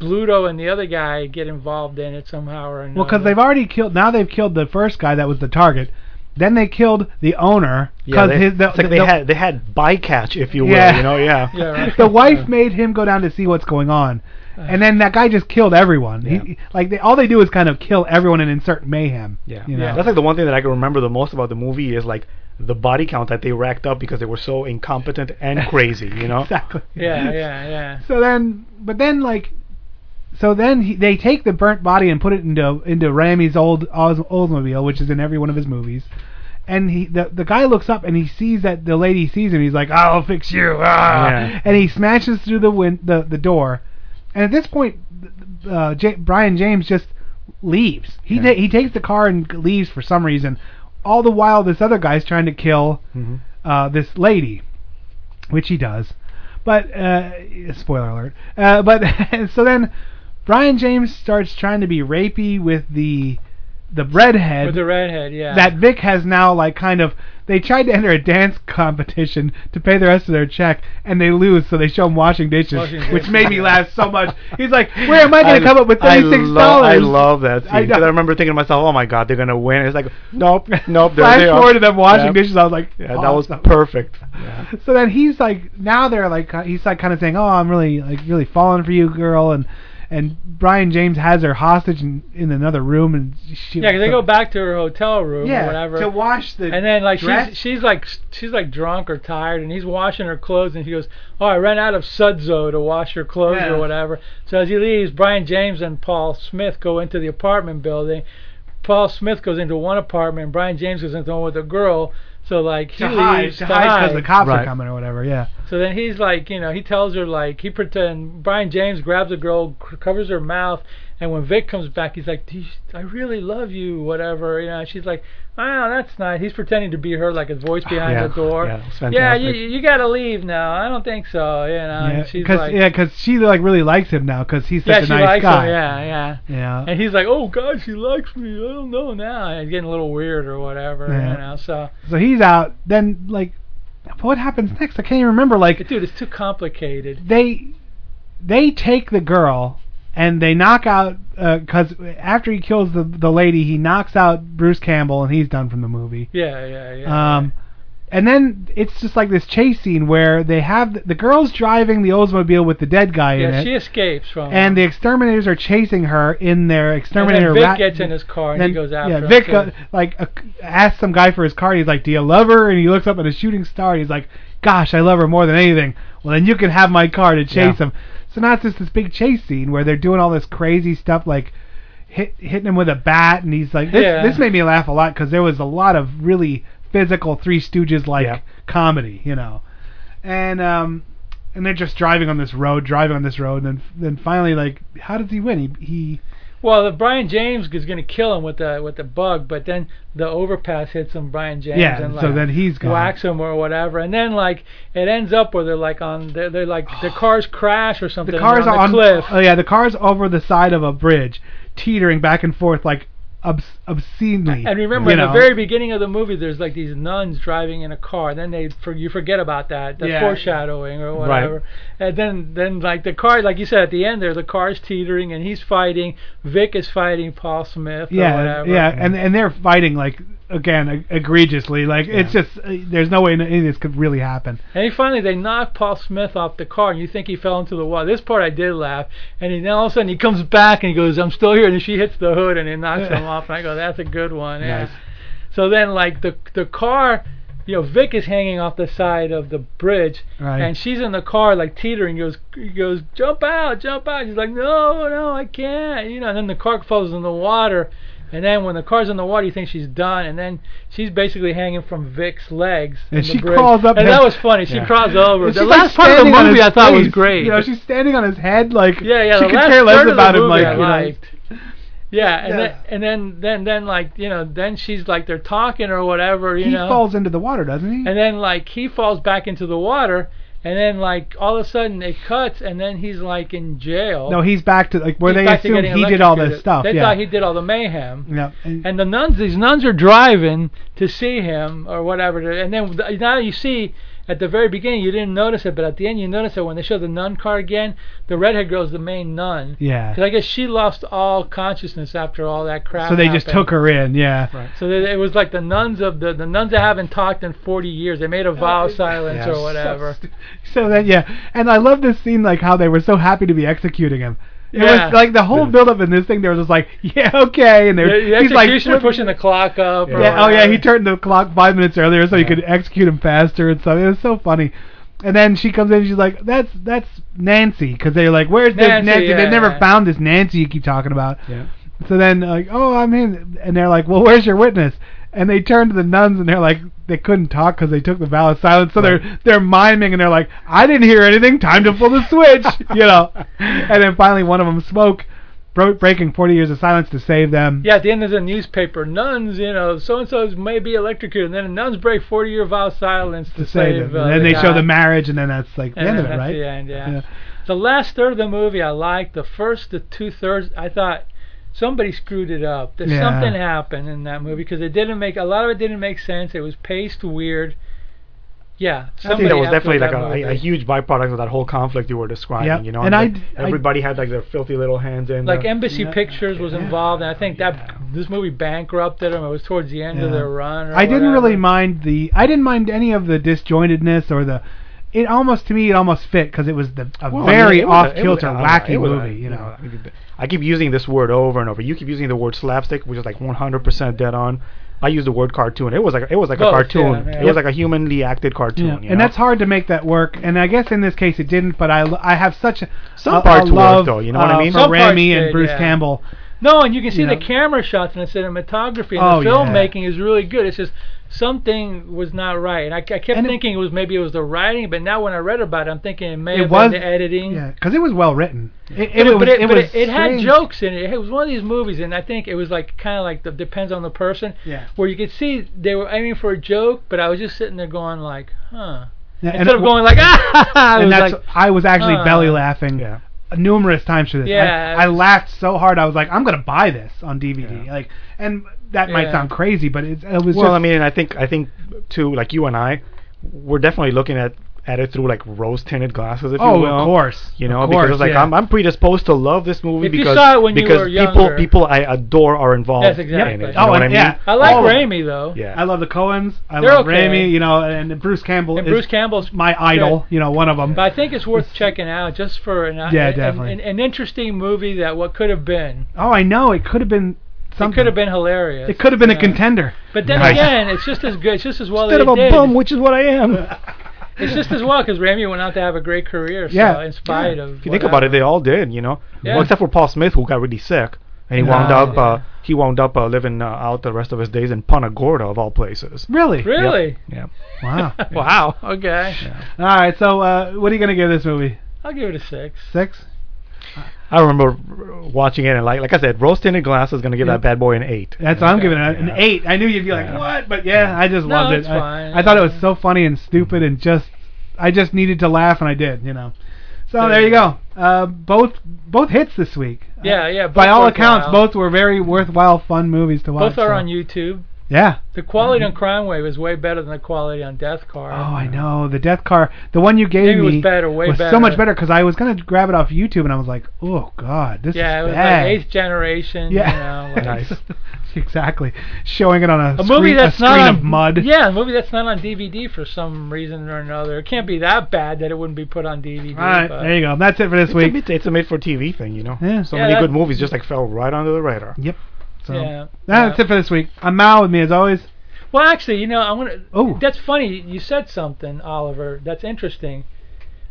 [SPEAKER 3] Bluto and the other guy get involved in it somehow or another.
[SPEAKER 1] Well, because they've already killed. Now they've killed the first guy that was the target. Then they killed the owner
[SPEAKER 2] Yeah,
[SPEAKER 1] because
[SPEAKER 2] they,
[SPEAKER 1] his the,
[SPEAKER 2] it's like
[SPEAKER 1] the-
[SPEAKER 2] they had they had bycatch, if you will.
[SPEAKER 1] [laughs] Yeah.
[SPEAKER 2] You know, yeah.
[SPEAKER 1] [laughs] the wife made him go down to see what's going on, and then that guy just killed everyone. He, like they, all they do is kind of kill everyone and insert mayhem.
[SPEAKER 2] Yeah.
[SPEAKER 1] you know?
[SPEAKER 2] That's like the one thing that I can remember the most about the movie is like the body count that they racked up because they were so incompetent
[SPEAKER 1] [laughs]
[SPEAKER 2] and crazy, you know?
[SPEAKER 1] exactly.
[SPEAKER 3] yeah,
[SPEAKER 1] [laughs]
[SPEAKER 3] yeah, yeah.
[SPEAKER 1] So then, but then like, so then he, they take the burnt body and put it into into Rami's old Oz, Oldsmobile, which is in every one of his movies. And he the the guy looks up and he sees that the lady sees him. He's like, "I'll fix you!" Ah!
[SPEAKER 2] Yeah.
[SPEAKER 1] And he smashes through the win- the the door. And at this point, uh, J- Brian James just leaves. He ta- he takes the car and leaves for some reason. All the while, this other guy's trying to kill uh, this lady, which he does. But uh, spoiler alert. Uh, but [laughs] so then, Brian James starts trying to be rapey with the the redhead
[SPEAKER 3] With the redhead, yeah.
[SPEAKER 1] that Vic has now like kind of they tried to enter a dance competition to pay the rest of their check and they lose so they show him washing dishes
[SPEAKER 2] Washing
[SPEAKER 1] which
[SPEAKER 2] dishes.
[SPEAKER 1] made
[SPEAKER 3] [laughs]
[SPEAKER 1] me laugh so much he's like where am I going to come up with
[SPEAKER 2] I
[SPEAKER 1] thirty six
[SPEAKER 2] lo-
[SPEAKER 1] dollars
[SPEAKER 2] I love that scene.
[SPEAKER 1] I
[SPEAKER 2] 'cause I,
[SPEAKER 1] know.
[SPEAKER 2] remember thinking to myself, oh my god, they're going to win. It's like,
[SPEAKER 1] [laughs]
[SPEAKER 2] nope, nope. there
[SPEAKER 1] flash
[SPEAKER 2] they are.
[SPEAKER 1] forward to them washing
[SPEAKER 2] Yep.
[SPEAKER 1] dishes I was like
[SPEAKER 2] Yeah, that was
[SPEAKER 1] awesome.
[SPEAKER 2] perfect.
[SPEAKER 1] so then he's like now they're like uh, he's like kind of saying oh I'm really like really falling for you girl and and Brian James has her hostage in, in another room and she
[SPEAKER 3] Yeah,
[SPEAKER 1] [laughs]
[SPEAKER 3] 'cause they
[SPEAKER 1] so-
[SPEAKER 3] go back to her hotel room
[SPEAKER 1] Yeah,
[SPEAKER 3] or whatever
[SPEAKER 1] to wash the
[SPEAKER 3] and then like
[SPEAKER 1] dress.
[SPEAKER 3] she's she's like she's like drunk or tired, and he's washing her clothes, and she goes, "Oh, I ran out of Sudzo to wash your clothes
[SPEAKER 1] Yeah.
[SPEAKER 3] or whatever." So as he leaves, Brian James and Paul Smith go into the apartment building. Paul Smith goes into one apartment, and Brian James goes into one with a girl. So like he
[SPEAKER 1] to hide
[SPEAKER 3] leaves
[SPEAKER 1] to hide because the cops are
[SPEAKER 2] Right.
[SPEAKER 1] coming or whatever yeah
[SPEAKER 3] so then he's like, you know, he tells her like he pretend Brian James grabs the girl, c- covers her mouth, and when Vic comes back, he's like, Do you, I really love you, whatever. You know, she's like, oh, that's nice. He's pretending to be her, like his voice behind
[SPEAKER 2] Yeah,
[SPEAKER 3] the door.
[SPEAKER 2] yeah, it's
[SPEAKER 3] yeah,
[SPEAKER 2] fantastic.
[SPEAKER 3] you you gotta leave now. I don't think so. You know,
[SPEAKER 1] Yeah,
[SPEAKER 3] and she's
[SPEAKER 1] cause,
[SPEAKER 3] like,
[SPEAKER 1] yeah, 'cause she like really likes him now 'cause he's such
[SPEAKER 3] yeah,
[SPEAKER 1] a
[SPEAKER 3] she
[SPEAKER 1] nice
[SPEAKER 3] likes
[SPEAKER 1] guy.
[SPEAKER 3] him. Yeah, yeah.
[SPEAKER 1] Yeah.
[SPEAKER 3] And he's like, oh God, she likes me. I don't know now. And it's getting a little weird or whatever.
[SPEAKER 1] Yeah.
[SPEAKER 3] You know, so
[SPEAKER 1] So he's out. Then like, what happens next? I can't even remember. Like
[SPEAKER 3] dude, it's too complicated.
[SPEAKER 1] they they take the girl and they knock out because after he kills the the lady, he knocks out Bruce Campbell and he's done from the movie.
[SPEAKER 3] Yeah, yeah, yeah.
[SPEAKER 1] Um, and then it's just like this chase scene where they have the, the girls driving the Oldsmobile with the dead guy in
[SPEAKER 3] yeah,
[SPEAKER 1] it.
[SPEAKER 3] she escapes from.
[SPEAKER 1] and the exterminators are chasing her in their exterminator
[SPEAKER 3] And then Vic
[SPEAKER 1] rat-
[SPEAKER 3] gets in his car and
[SPEAKER 1] then-
[SPEAKER 3] he goes after
[SPEAKER 1] yeah,
[SPEAKER 3] him.
[SPEAKER 1] Vic
[SPEAKER 3] too.
[SPEAKER 1] go, like uh, asks some guy for his car. He's like, "Do you love her?" And he looks up at a shooting star. And he's like, "Gosh, I love her more than anything." Well, then you can have my car to chase
[SPEAKER 2] Yeah.
[SPEAKER 1] him. So now it's just this big chase scene where they're doing all this crazy stuff, like hit, hitting him with a bat, and he's like, "This,
[SPEAKER 2] Yeah.
[SPEAKER 1] this made me laugh a lot because there was a lot of really physical Three Stooges like
[SPEAKER 2] Yeah.
[SPEAKER 1] comedy, you know." And um, and they're just driving on this road, driving on this road, and then then finally, like, how does he win? He he
[SPEAKER 3] Well, the Brian James is going to kill him with the with the bug, but then the overpass hits him, Brian James,
[SPEAKER 1] Yeah,
[SPEAKER 3] and like
[SPEAKER 1] so then he's gone.
[SPEAKER 3] whacks him or whatever, and then like it ends up where they're like on they're, they're like the cars crash or something.
[SPEAKER 1] The car's
[SPEAKER 3] and they're on
[SPEAKER 1] on.
[SPEAKER 3] the cliff.
[SPEAKER 1] Oh yeah, the car's over the side of a bridge, teetering back and forth like obs- obscenely.
[SPEAKER 3] And remember,
[SPEAKER 1] you
[SPEAKER 3] in
[SPEAKER 1] know?
[SPEAKER 3] the very beginning of the movie, there's like these nuns driving in a car. Then they for, you forget about that, the
[SPEAKER 1] Yeah.
[SPEAKER 3] foreshadowing or
[SPEAKER 1] Right.
[SPEAKER 3] whatever. And then then like the car, like you said at the end, there the car's teetering and he's fighting. Vic is fighting Paul Smith. or
[SPEAKER 1] yeah,
[SPEAKER 3] whatever.
[SPEAKER 1] yeah, and and they're fighting like again e- egregiously. Like it's just uh, there's no way any of this could really happen.
[SPEAKER 3] And he finally they knock Paul Smith off the car, and you think he fell into the water. This part I did laugh. And he, then all of a sudden he comes back and he goes, "I'm still here." And she hits the hood and it knocks him off. And I go, "That's a good one." Yeah.
[SPEAKER 1] Nice.
[SPEAKER 3] So then like the the car, you know, Vic is hanging off the side of the bridge,
[SPEAKER 1] Right.
[SPEAKER 3] and she's in the car like teetering. Goes he goes, "Jump out, jump out!" She's like, "No, no, I can't." You know. And then the car falls in the water. And then when the car's in the water, you think she's done, and then she's basically hanging from Vic's legs.
[SPEAKER 1] And
[SPEAKER 3] in the
[SPEAKER 1] she
[SPEAKER 3] bridge.
[SPEAKER 1] crawls up.
[SPEAKER 3] and
[SPEAKER 1] his-
[SPEAKER 3] that was funny. She
[SPEAKER 1] Yeah.
[SPEAKER 3] crawls over.
[SPEAKER 1] And
[SPEAKER 3] the
[SPEAKER 1] she's,
[SPEAKER 3] last
[SPEAKER 1] like,
[SPEAKER 3] part of the
[SPEAKER 1] standing on
[SPEAKER 3] movie
[SPEAKER 1] his
[SPEAKER 3] I thought was
[SPEAKER 1] face.
[SPEAKER 3] great.
[SPEAKER 1] You know, she's standing on his head like
[SPEAKER 3] yeah, yeah.
[SPEAKER 1] She
[SPEAKER 3] the
[SPEAKER 1] could
[SPEAKER 3] last
[SPEAKER 1] care less
[SPEAKER 3] third of
[SPEAKER 1] about
[SPEAKER 3] the
[SPEAKER 1] him.
[SPEAKER 3] movie
[SPEAKER 1] Like
[SPEAKER 3] I
[SPEAKER 1] you know,
[SPEAKER 3] liked. Yeah, and
[SPEAKER 1] Yeah.
[SPEAKER 3] Then, and then then then like you know then she's like they're talking or whatever you
[SPEAKER 1] he
[SPEAKER 3] know
[SPEAKER 1] falls into the water, doesn't he?
[SPEAKER 3] and then like he falls back into the water and then like all of a sudden it cuts and then he's like in jail.
[SPEAKER 1] No, he's back to like where
[SPEAKER 3] He's
[SPEAKER 1] they
[SPEAKER 3] back to
[SPEAKER 1] assumed
[SPEAKER 3] getting
[SPEAKER 1] he did all this
[SPEAKER 3] electrocuted.
[SPEAKER 1] stuff.
[SPEAKER 3] They
[SPEAKER 1] yeah.
[SPEAKER 3] thought he did all the mayhem.
[SPEAKER 1] yeah. And-
[SPEAKER 3] And the nuns, these nuns are driving to see him or whatever. And then th- now you see at the very beginning you didn't notice it, but at the end you notice it when they show the nun car again. The redhead girl's the main nun.
[SPEAKER 1] Yeah.
[SPEAKER 3] 'Cause I guess she lost all consciousness after all that crap.
[SPEAKER 1] So they just took her in, yeah.
[SPEAKER 3] So they, it was like the nuns of the the nuns that haven't talked in 40 years. They made a vow of silence
[SPEAKER 1] yeah.
[SPEAKER 3] or whatever.
[SPEAKER 1] [laughs] So then, yeah, and I love this scene, like how they were so happy to be executing him. It
[SPEAKER 3] Yeah.
[SPEAKER 1] was like the whole buildup in this thing. They were just like, [laughs] yeah, okay, and
[SPEAKER 3] The,
[SPEAKER 1] they're
[SPEAKER 3] the
[SPEAKER 1] he's like,
[SPEAKER 3] executioner
[SPEAKER 1] flip-
[SPEAKER 3] pushing the clock up. or
[SPEAKER 1] yeah, oh yeah,
[SPEAKER 3] whatever.
[SPEAKER 1] he turned the clock five minutes earlier so he could execute him faster and stuff. It was so funny. And then she comes in, and she's like, that's that's Nancy, because they're like, where's this
[SPEAKER 3] Nancy,
[SPEAKER 1] Nancy?
[SPEAKER 3] yeah,
[SPEAKER 1] they never
[SPEAKER 3] yeah.
[SPEAKER 1] found this Nancy you keep talking about.
[SPEAKER 3] Yeah.
[SPEAKER 1] So then, like, oh, I'm in, and they're like, well, where's your witness? And they turn to the nuns, and they're like, they couldn't talk because they took the vow of silence. So they're they're miming, and they're like, I didn't hear anything. Time to pull the switch, [laughs] you know. And then finally, one of them smoke, bro- breaking 40 years of silence to save them.
[SPEAKER 3] Yeah, at the end of the newspaper, nuns, you know, so and so's may be electrocuted, and then nuns break 40 year vow of silence to,
[SPEAKER 1] to save
[SPEAKER 3] save.
[SPEAKER 1] him.
[SPEAKER 3] uh,
[SPEAKER 1] And then they show
[SPEAKER 3] guy.
[SPEAKER 1] the marriage, and then that's like the
[SPEAKER 3] And
[SPEAKER 1] end
[SPEAKER 3] then
[SPEAKER 1] of it,
[SPEAKER 3] that's
[SPEAKER 1] right?
[SPEAKER 3] The end, yeah. The last third of the movie I liked. The first, the two thirds, I thought somebody screwed it up. There's
[SPEAKER 1] Yeah.
[SPEAKER 3] something happened in that movie because it didn't make a lot of it didn't make sense. It was paced weird. Yeah,
[SPEAKER 2] I think
[SPEAKER 3] somebody
[SPEAKER 2] that was
[SPEAKER 3] effed with
[SPEAKER 2] definitely like
[SPEAKER 3] that movie.
[SPEAKER 2] a, a huge byproduct of that whole conflict you were describing.
[SPEAKER 1] Yep.
[SPEAKER 2] You know,
[SPEAKER 1] And
[SPEAKER 2] like
[SPEAKER 1] I- I-
[SPEAKER 2] everybody had like their filthy little hands in.
[SPEAKER 3] like
[SPEAKER 2] the-
[SPEAKER 3] Embassy
[SPEAKER 2] Yeah.
[SPEAKER 3] Pictures was involved, and I think that this movie bankrupted them. It was towards the end of
[SPEAKER 1] Yeah.
[SPEAKER 3] their run. Or
[SPEAKER 1] I didn't
[SPEAKER 3] whatever.
[SPEAKER 1] really mind the. I didn't mind any of the disjointedness or the. It almost to me it almost fit because it was the a
[SPEAKER 2] Well, I mean,
[SPEAKER 1] very
[SPEAKER 2] it was a-
[SPEAKER 1] off
[SPEAKER 2] it was
[SPEAKER 1] kilter,
[SPEAKER 2] a-
[SPEAKER 1] wacky
[SPEAKER 2] it was a-
[SPEAKER 1] movie. you know.
[SPEAKER 2] I mean, I keep using this word over and over. You keep using the word slapstick, which is like 100% dead on. I use the word cartoon. It was like it was like
[SPEAKER 1] Both,
[SPEAKER 2] a cartoon.
[SPEAKER 1] yeah, yeah.
[SPEAKER 2] It was like a humanly acted cartoon.
[SPEAKER 1] Yeah,
[SPEAKER 2] you know?
[SPEAKER 1] and that's hard to make that work. And I guess in this case it didn't, but I, I have such a,
[SPEAKER 2] Some
[SPEAKER 1] a- a
[SPEAKER 2] parts work,
[SPEAKER 1] love,
[SPEAKER 2] though, you know what I
[SPEAKER 1] uh,
[SPEAKER 2] mean?
[SPEAKER 1] For
[SPEAKER 2] Some
[SPEAKER 3] parts
[SPEAKER 1] Remy
[SPEAKER 3] did,
[SPEAKER 1] and Bruce
[SPEAKER 3] yeah.
[SPEAKER 1] Campbell.
[SPEAKER 3] No, and you can see
[SPEAKER 1] You
[SPEAKER 3] the
[SPEAKER 1] know?
[SPEAKER 3] camera shots and the cinematography and
[SPEAKER 1] Oh,
[SPEAKER 3] the
[SPEAKER 1] yeah.
[SPEAKER 3] filmmaking is really good. It's just something was not right, and I, I kept
[SPEAKER 1] And it-
[SPEAKER 3] thinking it, was maybe it was the writing, but now when I read about it, I'm thinking it may
[SPEAKER 1] It
[SPEAKER 3] have
[SPEAKER 1] was-
[SPEAKER 3] been the editing.
[SPEAKER 1] Yeah, because it was well written. It,
[SPEAKER 3] But
[SPEAKER 1] it,
[SPEAKER 3] it-
[SPEAKER 1] was,
[SPEAKER 3] but it,
[SPEAKER 1] it
[SPEAKER 3] but
[SPEAKER 1] was
[SPEAKER 3] it, it had
[SPEAKER 1] strange.
[SPEAKER 3] jokes in it. It was one of these movies, and I think it was like kind of like the depends on the person.
[SPEAKER 1] Yeah.
[SPEAKER 3] Where you could see they were aiming for a joke, but I was just sitting there going like, huh.
[SPEAKER 1] Yeah,
[SPEAKER 3] Instead of going like [laughs] ah, I
[SPEAKER 1] and
[SPEAKER 3] was
[SPEAKER 1] that's
[SPEAKER 3] like,
[SPEAKER 1] I was actually
[SPEAKER 3] huh.
[SPEAKER 1] belly laughing numerous times for this.
[SPEAKER 3] Yeah,
[SPEAKER 1] I, I
[SPEAKER 3] it was-
[SPEAKER 1] laughed so hard I was like, I'm gonna buy this on DVD. Like, and that might
[SPEAKER 2] Yeah.
[SPEAKER 1] sound crazy, but it's, it was
[SPEAKER 2] well,
[SPEAKER 1] just
[SPEAKER 2] I mean, I think I think too, like you and I, we're definitely looking at at it through like rose tinted glasses, if
[SPEAKER 1] Oh, of
[SPEAKER 2] you will.
[SPEAKER 1] course.
[SPEAKER 2] you know,
[SPEAKER 1] Of
[SPEAKER 2] because
[SPEAKER 1] course,
[SPEAKER 2] like
[SPEAKER 1] yeah.
[SPEAKER 2] I'm I'm predisposed to love this movie
[SPEAKER 3] If you
[SPEAKER 2] because
[SPEAKER 3] saw it when you
[SPEAKER 2] because
[SPEAKER 3] were
[SPEAKER 2] people
[SPEAKER 3] younger.
[SPEAKER 2] people I adore are involved.
[SPEAKER 3] Yes,
[SPEAKER 2] In
[SPEAKER 3] exactly.
[SPEAKER 2] it, you
[SPEAKER 3] Oh,
[SPEAKER 2] know what
[SPEAKER 3] and
[SPEAKER 2] I mean?
[SPEAKER 3] yeah. I like Raimi though.
[SPEAKER 2] Yeah.
[SPEAKER 1] Uh, I love the Coens. I
[SPEAKER 3] They're
[SPEAKER 1] love
[SPEAKER 3] okay.
[SPEAKER 1] Raimi. You know, and Bruce Campbell.
[SPEAKER 3] And
[SPEAKER 1] is
[SPEAKER 3] Bruce Campbell's
[SPEAKER 1] my idol. You know, one of them.
[SPEAKER 3] But I think it's worth checking out just for an
[SPEAKER 1] Yeah,
[SPEAKER 3] an,
[SPEAKER 1] definitely.
[SPEAKER 3] an, an interesting movie that what could have been.
[SPEAKER 1] Oh, I know. It could have been something.
[SPEAKER 3] It could have been hilarious.
[SPEAKER 1] It could have been
[SPEAKER 3] you
[SPEAKER 1] a
[SPEAKER 3] know.
[SPEAKER 1] contender.
[SPEAKER 3] But then
[SPEAKER 1] Nice.
[SPEAKER 3] again, it's just as good. It's just as well
[SPEAKER 2] Instead
[SPEAKER 3] that
[SPEAKER 2] of a
[SPEAKER 3] they did.
[SPEAKER 2] bum, which is what
[SPEAKER 1] [laughs]
[SPEAKER 2] I
[SPEAKER 3] [laughs]
[SPEAKER 2] am.
[SPEAKER 3] It's just as well because Rami went out to have a great career. So
[SPEAKER 2] Yeah,
[SPEAKER 3] in spite of
[SPEAKER 2] If you think about it, they all did, you know.
[SPEAKER 3] Yeah.
[SPEAKER 2] Well, except for Paul Smith, who got really sick, and he wound
[SPEAKER 3] Yeah.
[SPEAKER 2] up uh, he wound up uh, living uh, out the rest of his days in Punta Gorda, of all places.
[SPEAKER 1] Really?
[SPEAKER 2] [laughs]
[SPEAKER 3] Really?
[SPEAKER 2] Yeah.
[SPEAKER 1] Wow.
[SPEAKER 3] Wow. Okay.
[SPEAKER 1] All right. So, uh, what are you gonna give this movie?
[SPEAKER 3] I'll give it a six.
[SPEAKER 1] Six.
[SPEAKER 2] I remember watching it and like like I said, rose tinted glass is gonna give that bad boy an eight.
[SPEAKER 1] That's I'm giving it an an eight. I knew you'd be like, what? But yeah, I just
[SPEAKER 2] No,
[SPEAKER 1] loved
[SPEAKER 2] it's
[SPEAKER 1] it. I-
[SPEAKER 2] fine.
[SPEAKER 1] I, thought it was so funny and stupid and just I just needed to laugh and I did, you know. So there you go. Uh, both both hits this week. Uh,
[SPEAKER 3] Yeah, yeah.
[SPEAKER 1] By all accounts,
[SPEAKER 3] worthwhile.
[SPEAKER 1] both were very worthwhile, fun movies to watch.
[SPEAKER 3] both are
[SPEAKER 1] so-
[SPEAKER 3] on YouTube.
[SPEAKER 1] Yeah.
[SPEAKER 3] The quality on Crime Wave is way better than the quality on Death Car.
[SPEAKER 1] Mm-hmm. Oh, I know the Death Car. The one you gave
[SPEAKER 3] Maybe it
[SPEAKER 1] me
[SPEAKER 3] was better, way
[SPEAKER 1] was
[SPEAKER 3] better.
[SPEAKER 1] so much better because I was gonna grab it off YouTube and I was like, oh god, this
[SPEAKER 3] yeah, it
[SPEAKER 1] is
[SPEAKER 3] was
[SPEAKER 1] bad.
[SPEAKER 3] like Eighth Generation.
[SPEAKER 1] Yeah.
[SPEAKER 2] [laughs]
[SPEAKER 3] you know, like-
[SPEAKER 1] [laughs] exactly. Showing it on a,
[SPEAKER 3] A
[SPEAKER 1] screen,
[SPEAKER 3] movie that's
[SPEAKER 1] a screen
[SPEAKER 3] not on
[SPEAKER 1] of mud.
[SPEAKER 3] [laughs] Yeah, a movie that's not on DVD for some reason or another. It can't be that bad that it wouldn't be put on DVD.
[SPEAKER 1] All right,
[SPEAKER 3] but-
[SPEAKER 1] there you go. That's it for this
[SPEAKER 2] It's a,
[SPEAKER 1] week.
[SPEAKER 2] mid- it's a made-for-TV thing, you know.
[SPEAKER 1] Yeah.
[SPEAKER 2] So
[SPEAKER 3] Yeah,
[SPEAKER 2] many
[SPEAKER 3] that-
[SPEAKER 2] good movies just like fell right under the radar.
[SPEAKER 1] Yep. So
[SPEAKER 3] Yeah,
[SPEAKER 1] that's
[SPEAKER 3] yeah.
[SPEAKER 1] it for this week. I'm Mal with me as always.
[SPEAKER 3] Well, actually, you know, I want to.
[SPEAKER 1] Oh.
[SPEAKER 3] That's funny. You said something, Oliver. That's interesting.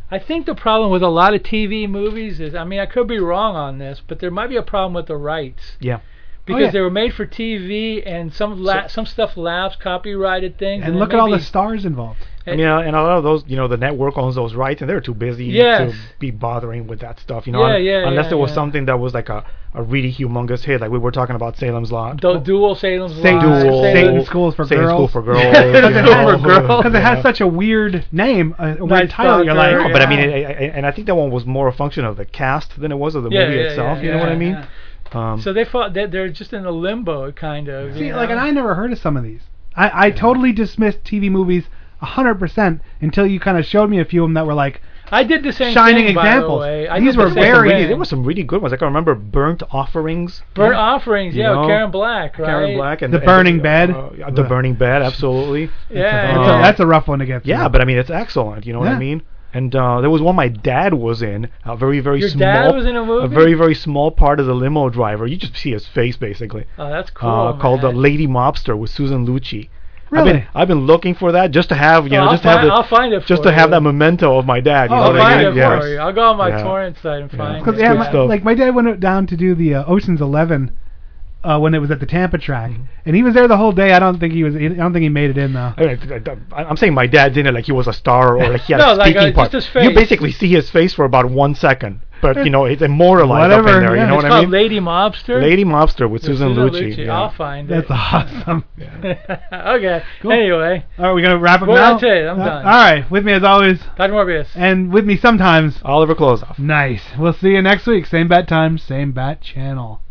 [SPEAKER 3] I think the problem with a lot of TV movies is, I mean, I could be wrong on this, but there might be a problem with the rights
[SPEAKER 2] Yeah.
[SPEAKER 3] because
[SPEAKER 1] yeah.
[SPEAKER 3] they were made for TV and some la- some stuff lapsed, copyrighted things.
[SPEAKER 1] And
[SPEAKER 3] it
[SPEAKER 1] look
[SPEAKER 3] may
[SPEAKER 1] at all
[SPEAKER 3] be-
[SPEAKER 1] the stars involved.
[SPEAKER 2] I mean, uh, and a lot of those, you know, the network owns those rights, and they're too busy
[SPEAKER 3] Yes.
[SPEAKER 2] to be bothering with that stuff, you know.
[SPEAKER 3] Yeah,
[SPEAKER 2] un-
[SPEAKER 3] yeah,
[SPEAKER 2] unless it
[SPEAKER 3] yeah,
[SPEAKER 2] was
[SPEAKER 3] yeah.
[SPEAKER 2] something that was like a, a really humongous hit, like we were talking about Salem's Lot.
[SPEAKER 3] The dual Salem's
[SPEAKER 1] Satan,
[SPEAKER 3] Lot,
[SPEAKER 2] Duel.
[SPEAKER 3] Salem-
[SPEAKER 1] Satan Schools for
[SPEAKER 2] Satan
[SPEAKER 1] Girls.
[SPEAKER 2] School
[SPEAKER 1] [laughs]
[SPEAKER 2] for Girls,
[SPEAKER 1] Because
[SPEAKER 2] you
[SPEAKER 1] it
[SPEAKER 2] know.
[SPEAKER 1] has- [laughs] 'cause it
[SPEAKER 2] Yeah.
[SPEAKER 1] has such a weird name, a, a weird
[SPEAKER 3] Nice
[SPEAKER 1] title. You're
[SPEAKER 3] doctor,
[SPEAKER 1] like,
[SPEAKER 2] No,
[SPEAKER 3] yeah.
[SPEAKER 2] but I mean, it, I, I- and I think that one was more a function of the cast than it was of the
[SPEAKER 3] Yeah,
[SPEAKER 2] movie
[SPEAKER 3] yeah,
[SPEAKER 2] itself.
[SPEAKER 3] yeah,
[SPEAKER 2] you know what I
[SPEAKER 3] yeah,
[SPEAKER 2] mean? Um,
[SPEAKER 3] So they fought. They, they're just in a limbo, kind of.
[SPEAKER 1] See,
[SPEAKER 3] you
[SPEAKER 1] like,
[SPEAKER 3] know?
[SPEAKER 1] and I never heard of some of these. I, I totally dismissed TV movies 100% until you kind of showed me a few of them that were like,
[SPEAKER 3] I did the same
[SPEAKER 1] shining
[SPEAKER 3] thing, by the
[SPEAKER 1] examples.
[SPEAKER 3] way. I
[SPEAKER 1] These
[SPEAKER 3] did the
[SPEAKER 1] were
[SPEAKER 3] same
[SPEAKER 1] very-
[SPEAKER 3] thing.
[SPEAKER 2] there were some really good ones. Like I remember Burnt Offerings.
[SPEAKER 3] Burnt offerings,
[SPEAKER 2] You
[SPEAKER 3] yeah, with
[SPEAKER 2] know,
[SPEAKER 3] Karen Black, right?
[SPEAKER 2] Karen Black and
[SPEAKER 1] The Burning Bed.
[SPEAKER 2] uh, the Burning Bed, absolutely.
[SPEAKER 3] [laughs]
[SPEAKER 2] Uh,
[SPEAKER 3] Yeah,
[SPEAKER 1] that's, a, that's a rough one to get through.
[SPEAKER 2] Yeah, but I mean it's excellent. You know what
[SPEAKER 1] Yeah.
[SPEAKER 2] I mean? And uh, there was one my dad was in, a very very
[SPEAKER 3] Your
[SPEAKER 2] small,
[SPEAKER 3] dad was in a movie?
[SPEAKER 2] very very small part of the limo driver. You just see his face basically.
[SPEAKER 3] Oh, that's cool.
[SPEAKER 2] uh, called the
[SPEAKER 3] man.
[SPEAKER 2] Lady Mobster with Susan Lucci. I've
[SPEAKER 1] Really?
[SPEAKER 2] been, I've been looking for that just to have you know
[SPEAKER 3] I'll
[SPEAKER 2] just to have
[SPEAKER 3] find-
[SPEAKER 2] the-
[SPEAKER 3] I'll find it
[SPEAKER 2] just
[SPEAKER 3] for
[SPEAKER 2] to have
[SPEAKER 3] you.
[SPEAKER 2] that memento of my dad. You know
[SPEAKER 3] I'll
[SPEAKER 2] what I
[SPEAKER 3] find
[SPEAKER 2] mean?
[SPEAKER 3] it
[SPEAKER 2] Yes.
[SPEAKER 3] for you. I'll go on my
[SPEAKER 2] Yeah.
[SPEAKER 3] torrent site and find
[SPEAKER 1] Because
[SPEAKER 3] it.
[SPEAKER 1] yeah,
[SPEAKER 2] good
[SPEAKER 1] my,
[SPEAKER 2] stuff.
[SPEAKER 1] like my dad went down to do the uh, Ocean's Eleven uh, when it was at the Tampa track,
[SPEAKER 2] Mm-hmm.
[SPEAKER 1] and he was there the whole day. I don't think he was. I don't think he made it in though.
[SPEAKER 2] I mean, I- I- I'm saying my dad's in it like he was a star or like he had
[SPEAKER 3] [laughs] No,
[SPEAKER 2] a
[SPEAKER 3] like,
[SPEAKER 2] speaking
[SPEAKER 3] uh,
[SPEAKER 2] part.
[SPEAKER 3] just his face.
[SPEAKER 2] You basically see his face for about one second, but you know it's immortalized up
[SPEAKER 1] Whatever,
[SPEAKER 2] in there.
[SPEAKER 1] yeah.
[SPEAKER 2] You know
[SPEAKER 3] it's
[SPEAKER 2] what I
[SPEAKER 3] called
[SPEAKER 2] mean?
[SPEAKER 3] Lady Mobster.
[SPEAKER 2] Lady Mobster with
[SPEAKER 3] With
[SPEAKER 2] Susan, Lucci. yeah.
[SPEAKER 3] I'll find
[SPEAKER 2] [laughs]
[SPEAKER 3] it. [laughs]
[SPEAKER 1] That's awesome.
[SPEAKER 3] okay.
[SPEAKER 1] Cool.
[SPEAKER 3] Anyway,
[SPEAKER 1] [laughs] All right, we gonna wrap up
[SPEAKER 3] Well,
[SPEAKER 1] now.
[SPEAKER 3] that's it. I'm
[SPEAKER 1] Uh,
[SPEAKER 3] done.
[SPEAKER 1] All right, with me as always,
[SPEAKER 3] Dr. Morbius.
[SPEAKER 1] and with me sometimes.
[SPEAKER 2] Oliver Klozoff.
[SPEAKER 1] Nice. We'll see you next week. Same bat time, same bat channel.